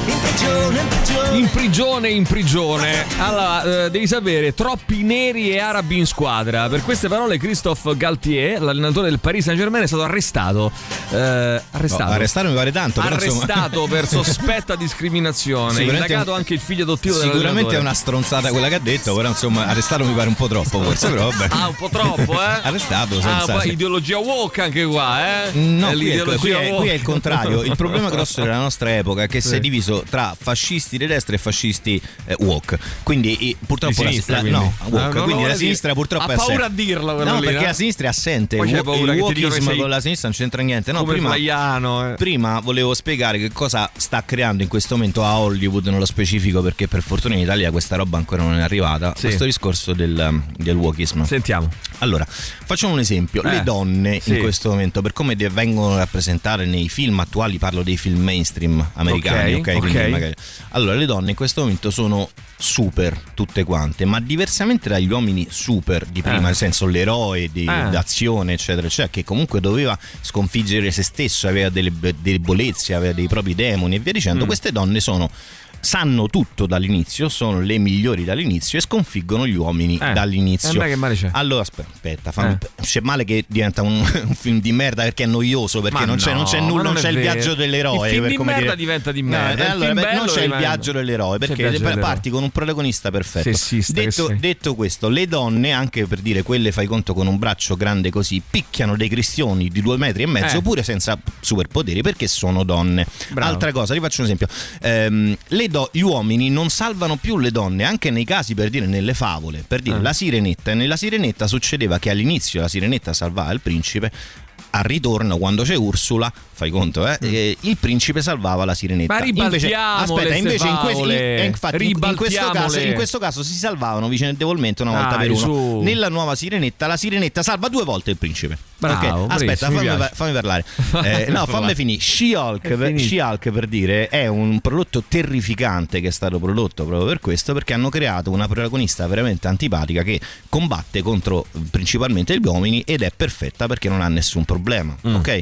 in prigione, in prigione. In prigione, in prigione. Allora, eh, devi sapere, troppi neri e arabi in squadra. Per queste parole Christophe Galtier, l'allenatore del Paris Saint-Germain, è stato arrestato. Eh, arrestato. No, arrestare mi pare tanto, però, insomma. Arrestato per sospetta discriminazione. Sicuramente Indagato è un- anche il figlio adottivo Sicuramente dell'allenatore. è una stronzata quella che ha detto, però insomma arrestarlo mi pare un po' troppo forse, però vabbè. Ah, un po' troppo, eh? Arrestato Ah, senza... poi ideologia woke anche qua, eh? No, È qui è, qui è- qui è il contrario. Il problema grosso della nostra epoca è che Sì. si è diviso tra fascisti di destra e fascisti eh, woke. Quindi eh, purtroppo Di sinistra, la, la- quindi. no, Ah, woke. non lo quindi vuole la dire. sinistra purtroppo Ha è assente. paura a dirla quella No, lì, perché eh? la sinistra è assente. Poi il c'è wo- paura il che ti dicono wokeismo che sei- con la sinistra non c'entra niente. No, Come prima, Flaiano, eh. prima volevo spiegare che cosa sta creando in questo momento a Hollywood nello specifico, perché per fortuna in Italia questa roba ancora non è arrivata. Sì. Questo discorso del, del wokeismo. Sentiamo. Allora, facciamo un esempio. Eh, Le donne sì. in questo momento, per come de- vengono rappresentate nei film attuali, parlo dei film mainstream americani, Ok, ok? Quindi ok. magari- Allora, le donne in questo momento sono super tutte quante, ma diversamente dagli uomini super di prima, Eh. nel senso l'eroe di, Eh. d'azione, eccetera, eccetera, che comunque doveva sconfiggere se stesso, aveva delle be- debolezze, aveva dei propri demoni e via dicendo. Mm. Queste donne sono sanno tutto dall'inizio, sono le migliori dall'inizio e sconfiggono gli uomini Eh, dall'inizio. eh, beh, che male c'è? Allora, aspe- aspetta, fammi- Eh. c'è male che diventa un, un film di merda perché è noioso, perché Ma non, c'è, non c'è no, nulla, ma non, non è c'è il vero. viaggio dell'eroe. Il film per di come merda dire. diventa di No, merda, il allora, film beh, non bello c'è il diventa- viaggio dell'eroe C'è il perché viaggio par- dell'eroe. parti con un protagonista perfetto. Sessista che detto, sei. detto questo, le donne, anche per dire quelle fai conto con un braccio grande così, picchiano dei cristiani di due metri e mezzo Eh. pure senza superpoteri perché sono donne. Bravo. Altra cosa, vi faccio un esempio. Ehm, le do- gli uomini non salvano più le donne, anche nei casi per dire nelle favole, per dire Eh. la sirenetta. E nella sirenetta succedeva che all'inizio la sirenetta salvava il principe. Al ritorno, quando c'è Ursula, fai conto, eh, eh, il principe salvava la sirenetta. Mm. Ma invece, ribaltiamole aspetta, ste invece in, que- in- favole. eh, infatti, in- in questo Ribaltiamole. caso, in questo caso si salvavano vicendevolmente una volta Dai, per uno. su. Nella nuova sirenetta, la sirenetta salva due volte il principe. Bravo, Ok, Aspetta, bravissimo, mi fammi, piace. fammi parlare. Eh, no, fammi Vai. finire. She-Hulk, È per, finito. She-Hulk, per dire è un prodotto terrificante che è stato prodotto proprio per questo perché hanno creato una protagonista veramente antipatica che combatte contro principalmente gli uomini ed è perfetta perché non ha nessun problema. ok?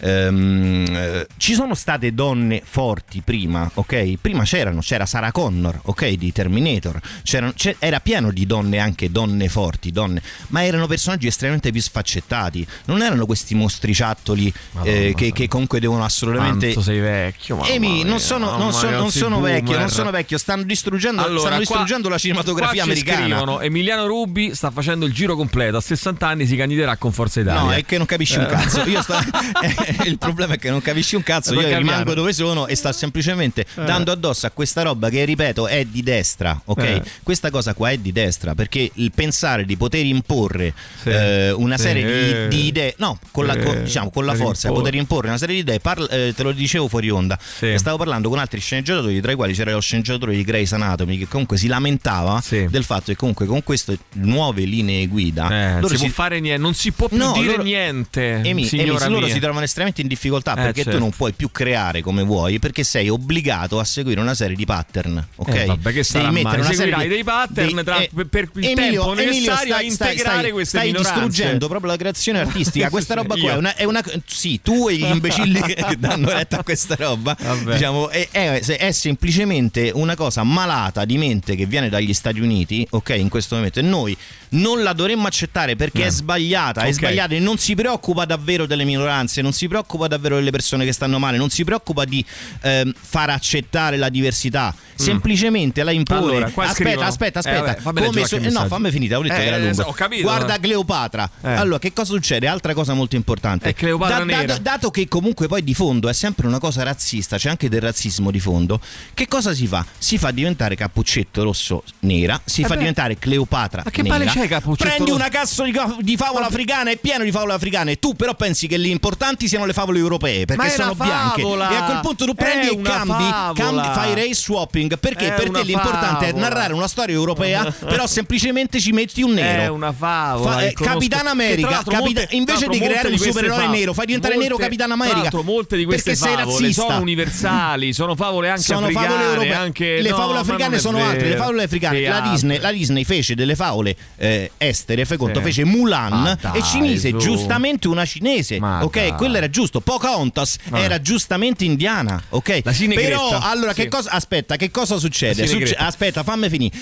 Ehm, eh, ci sono state donne forti prima, ok? Prima c'erano, c'era Sarah Connor, ok? Di Terminator, c'erano- c'è- era pieno di donne, anche donne forti, donne, ma erano personaggi estremamente più sfaccettati, non erano questi mostriciattoli eh, che, che comunque devono assolutamente... Quanto sei vecchio, mamma Emi, mia, non sono, mamma non sono- mia, non sei sono boomer. vecchio, non sono vecchio, stanno distruggendo, Allora, Mm. stanno qua- distruggendo la cinematografia qua ci americana. scrivono, Emiliano Rubi sta facendo il giro completo. A 60 anni si candiderà con Forza Italia. No, è che non capisci un Eh. cazzo. Io sto- eh, il problema è che non capisci un cazzo. Eh, Io tocca al Eh. rimango Milano. dove sono e sta semplicemente dando addosso a questa roba che, ripeto, è di destra. Ok, Eh. questa cosa qua è di destra perché il pensare di poter imporre Sì. eh, una Sì. serie di- Eh. di, idee, no, con la, Eh. con- diciamo, con la Per forza, imporre. poter imporre una serie di idee. Parla- eh, te lo dicevo fuori onda. che Stavo parlando con altri sceneggiatori, tra i quali c'era lo sceneggiatore di Grey's Anatomy, che comunque si lamentava del fatto che comunque con queste nuove linee guida Eh, loro si può si- fare niente, non si può più No, dire loro- niente. Emi, signora Emi, loro mia. si trovano estremamente in difficoltà Eh, perché certo. tu non puoi più creare come vuoi perché sei obbligato a seguire una serie di pattern, ok? Eh, vabbè, che sarà Devi mai? mettere una serie Seguirai di- dei pattern dei- tra- eh, per- per il Emilio- tempo Emilio, necessario stai- a stai- integrare stai- queste Stai minoranze. distruggendo proprio la creazione artistica, questa roba qua Io. è una, è una- sì, tu e gli imbecilli che danno retta a questa roba, diciamo, è, è- è semplicemente una cosa malata di mente che viene dagli Stati Uniti, ok, in questo momento e noi non la dovremmo accettare perché è sbagliata, è Eh. Ok. sbagliata e non si preoccupa davvero delle minoranze, non si preoccupa davvero delle persone che stanno male, non si preoccupa di ehm, far accettare la diversità, semplicemente la impone. Mm. Allora, qua aspetta, scrivono- aspetta, Eh, aspetta, vabbè, fammi leggere su- qualche no, messaggio. fammi finita, ho detto Eh, che era lunga. ho capito. Guarda Cleopatra. Eh. Allora, che cosa succede? Altra cosa molto importante. È Cleopatra nera. dato, dato che comunque poi di fondo è sempre una cosa razzista, c'è anche del razzismo di fondo, che cosa si fa? Si fa diventare cappuccetto rosso nera, si Eh fa beh. diventare Cleopatra Ma che nera. palle c'hai, Cappuccetto Prendi rosso? una cazzo di, ca- di favola africana, è pieno di favole africane, tu però pensi che le importanti siano le favole europee, perché Ma è sono una bianche. favola! E a quel punto tu È prendi e una cambi, favola! cambi, fai race swapping, perché È per una te l'importante è favola. narrare una storia europea, però semplicemente ci metti un nero. È una favola. Fa- che eh, conosco. Capitan America, Che tra l'altro Capita- molte- invece tra l'altro di creare molte un queste supereroe favole- nero, fai diventare molte- nero Capitan America. Tra l'altro, molte di queste Perché sei favole razzista. sono universali, sono favole anche sono africane. favole europee. anche- le no, favole ma non africane è sono altre. Le vero. favole Che africane, la altre? Disney, la Disney fece delle favole eh, estere, fai conto, Sì. fece Mulan Ma dai, e ci mise su. giustamente una cinese. ok, dai. quello era giusto. Pocahontas Ah. era giustamente indiana. Ok, La cinegretta. però allora Sì. che cosa? Aspetta, che cosa La Eh, succede? cinegretta. Succe- aspetta, fammi finire.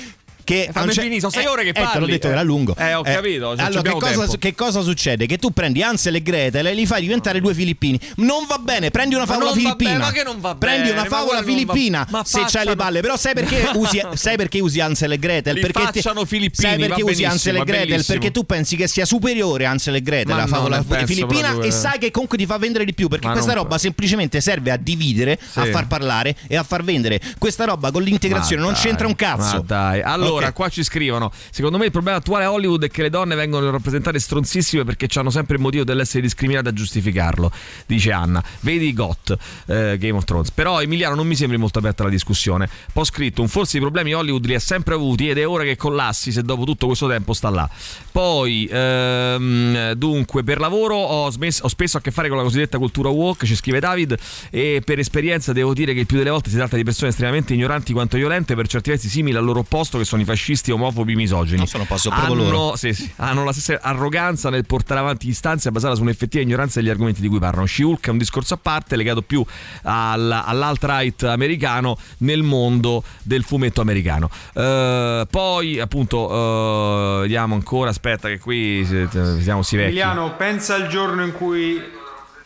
Che Fammi non c'è- finire, sono sei ore che eh, te l'ho parli. detto che era lungo. Eh, ho capito, non allora, che abbiamo cosa, tempo. su- che cosa succede? Che tu prendi Ansel e Gretel e li fai diventare due filippini. Non va bene, prendi una Ma favola non va bene, filippina. ma che non va Prendi bene, una ma favola quello non va- filippina ma se c'hai facciano- le palle. Però sai perché usi, sai perché usi Ansel e Gretel? Li perché facciano filippini, sai va perché usi benissimo, Ansel e va Gretel? bellissimo. Perché tu pensi che sia superiore Ansel e Gretel, Ma la no, favola non penso filippina, proprio, e eh. sai che comunque ti fa vendere di più. Perché Ma questa non- roba semplicemente serve a dividere, a far parlare e a far vendere. Questa roba con l'integrazione Ma non dai, c'entra un cazzo. Ma dai, allora Ok. qua ci scrivono: Secondo me il problema attuale a Hollywood è che le donne vengono rappresentate stronzissime perché hanno sempre il motivo dell'essere discriminate a giustificarlo. Dice Anna. Vedi Got, eh, Game of Thrones. Però Emiliano non mi sembri molto aperta alla discussione. Poi ho scritto: Un forse i problemi Hollywood li ha sempre avuti ed è ora che collassi se dopo tutto questo tempo sta là. Poi, ehm, dunque, per lavoro ho, smesso- ho spesso a che fare con la cosiddetta cultura woke, ci scrive David, e per esperienza devo dire che il più delle volte si tratta di persone estremamente ignoranti quanto violente, per certi versi simili al loro opposto, che sono i fascisti, omofobi, misogeni. Non sono posso proprio hanno, loro. Oh, sì, sì, hanno la stessa arroganza nel portare avanti istanze basate su un'effettiva ignoranza degli argomenti di cui parlano. She-Hulk è un discorso a parte legato più al, all'alt-right americano nel mondo del fumetto americano. Eh, poi, appunto, eh, vediamo ancora. Aspetta, che qui si- siamo si vecchi. Emiliano, pensa al giorno in cui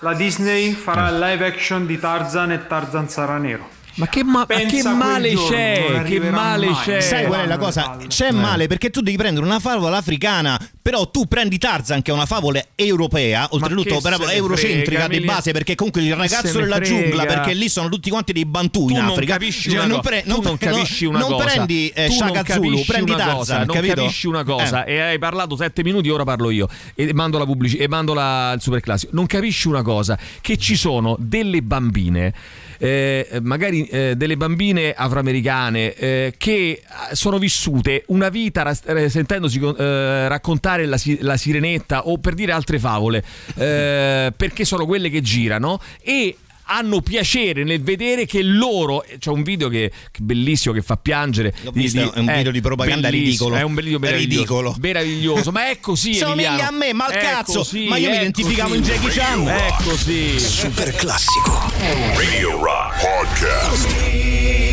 la Disney farà Eh. il live action di Tarzan e Tarzan sarà nero. Ma che, ma- ma Pensa che a quel male giorno, non c'è? Che arriverà male mai. c'è? Sai qual è la cosa? C'è male perché tu devi prendere una favola africana, però tu prendi Tarzan che è una favola europea, oltretutto che però se ne frega, eurocentrica di Emiliano? base perché comunque il Chi se ragazzo ne della frega? giungla perché lì sono tutti quanti dei bantù in Tu non Africa. capisci Cioè, una cosa. pre- Tu non capisci una non cosa. prendi eh, Tu non Shaka Zulu, capisci prendi una Tarzan, cosa, Non capito? capisci una Eh. cosa. E hai parlato sette minuti, ora parlo io. E mando la pubblicità e mando la- il superclassico. Non capisci una cosa: che ci sono delle bambine. eh, magari eh, delle bambine afroamericane eh, che sono vissute una vita ras- eh, sentendosi con- eh, raccontare la, si- la sirenetta o per dire altre favole eh, perché sono quelle che girano e hanno piacere nel vedere che loro c'è un video che, che bellissimo che fa piangere L'ho visto, è un video di propaganda eh, bellissimo, ridicolo. è un video meraviglioso, Ridicolo. meraviglioso ma è così Somiglia Emiliano. Ecco, a me, ma al È cazzo, così, ma io mi è identificavo in così. Jackie Chan. è così Eh, super classico Radio Rock Podcast.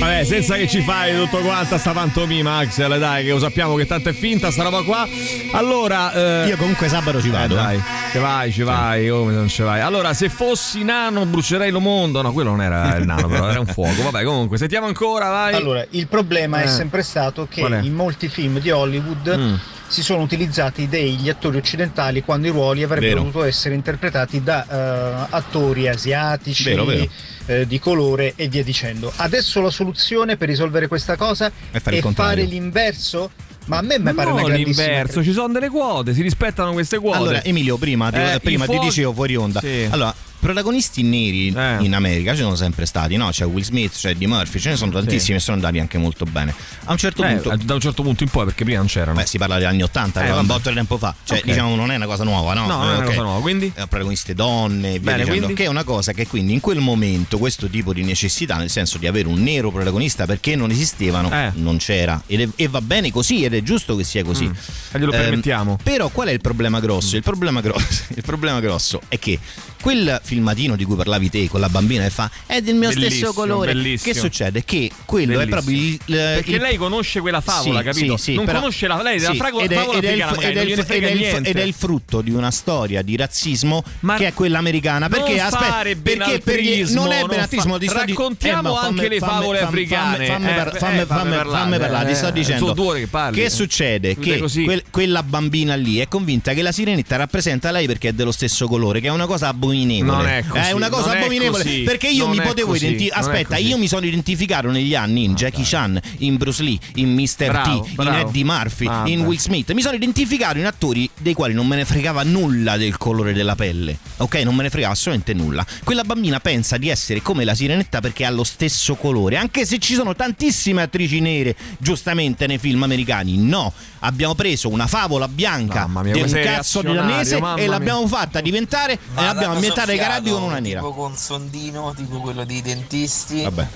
Vabbè, senza che ci fai tutto quanto sta pantomima, Axel, dai, che lo sappiamo che tanto è finta sta roba qua. Allora, io comunque sabato ci vado, eh. dai. Ci vai, ci vai, come non ci vai. Allora, se fossi nano brucerei lo mondo. No, quello non era il nano, però era un fuoco. Vabbè, comunque, sentiamo ancora, vai. Allora, il problema Eh. è sempre stato che Qual è? in molti film di Hollywood Mm. si sono utilizzati degli attori occidentali quando i ruoli avrebbero Vero. potuto essere interpretati da eh, attori asiatici, Vero, vero. eh, di colore e via dicendo. Adesso la soluzione per risolvere questa cosa È è fare il fare, contrario. l'inverso? Ma a me mi Ma Eh, pare una no, grandissima l'inverso, ci sono delle quote, si rispettano queste quote. Allora, Emilio, prima, ti- Eh, i prima ti fuochi- dicevo fuori onda. Sì. Eh. Allora, protagonisti neri in America ci sono sempre stati, no? C'è Will Smith, c'è Eddie Murphy, ce ne sono tantissimi e sono andati anche molto bene. A un certo Eh, punto. Da un certo punto in poi, perché prima non c'erano. Beh, si parla degli anni 80, Eh, però un vabbè. botto di tempo fa. Cioè, Ok. diciamo, non è una cosa nuova, no? No, non è Eh, una ok. cosa nuova, quindi? Eh, Protagoniste donne, e via Bene, dicendo. quindi? Che è una cosa che quindi in quel momento questo tipo di necessità, nel senso di avere un nero protagonista perché non esistevano, Eh. non c'era. Ed è- e va bene così, ed è giusto che sia così. Mm. E glielo Ehm, permettiamo. Però qual è il problema grosso? Il problema grosso, il problema grosso è che quel filmatino di cui parlavi te con la bambina che fa è del mio Bellissimo, stesso colore. bellissimo. Che succede? Che quello è Bellissimo. proprio il, il- Perché eh, il- lei conosce quella favola, Sì, capito? sì, sì, non però- conosce la lei, la sì, frago- ed è- favola ed è il- africana, magari ed è non il- gliene frega ed è il- niente. ed è il frutto di una storia di razzismo che è quella americana. Non Perché fare aspetta, perché, perché benaltrismo, non è non benaltrismo, fa- ti sto di- eh, Raccontiamo ma anche le favole fammi- africane. Fammi, Eh, fammi, eh, par- fammi- fammi fammi- parlare, fammi parlare, eh, ti sto eh, dicendo. sono due ore che parli. Che succede? Chiude Che così. quel- quella bambina lì è convinta che la sirenetta rappresenta lei perché è dello stesso colore, che è una cosa abominevole. Eh, Non è così, È una cosa non è abominevole così, perché io non mi è potevo così, identificare. non è Aspetta, così. io mi sono identificato negli anni in Jackie Chan, in Bruce Lee, in Mr. Ah, Bravo, T, bravo. in Eddie Murphy, Ah, in beh. Will Smith. Mi sono identificato in attori dei quali non me ne fregava nulla del colore della pelle. Ok, non me ne fregava assolutamente nulla. Quella bambina pensa di essere come la sirenetta perché ha lo stesso colore, anche se ci sono tantissime attrici nere, giustamente nei film americani. No, abbiamo preso una favola bianca mia, di come un sei cazzo reazionario, danese mamma e mia. l'abbiamo fatta diventare e l'abbiamo ambientata ai Caraibi con una nera. Tipo con sondino, tipo quello dei dentisti. Vabbè.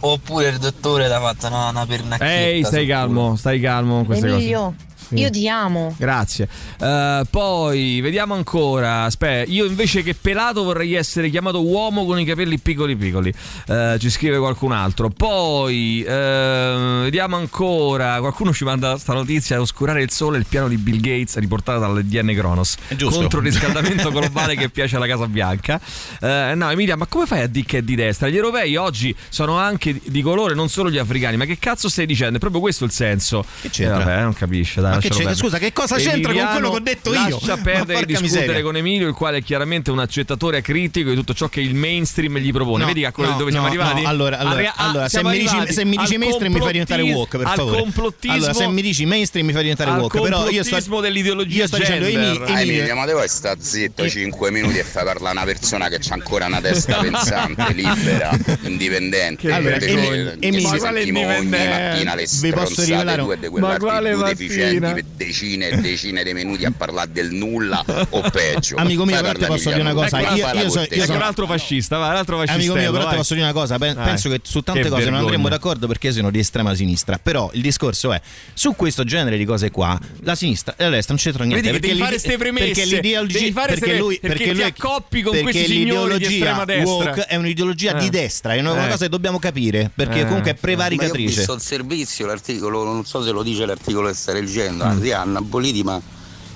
Oppure il dottore l'ha fatta una, una pernacchietta. Ehi, stai calmo, stai calmo con queste Emilio, cose. Sì. io ti amo. Grazie. Eh, poi vediamo ancora. Aspetta, io invece che pelato vorrei essere chiamato uomo con i capelli piccoli piccoli. Eh, ci scrive qualcun altro. Poi ehm, vediamo ancora. Qualcuno ci manda sta notizia: oscurare il sole, il piano di Bill Gates riportato dall'EDN Cronos giusto. contro il riscaldamento globale che piace alla Casa Bianca. Eh, no, Emilia, ma come fai a dire che è di destra? Gli europei oggi sono anche di- di colore, non solo gli africani. Ma che cazzo stai dicendo? È proprio questo il senso. Che c'entra? vabbè, non capisce. Dai, Ma che lascialo c'è- perdere. scusa, che cosa Ah, c'entra con quello che ho detto io? Lascia Ma perdere di porca discutere miseria. con Emilio, il quale è chiaramente un accettatore acritico di tutto ciò che il mainstream gli propone. No, Vedi a quello no, dove siamo no, arrivati? no, allora, allora, Arri- ah, allora, se, siamo mi dici, arrivati se mi dici al mainstream mi fai diventare complotti- woke, per al favore. complottismo- Allora, se mi dici mainstream mi fai diventare al woke, però io complottismo sto dell'ideologia io sto dicendo gender. Emi- Ah, Emilio, Emilio, ma te vuoi sta zitto 5 minuti e fai parlare a una persona che c'ha ancora una testa pensante, libera, indipendente. Che perché vergogna. ci Emilio- Ma quale sentiamo ogni indipendente? mattina le Vi posso stronzate rivelare un- tue e di Ma quale quell'attitudine deficiente mattina? Martina? di decine e decine di minuti a parlare del nulla o peggio. Amico mio, Fai però ti parlare posso dire una Ecco, Emiliano cosa. Rocca, Io, ecco, parla io so, con te. io sono fascista, va, l'altro Amico mio, però vai. ti posso dire una cosa. Pen- Ah, Dai. Penso che su tante Che cose non vergogna. andremo d'accordo perché io sono di estrema sinistra. Però il discorso è: su questo genere di cose qua, la sinistra e la destra non c'entrano niente. Vedi che perché devi fare l'ide- ste premesse, Perché l'ideologia devi fare perché ste- lui, perché ti lui- accoppi con perché questi signori di l'ideologia estrema destra. woke è un'ideologia di Eh. destra, è una Eh. cosa che dobbiamo capire. Perché Eh. comunque Ma è io ho prevaricatrice. visto il servizio, l'articolo, non so se lo dice l'articolo che sta leggendo, Mm. anzi hanno aboliti, ma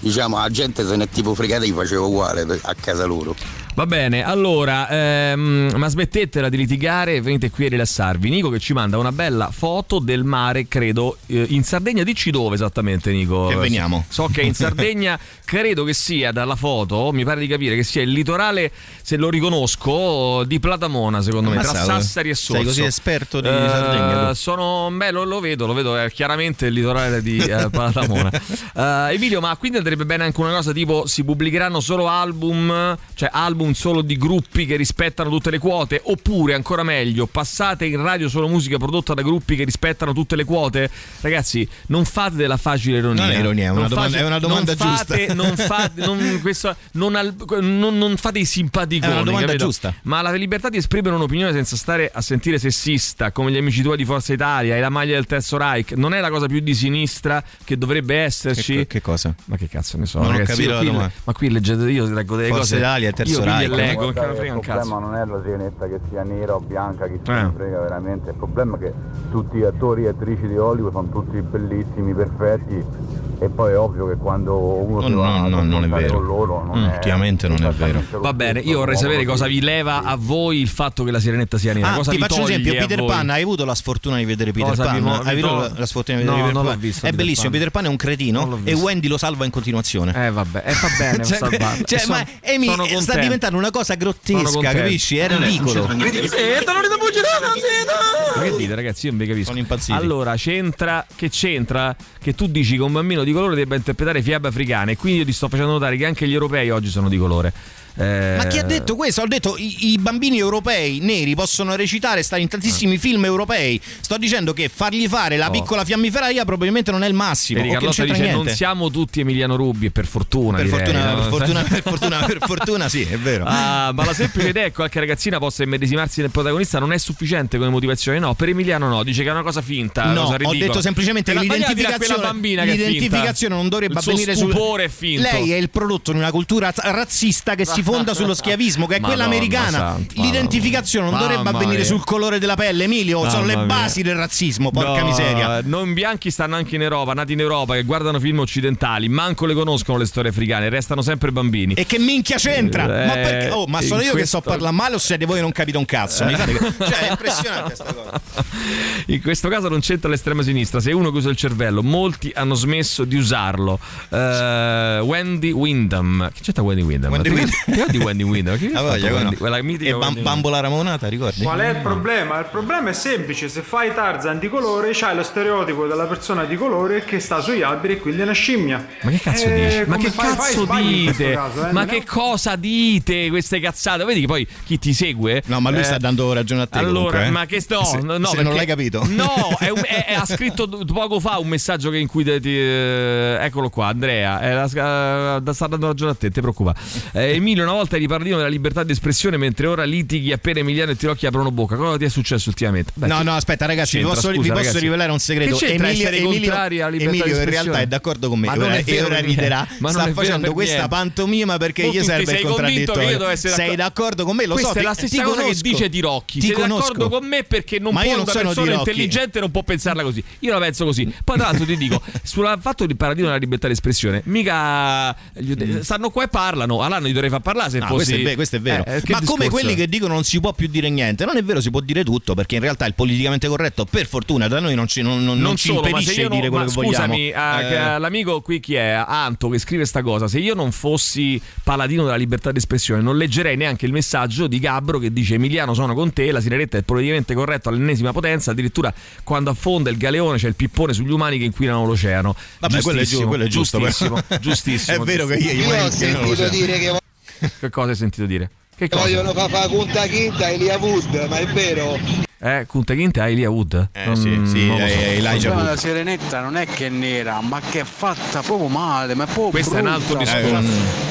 diciamo la gente se ne è tipo fregata gli faceva uguale per- a casa loro. Va bene, allora, ehm, ma smettetela di litigare, venite qui a rilassarvi. Nico che ci manda una bella foto del mare, credo, eh, in Sardegna. Dici dove esattamente, Nico? Che veniamo. So che in Sardegna credo che sia, dalla foto, mi pare di capire, che sia il litorale, se lo riconosco, di Platamona, secondo me, tra Pensavo. Sassari e Sorso. Sei così esperto di Eh, Sardegna. tu. sono, beh, lo, lo vedo, lo vedo, è chiaramente il litorale di eh, Palatamona. Eh, Emilio, ma quindi andrebbe bene anche una cosa tipo si pubblicheranno solo album, cioè album solo di gruppi che rispettano tutte le quote, oppure ancora meglio, passate in radio solo musica prodotta da gruppi che rispettano tutte le quote? Ragazzi, non fate della facile ironia. Non è ironia, è una Non domanda- face- è una domanda non fate- giusta. Non fate, non, questo- non al- non- non fate i simpaticoni. È una domanda capito? giusta. Ma la libertà di esprimere un'opinione senza stare a sentire sessista, come gli amici tuoi di Forza Italia e la maglia del Terzo Reich, non è la cosa più di sinistra che dovrebbe esserci? Ecco, Che, che cosa? Ma che cazzo ne so? Non ho ragazzi, capito io la qui- domanda. Ma qui leggete io leggo delle Forza cose. Italia e Terzo io qui le Reich. leggo, non Guarda, me ne frega un il cazzo. problema non è la sirenetta che sia nera o bianca, chi se ne Eh. frega veramente. Il problema è che tutti gli attori e attrici di Hollywood sono tutti bellissimi, perfetti. E poi è ovvio che quando uno No, si va no, a no, non è confrontare vero. con loro non Mm, è ultimamente non è vero. esattamente lo Va bene, stesso io vorrei uomo sapere cosa che- vi leva a voi il fatto che la sirenetta sia nera. Ah, cosa ti vi faccio un toglie esempio: a Peter voi? Pan. Hai avuto la sfortuna di vedere Peter Cosa vi Pan? mo- Hai vi avuto tol- la, la sfortuna di No, vedere non Peter l'ho Pan? visto è Peter bellissimo. Pan. Peter Pan è un cretino e visto. Wendy lo salva in continuazione. Eh, vabbè, e fa bene. Cioè, sta barba. cioè, Sono- ma Amy sono sta contento. diventando una cosa Sono grottesca, contento. capisci? È ridicolo. non li devo girare, Ma che dite ragazzi? Io non vi capisco. Sono impazziti. Allora, c'entra che c'entra che tu dici che un bambino di colore debba interpretare fiabe africane e quindi io ti sto facendo notare che anche gli europei oggi sono di colore. Eh, Ma chi ha detto questo? Ho detto i, i bambini europei neri possono recitare, stare in tantissimi film europei. Sto dicendo che fargli fare la Eh. Oh. piccola fiammiferaia probabilmente non è il massimo. Vedi, o che Carlotta non c'entra dice non niente. siamo tutti Emiliano Rubbi e per fortuna Per direi, fortuna, no? per fortuna, per fortuna, per fortuna, sì, è vero. Ah, ma la semplice idea è che qualche ragazzina possa immedesimarsi nel protagonista non è sufficiente come motivazione, no? Per Emiliano no, dice che è una cosa finta, una No, cosa ho ridicola. detto semplicemente Te che la sbagli a dire a quella l'identificazione, bambina che è finta. l'identificazione non dovrebbe il suo avvenire sul stupore è finto. Lei è il prodotto di una cultura razzista che si fonda sullo schiavismo, che è quella Madonna americana. santa, madonna. L'identificazione non dovrebbe Mamma avvenire mia. sul colore della pelle, Emilio, sono le Mamma mia. basi del razzismo, porca No, eh, miseria. Non bianchi stanno anche in Europa, nati in Europa, che guardano film occidentali, manco le conoscono le storie africane, restano sempre bambini. E che minchia c'entra? ma Eh, perché? Oh, ma in sono io che questo- so parlare male o siete voi che non capite un cazzo? Mi fate- Cioè, è impressionante sta cosa. In questo caso non c'entra l'estrema sinistra, se uno che usa il cervello, molti hanno smesso di usarlo. Eh, Wendy Windham. Che c'entra Wendy Windham? Wendy Ti- Windham. ti ricordi Wendy Windham? Che Ah, ha fatto voglia, come Wendy- no. Quella mitica E bam- Wendy Windham. bambola ramonata, ricordi? Qual è il problema? Il problema è semplice, se fai Tarzan di colore c'hai lo stereotipo della persona di colore che sta sugli alberi e quindi è una scimmia. Ma che cazzo Eh, dici? Ma come che fai? Fai cazzo sbagli in questo dite? caso, eh, Ma non è- che cosa dite queste cazzate? Vedi che poi chi ti segue. No, ma lui eh, sta dando ragione a te. Allora, comunque, eh. ma che sto? Se, no, no, se non perché- l'hai capito. No, è un- è- è- ha scritto d- poco fa un messaggio che in cui te- ti, eh, eccolo qua, Andrea. eh, la- eh, sta dando ragione a te, ti preoccupa. Eh, Emilio, una volta eri paladino della libertà di espressione, mentre ora litighi appena Emiliano e Tirocchi aprono bocca. Cosa ti è successo ultimamente? Beh, No, che- no, aspetta, ragazzi, vi c'entra, posso, vi scusa, posso ragazzi. rivelare un segreto. Che c'entra Emilio, essere Emilio, contrari alla libertà di Emilio in espressione? realtà è d'accordo con me. Ma non ora- è e vero ora per riderà. niente. Ma non è sta vero facendo per questa niente. pantomima perché Tu gli ti serve sei il convinto che io devo contraddittorio. essere Sei d'accordo con me? Lo Questa so. è ti- la stessa ti cosa conosco. che dice Tirocchi. Ti Sei conosco. d'accordo con me perché non Ma può io una non sono persona Tirocchi. intelligente non può pensarla così. Io la penso così. Poi tra l'altro ti dico, sul fatto del paradigma della libertà di espressione, mica gli ut- stanno qua e parlano, all'anno gli dovrei far parlare se Ah, fossi Mm. questo, è, ve- questo è vero. Eh, che Ma come discorso quelli è? che dicono non si può più dire niente, non è vero, si può dire tutto perché in realtà il politicamente corretto, per fortuna, da noi non ci, non- non- non ci solo, ma se impedisce io di non- dire quello ma che scusami, vogliamo. ah, Eh, che, ah, l'amico qui chi è? Anto che scrive sta cosa. Se io non fossi paladino della libertà di espressione, non leggerei neanche il messaggio di Gabbro che dice Emiliano sono con te, la sirenetta è politicamente corretta all'ennesima potenza, addirittura quando affonda il galeone c'è il pippone sugli umani che inquinano l'oceano. Vabbè, quello è, giu- Giustissimo, quello è giusto. però. Giustissimo, giustissimo. è vero che io, giustissimo. io- Io ho sentito dire che Che cosa hai sentito dire? Che cosa? Vogliono fa fa Kunta Quinta e Lia Wood, ma è vero. Eh, Kunta Kinte ha Elia Wood? Eh, sì, sì, eh, Elijah Wood. la sirenetta non è che è nera, ma che è fatta proprio male, ma è proprio Questo è un altro brutta, Eh, discorso.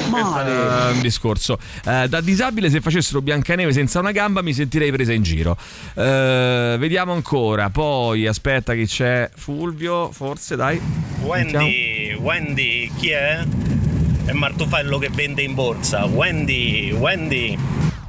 Male. Questo è un discorso. Eh, da disabile, se facessero Biancaneve senza una gamba, mi sentirei presa in giro. Eh, vediamo ancora. Poi aspetta, che c'è Fulvio, forse dai. Wendy, Wendy, chi è? È Martufello che vende in borsa. Wendy, Wendy.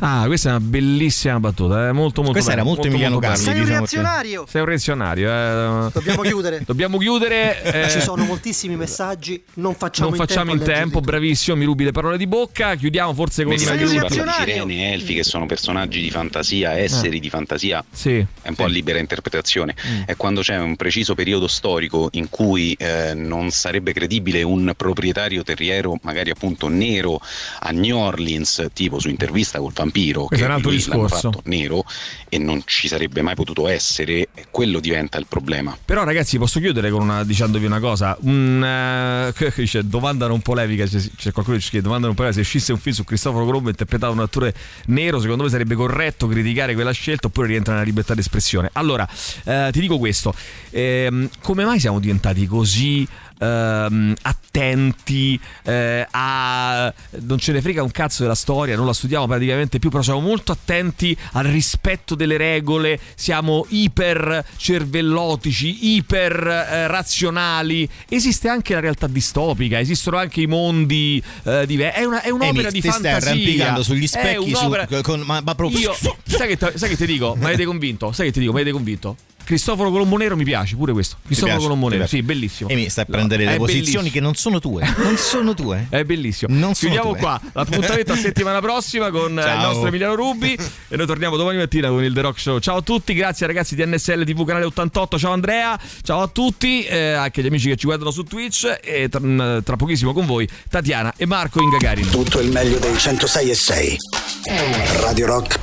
Ah, questa è una bellissima battuta. eh, Molto, molto Questa bella, era molto Emiliano bella. Galli, Sei un diciamo, cioè. reazionario! Sei un reazionario. eh. Dobbiamo chiudere. Dobbiamo chiudere. eh. Ci sono moltissimi messaggi, non facciamo Non in facciamo tempo. a in leggerli tempo, bravissimo, mi rubi le parole di bocca. Chiudiamo forse con Veniva una chiusa chiusa. con sirene, elfi che sono personaggi di fantasia, esseri Eh. di fantasia. Sì. Mm. È un po' a libera interpretazione. È quando c'è un preciso periodo storico in cui eh, non sarebbe credibile un proprietario terriero, magari appunto nero, a New Orleans, tipo su intervista col vampiro, Questo è un altro lui l'hanno discorso. fatto nero e non ci sarebbe mai potuto essere, e quello diventa il problema. Però ragazzi posso chiudere con una, dicendovi una cosa, un, eh, che- che dice, domanda non polemica, c'è, c'è qualcuno che ci chiede domanda non polemica, se uscisse un film su Cristoforo Colombo interpretato da un attore nero, secondo me sarebbe corretto criticare quella scelta oppure rientra nella libertà d'espressione. Allora, eh, ti dico questo, ehm, come mai siamo diventati così ehm, attenti eh, a non ce ne frega un cazzo della storia, non la studiamo praticamente più, però siamo molto attenti al rispetto delle regole, siamo iper cervellotici, iper eh, razionali. Esiste anche la realtà distopica, esistono anche i mondi eh, diversi. È, una- è un'opera Emi, di ti stai fantasia. arrampicando sugli È specchi su- un'opera- con- ma, ma proprio io, sai, che te- sai che ti dico? Mi avete convinto? Sai che ti dico? Mi avete convinto? Cristoforo Colombo Nero mi piace pure questo. Cristoforo piace? Colombo Ti Nero, piace? sì, bellissimo. Emi, stai a prendere le È posizioni bellissimo. che non sono tue. Non sono tue. È bellissimo. Non sono Chiudiamo tue. qua l'appuntamento a settimana prossima con eh, il Ciao. nostro Emiliano Rubi e noi torniamo domani mattina con il The Rock Show. Ciao a tutti, grazie ragazzi di NSL TV Canale 88, ciao Andrea, ciao a tutti, eh, anche gli amici che ci guardano su Twitch e tra, tra pochissimo con voi Tatiana e Marco in Gagarin. Tutto il meglio dei 106 e 6. Radio Rock